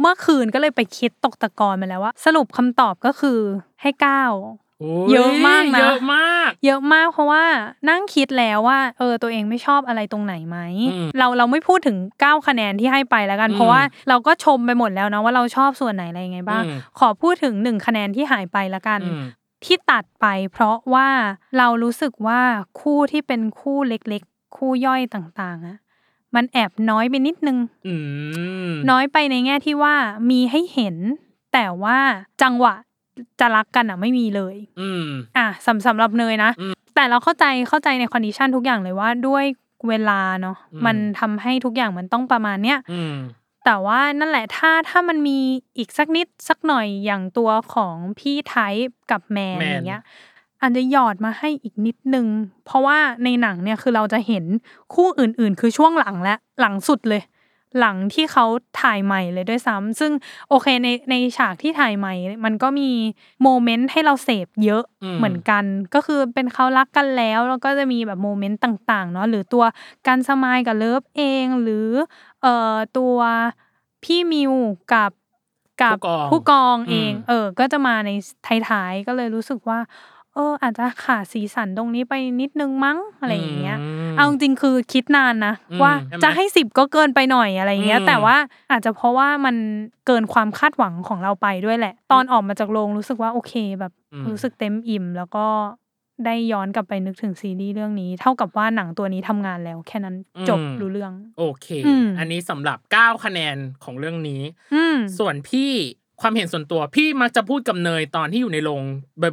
Speaker 3: เมื่อคืนก็เลยไปคิดตกตะกอนมาแล้วว่า สรุปคำตอบก็คือให้เก้า
Speaker 2: โอ้
Speaker 3: เยอะมากนะ
Speaker 2: เยอะมาก
Speaker 3: เยอะมากเพราะว่านั่งคิดแล้วว่า เออตัวเองไม่ชอบอะไรตรงไหนไหม
Speaker 2: อืม
Speaker 3: เราเราไม่พูดถึง 9 คะแนนที่ให้ไปแล้วกัน
Speaker 2: อืม
Speaker 3: เพราะว่าเราก็ชมไปหมดแล้วนะว่าเราชอบส่วนไหนอะไรยังไงบ้าง
Speaker 2: อืม
Speaker 3: ขอพูดถึง 1 คะแนนที่หายไปแล้วกัน
Speaker 2: อืม
Speaker 3: ที่ตัดไปเพราะว่าเรารู้สึกว่าคู่ที่เป็นคู่เล็กๆ คู่ย่อยต่างๆอะมันแอบน้อยไปนิดนึง
Speaker 2: อืม
Speaker 3: น้อยไปในแง่ที่ว่ามีให้เห็น แต่ว่าจังหวะจะรักกันอะไม่มีเลย
Speaker 2: อืม
Speaker 3: อ่ะสำสำหรับเนยนะ
Speaker 2: อืม
Speaker 3: แต่เราเข้าใจเข้าใจในคอนดิชันทุกอย่างเลยว่าด้วยเวลาเนาะ
Speaker 2: อืม
Speaker 3: มันทำให้ทุกอย่างมันต้องประมาณเนี้ย
Speaker 2: อืม
Speaker 3: แต่ว่านั่นแหละถ้าถ้ามันมีอีกสักนิดสักหน่อยอย่างตัวของพี่ไทป์กับแมน
Speaker 2: แมน
Speaker 3: อย่างเงี้ยอาจจะหยอดมาให้อีกนิดนึง เพราะว่าในหนังเนี่ยคือเราจะเห็นคู่อื่นๆ คือช่วงหลังและหลังสุดเลย หลังที่เขาถ่ายใหม่เลยด้วยซ้ำซึ่งโอเคในในฉากที่ถ่ายใหม่ มันก็มีโมเมนต์ให้เราเสพเยอะ
Speaker 2: อืม
Speaker 3: เหมือนกันก็คือเป็นเขารักกันแล้วแล้วก็จะมีแบบโมเมนต์ต่างๆเนาะหรือตัวการสมายกับเลิฟเองหรือเอ่อตัวพี่มิวกับกั
Speaker 2: ผู้กอง
Speaker 3: ผู้กองเอง
Speaker 2: อืม
Speaker 3: เออก็จะมาในท้ายๆก็เลยรู้สึกว่า เออ อาจจะขาดสีสันตรงนี้ไปนิดนึงมั้งอะไรอย่างเงี้ย
Speaker 2: ม
Speaker 3: เอาจริงๆคือคิดนานนะ
Speaker 2: อืม
Speaker 3: ว่า
Speaker 2: ใช่ไหม
Speaker 3: จะให้สิบก็เกินไปหน่อยอะไรเงี้
Speaker 2: อื
Speaker 3: ย
Speaker 2: ม
Speaker 3: แต่ว่าอาจจะเพราะว่ามันเกินความคาดหวังของเราไปด้วยแหละ ตอนออกมาจากโรงรู้สึกว่าโอเคแบบ
Speaker 2: อืม
Speaker 3: รู้สึกเต็มอิ่ม แล้วก็ได้ย้อนกลับไปนึกถึงซีรีส์เรื่องนี้ เท่ากับว่าหนังตัวนี้ทำงานแล้ว แค่นั้นจบ
Speaker 2: อืม
Speaker 3: รู้เรื่อง
Speaker 2: โอเค
Speaker 3: อืม
Speaker 2: อันนี้สำหรับ 9 คะแนนของเรื่องนี้
Speaker 3: อืม
Speaker 2: ส่วนพี่ความเห็นส่วนตัว พี่มักจะพูดกับเนยตอนที่อยู่ในโรง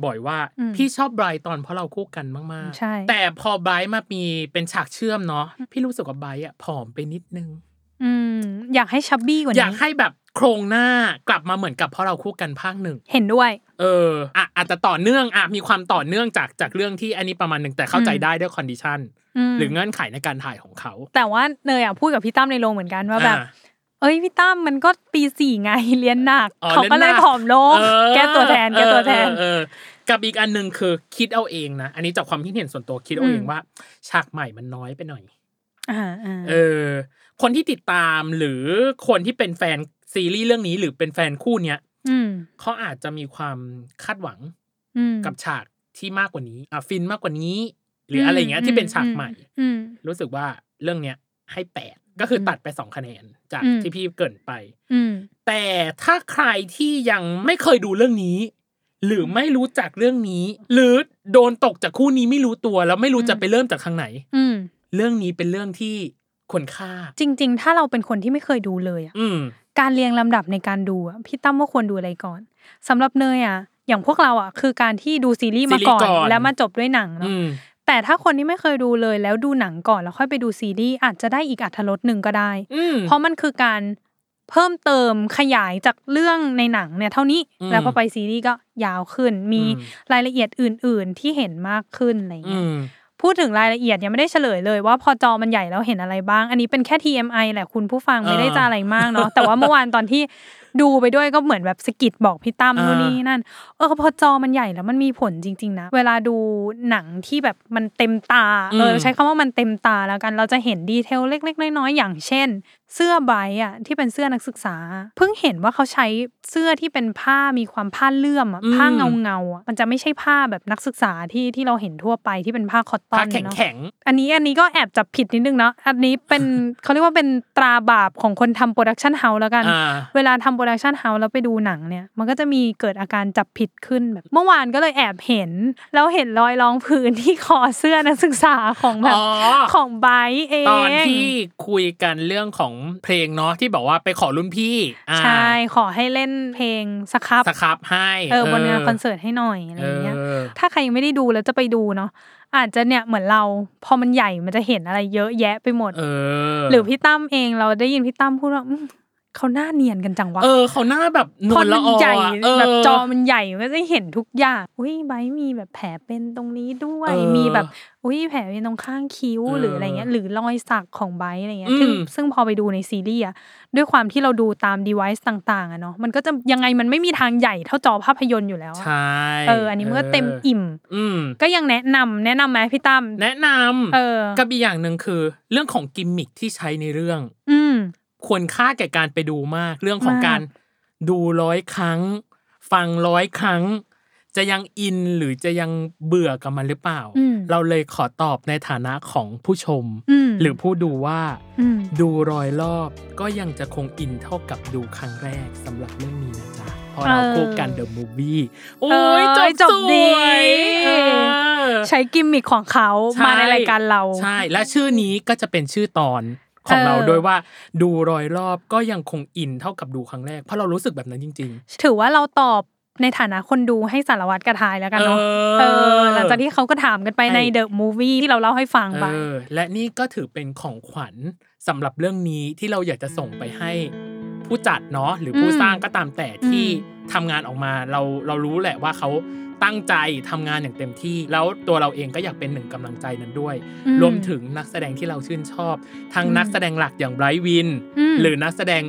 Speaker 2: บ่อยๆ ว่า
Speaker 3: อืม
Speaker 2: พี่ชอบไบรท์ตอนเพราะเราคู่กันมาก
Speaker 3: ใช่
Speaker 2: ๆ แต่พอไบรท์มามีเป็นฉากเชื่อมเนาะพี่รู้สึกว่าไบรท์อะผอมไปนิดนึง
Speaker 3: อืม อยากให้ชับบี้กว่า
Speaker 2: อยาก
Speaker 3: นี้
Speaker 2: ให้แบบโครงหน้ากลับมาเหมือนกับเพราะเราคู่กันภาคหนึ่ง
Speaker 3: เห็นด้วย
Speaker 2: เอออ่ะอาจจะต่อเนื่องอ่ะมีความต่อเนื่องจากจากเรื่องที่อันนี้ประมาณหนึ่งแต่เข้าใจ
Speaker 3: อืม
Speaker 2: ได้ด้วยคอนดิชัน
Speaker 3: อืม
Speaker 2: หรือเงื่อนไขในการถ่ายของเขา
Speaker 3: แต่ว่าเนยอ่ะพูดกับพี่ตั้มในโรงเหมือนกันว่าแบบ
Speaker 2: อ่ะ
Speaker 3: เอ้ยพี่ตั้มมันก็ปีสี่ไง เรียนหนัก
Speaker 2: อ๋อ
Speaker 3: เขาก็เลย
Speaker 2: รีนหนั
Speaker 3: ผอมลง
Speaker 2: เออ
Speaker 3: แก้ตัวแทนแก้ตัวแทน
Speaker 2: เออเออเออกับอีกอันหนึ่งคือคิดเอาเองนะ อันนี้จากความคิดเห็นส่วนตัวคิดเอาเอง
Speaker 3: อืม
Speaker 2: ว่า ฉากใหม่มันน้อยไปหน่อย
Speaker 3: อ่าอ่า
Speaker 2: เออ คนที่ติดตามหรือคนที่เป็นแฟนซีรีส์เรื่องนี้หรือเป็นแฟนคู่เนี้ย
Speaker 3: อืม
Speaker 2: เขาอาจจะมีความคาดหวัง
Speaker 3: อืม
Speaker 2: กับฉากที่มากกว่านี้อ่ะฟินมากกว่านี้ หรืออะไรอย่างเงี้ย
Speaker 3: อืม
Speaker 2: ที่เป็นฉาก
Speaker 3: อืม
Speaker 2: ใหม่
Speaker 3: อืม
Speaker 2: รู้สึกว่าเรื่องเนี้ยให้แปดก็คือตัดไปสองคะแนนจาก
Speaker 3: อืม
Speaker 2: ที่พี่เกรินไป
Speaker 3: อืม
Speaker 2: แต่ถ้าใครที่ยังไม่เคยดูเรื่องนี้ หรือไม่รู้จักเรื่องนี้ หรือโดนตกจากคู่นี้ไม่รู้ตัว แล้วไม่รู้
Speaker 3: อืม
Speaker 2: จะไปเริ่มจากทางไหน
Speaker 3: อืม
Speaker 2: เรื่องนี้เป็นเรื่องที่ควรค่า
Speaker 3: จริง ๆ ถ้าเราเป็นคนที่ไม่เคยดูเลยอะ
Speaker 2: อืม
Speaker 3: การเรียงลำดับในการดูอะพี่ตั้มว่าควรดูอะไรก่อนสำหรับเนยอ่ะ อย่างพวกเราอ่ะ คือการที่ดูซีรีส์มาก่อ
Speaker 2: ซีรีส์
Speaker 3: น
Speaker 2: ก่อน
Speaker 3: แล้วมาจบด้วยหนังเนาะ
Speaker 2: อืม
Speaker 3: แต่ถ้าคนที่ไม่เคยดูเลยแล้วดูหนังก่อนแล้วค่อยไปดูซีรีส์อาจจะได้อีกอัธรสหนึ่งก็ได้
Speaker 2: อืม
Speaker 3: เพราะมันคือการเพิ่มเติมขยายจากเรื่องในหนังเนี่ยเท่านี้
Speaker 2: อืม
Speaker 3: แล้วพอไปซีรีส์ก็ยาวขึ้น มี
Speaker 2: อืม
Speaker 3: รายละเอียดอื่น ๆ ที่เห็นมากขึ้นอะไร
Speaker 2: อื
Speaker 3: เงี้ย
Speaker 2: ม
Speaker 3: พูดถึงรายละเอียดยังไม่ได้เฉลยเลยว่าพอจอมันใหญ่แล้วเห็นอะไรบ้าง อันนี้เป็นแค่ TMI แหละคุณผู้ฟัง
Speaker 2: อ่า
Speaker 3: ไม่ได้จะอะไรมากเนาะ แต่ว่าเมื่อวานตอนที่ดูไปด้วยก็เหมือนแบบสะกิดบอกพี่ตั้ม
Speaker 2: อ่านู่
Speaker 3: นู่นนี่นั่นเออพอจอมันใหญ่แล้วมันมีผลจริง ๆ นะ เวลาดูหนังที่แบบมันเต็มตาเออใช้ ใช้คำว่ามันเต็มตาแล้วกัน เราจะเห็นดีเทลเล็ก ๆ น้อยๆอย่างเช่น เสื้อใบอ่ะที่เป็นเสื้อนักศึกษา เพิ่งเห็นว่าเขาใช้เสื้อที่เป็นผ้ามีความผ้าเลื่อมอ่ะ
Speaker 2: อืม
Speaker 3: ผ้าเงาเงาๆอ่ะมันจะไม่ใช่ผ้าแบบนักศึกษาที่ที่เราเห็นทั่วไปที่เป็นผ้าคอตตอ
Speaker 2: ตาน แข็ง
Speaker 3: เนาะ
Speaker 2: แข็ง
Speaker 3: อันนี้อันนี้ก็แอบจับผิดนิดนึงเนาะอันนี้เป็น เขาเรียกว่าเป็นตราบาปของคนทำโปรดักชันเฮาส์แล้วกัน
Speaker 2: อ่า
Speaker 3: เวลาทำโป รดักชันเฮาส์แล้วไปดูหนังเนี่ย มันก็จะมีเกิดอาการจับผิดขึ้นแบบเมื่อวานก็เลยแอบเห็น แล้วเห็นรอยรองพื้นที่คอเสื้อนักศึกษาของแบบ
Speaker 2: อ๋อ
Speaker 3: ของไบร์ทเอง
Speaker 2: ตอนที่คุยกันเรื่องของเพลงเนาะที่บอกว่าไปขอรุ่นพี่อ่า
Speaker 3: ใช่ ขอให้เล่นเพลงสครับ
Speaker 2: สครับให้
Speaker 3: เออบนงานคอนเสิร์ตให้หน่อยอะไร
Speaker 2: เอ
Speaker 3: เงี้ย
Speaker 2: อ
Speaker 3: ถ้าใครยังไม่ได้ดูแล้วจะไปดูเนาะอาจจะเนี่ยเหมือนเรา พอมันใหญ่มันจะเห็นอะไรเยอะแยะไปหมด
Speaker 2: เออ
Speaker 3: หรือพี่ตั้มเองเราได้ยินพี่ตั้มพูดว่าอืมเขาหน้าเนียนกันจังวะ
Speaker 2: เออเขาหน้าแบบน
Speaker 3: พอ
Speaker 2: วล
Speaker 3: มั
Speaker 2: ละ
Speaker 3: น
Speaker 2: ออ
Speaker 3: ใหญ่
Speaker 2: อะเออ
Speaker 3: แบบจอมันใหญ่มันก็จะเห็นทุกอย่างอุ้ยไบร์ทมีแบบแผลเป็นตรงนี้ด้วย
Speaker 2: เออ
Speaker 3: มีแบบอุ้ยแผลเป็นตรงข้างคิ้ว
Speaker 2: เออ
Speaker 3: หรืออะไรเงี้ย หรือรอยสักของไบร์ทอะไรเงี้ย
Speaker 2: อืม
Speaker 3: ซึ่งซึ่งพอไปดูในซีรีส์อะด้วยความที่เราดูตามดีไวซ์ต่างๆอะเนาะมันก็จะยังไงมันไม่มีทางใหญ่เท่าจอภาพยนตร์อยู่แล้วอะ
Speaker 2: ใช่
Speaker 3: เอออันนี้มันก็เต็มอิ่ม
Speaker 2: อืม
Speaker 3: ก็ยังแนะนำแนะนำไหมพี่ตั้ม
Speaker 2: แนะนำ
Speaker 3: เออ
Speaker 2: กับอีกอย่างหนึ่งคือ เรื่องของกิมมิคที่ใช้ในเรื่อง
Speaker 3: อืม
Speaker 2: ควรค่าแก่การไปดูมาก เรื่องของ
Speaker 3: มาก
Speaker 2: การดูร้อยครั้ง ฟังร้อยครั้ง จะยังอินหรือจะยังเบื่อกับมันหรือเปล่า
Speaker 3: อืม
Speaker 2: เราเลยขอตอบในฐานะของผู้ชม
Speaker 3: อืม
Speaker 2: หรือผู้ดูว่า
Speaker 3: ม
Speaker 2: ดูร้อยรอบก็ยังจะคงอินเท่ากับดูครั้งแรกสำหรับเรื่องนี้นะจ๊ะเพราะเราคู่กันเดอะมูฟวี่โอ้ยจบ
Speaker 3: จบ
Speaker 2: ส
Speaker 3: ดี
Speaker 2: วยเออ
Speaker 3: ใช้กิมมิคของเขา
Speaker 2: ใช่
Speaker 3: มาในรายการเรา
Speaker 2: ใช่ และชื่อนี้ก็จะเป็นชื่อตอนของเรา
Speaker 3: เออ
Speaker 2: ด้วยว่าดูรอยรอบก็ยังคงอินเท่ากับดูครั้งแรก เพราะเรารู้สึกแบบนั้นจริง
Speaker 3: ถือว่าเราตอบในฐานะคนดูให้สารวัตรกระทายแล้ว
Speaker 2: ๆ
Speaker 3: กันเนาะเออหลังจากที่เขาก็ถามกันไปในเดอะมูวี่ที่เราเล่าให้ฟังไป
Speaker 2: เออและนี่ก็ถือเป็นของขวัญสำหรับเรื่องนี้ที่เราอยากจะส่งไปให้ผู้จัดเนาะหรือผู้
Speaker 3: อืม
Speaker 2: สร้างก็ตามแต่ที่
Speaker 3: อื
Speaker 2: ทำงานออกมาเราเรารู้แหละว่าเขาตั้งใจทำงานอย่างเต็มที่ แล้วตัวเราเองก็อยากเป็นหนึ่งกำลังใจนั้นด้วย รวมถึงนักแสดงที่เราชื่นชอบ ทั้ง
Speaker 3: อืม
Speaker 2: นักแสดงหลักอย่างไบรท์วิน
Speaker 3: อืม
Speaker 2: หรือนักแสดง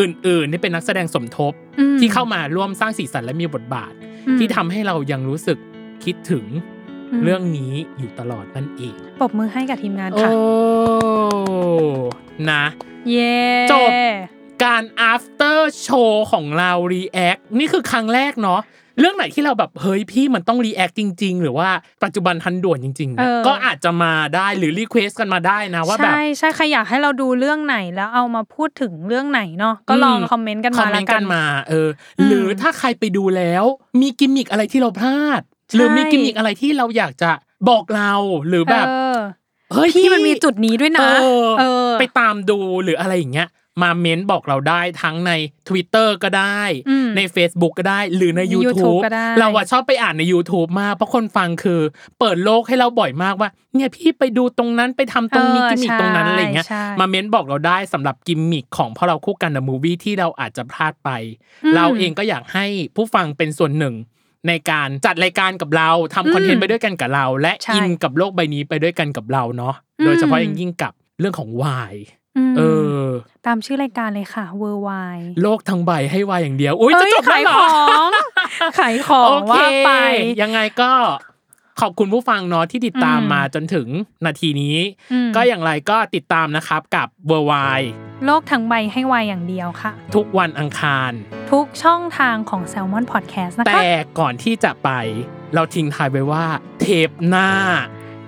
Speaker 2: อื่นๆที่เป็นนักแสดงสมทบ
Speaker 3: ม
Speaker 2: ที่เข้ามาร่วมสร้างสีสันและมีบทบาท
Speaker 3: อืม
Speaker 2: ที่ทำให้เรายังรู้สึกคิดถึง
Speaker 3: ม
Speaker 2: เรื่องนี้อยู่ตลอดนั่นเอง
Speaker 3: ปรบมือให้กับทีมงาน
Speaker 2: โอ้
Speaker 3: ค่ะ
Speaker 2: นะ
Speaker 3: เย่
Speaker 2: จบ การ after show ของเรา react นี่คือครั้งแรกเนาะเรื่องไหนที่เราแบบเฮ้ยพี่มันต้อง react จริง ๆ หรือว่าปัจจุบันทันด่วนจริงๆ
Speaker 3: เอ
Speaker 2: เนี่ย
Speaker 3: อ
Speaker 2: ก็อาจจะมาได้หรือ request กันมาได้นะว่าแบบ
Speaker 3: ใช่ใช่ใครอยากให้เราดูเรื่องไหนแล้วเอามาพูดถึงเรื่องไหนเนาะก็ลอง
Speaker 2: อืม
Speaker 3: คอมเมนต์กัน
Speaker 2: คอ
Speaker 3: มาม
Speaker 2: เม
Speaker 3: ละ
Speaker 2: นต์
Speaker 3: กั
Speaker 2: กัน นมาเอออ
Speaker 3: ม
Speaker 2: หรือถ้าใครไปดูแล้ว มีกิมมิคอะไรที่เราพลาด
Speaker 3: ใช่
Speaker 2: หรือมีกิมมิคอะไรที่เราอยากจะบอกเราหรือแบบ
Speaker 3: เออ
Speaker 2: เฮ้ย
Speaker 3: พี่มันมีจุดนี้ด้วยนะ
Speaker 2: เออ
Speaker 3: เออ
Speaker 2: ไปตามดูหรืออะไรอย่างเงี้ย มาเม้นบอกเราได้ทั้งใน Twitter ก็ได้
Speaker 3: อืม
Speaker 2: ใน Facebook ก็ได้หรือใน
Speaker 3: ใน YouTube
Speaker 2: YouTube
Speaker 3: ก็ได้
Speaker 2: เราอะชอบไปอ่านใน YouTube มากเพราะคนฟังคือ เปิดโลกให้เราบ่อยมากว่า เนี่ยพี่ไปดูตรงนั้นไปทำตรงนี้กิมมิคตรงนั้นอะไรอย่างเงี้ย
Speaker 3: ใช่
Speaker 2: มาเม้นบอกเราได้สำหรับกิมมิคของพอเราคู่กันนะมูวี่ที่เราอาจจะพลาดไป
Speaker 3: อืม
Speaker 2: เราเองก็อยากให้ผู้ฟังเป็นส่วนหนึ่ง ในการจัดรายการกับเรา
Speaker 3: อืม
Speaker 2: ทำคอนเทนต์ไปด้วยกันกับเรา และ
Speaker 3: ใช่
Speaker 2: อินกับโลกใบนี้ไปด้วยกันกับเราเนาะ
Speaker 3: อืม
Speaker 2: โดยเฉพาะอย่างยิ่งกับเรื่องของวาย
Speaker 3: ม
Speaker 2: เออ
Speaker 3: ตามชื่อรายการเลยค่ะ Worldwide
Speaker 2: โลกทั้งใบให้วายอย่างเดียวอุ้ยจะจบแล้
Speaker 3: ขา
Speaker 2: วย เหร
Speaker 3: ข
Speaker 2: อ
Speaker 3: อง ขายของ
Speaker 2: โอเค
Speaker 3: ว่าไป
Speaker 2: ยังไงก็ขอบคุณผู้ฟังเนาะที่ติดตาม
Speaker 3: อืม
Speaker 2: มาจนถึงนาทีนี้
Speaker 3: อืม
Speaker 2: ก็อย่างไรก็ติดตามนะครับกับเวอร์วาย
Speaker 3: โลกทั้งใบให้วายอย่างเดียวค่ะ
Speaker 2: ทุกวันอังคาร
Speaker 3: ทุกช่องทางของ Salmon Podcast นะคะ
Speaker 2: แต่ก่อนที่จะไปเราทิ้งทายไว้ว่า เทปหน้า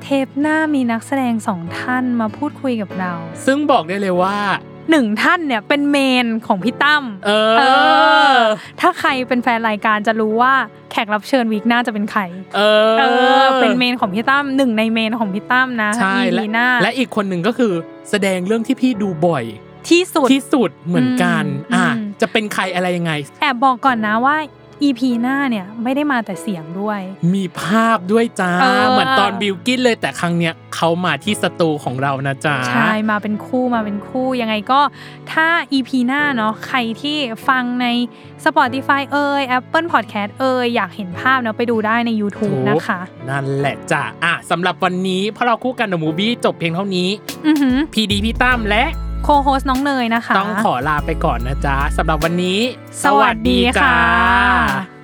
Speaker 3: เทปหน้ามีนักแสดงสองท่านมาพูดคุยกับเรา
Speaker 2: ซึ่งบอกได้เลยว่า
Speaker 3: หนึ่งท่านเนี่ยเป็นเมนของพี่ตั้ม
Speaker 2: เออ
Speaker 3: เออ ถ้าใครเป็นแฟนรายการจะรู้ว่าแขกรับเชิญวีคหน้าจะเป็นใคร
Speaker 2: เออ
Speaker 3: เออ เป็นเมนของพี่ตั้มหนึ่งในเมนของพี่ตั้มนะ
Speaker 2: ใช่
Speaker 3: อี
Speaker 2: และ
Speaker 3: พีหน้า
Speaker 2: และอีกคนหนึ่งก็คือแสดงเรื่องที่พี่ดูบ่อย
Speaker 3: ที่สุด
Speaker 2: ที่สุดเหมือนกัน
Speaker 3: อืม
Speaker 2: อ่ะ
Speaker 3: อืม
Speaker 2: จะเป็นใครอะไรยังไง
Speaker 3: แอบบอกก่อนนะว่า EP หน้าเนี่ยไม่ได้มาแต่เสียงด้วย
Speaker 2: มีภาพด้วยจ้า
Speaker 3: เออ
Speaker 2: เหมือนตอนบิวกิ้นเลยแต่ครั้งเนี้ยเขามาที่สตูของเรานะจ๊ะ
Speaker 3: ใช่มาเป็นคู่มาเป็นคู่ยังไงก็ถ้า EP หน้าเนาะใครที่ฟังใน Spotify เอ่ย Apple Podcast เอ่ยอยากเห็นภาพเนาะไปดูได้ใน YouTube
Speaker 2: ถูก
Speaker 3: นะคะ
Speaker 2: นั่นแหละจ้ะอ่ะสำหรับวันนี้พอเราคู่กันเดอะมูฟี่จบเพียงเท่านี้
Speaker 3: อือหือ
Speaker 2: พีดีพี่ตั้มและ
Speaker 3: โคโฮสน้องเนยนะคะ
Speaker 2: ต้องขอลาไปก่อนนะจ๊ะสำหรับวันนี้
Speaker 3: สวัสดีค่ะ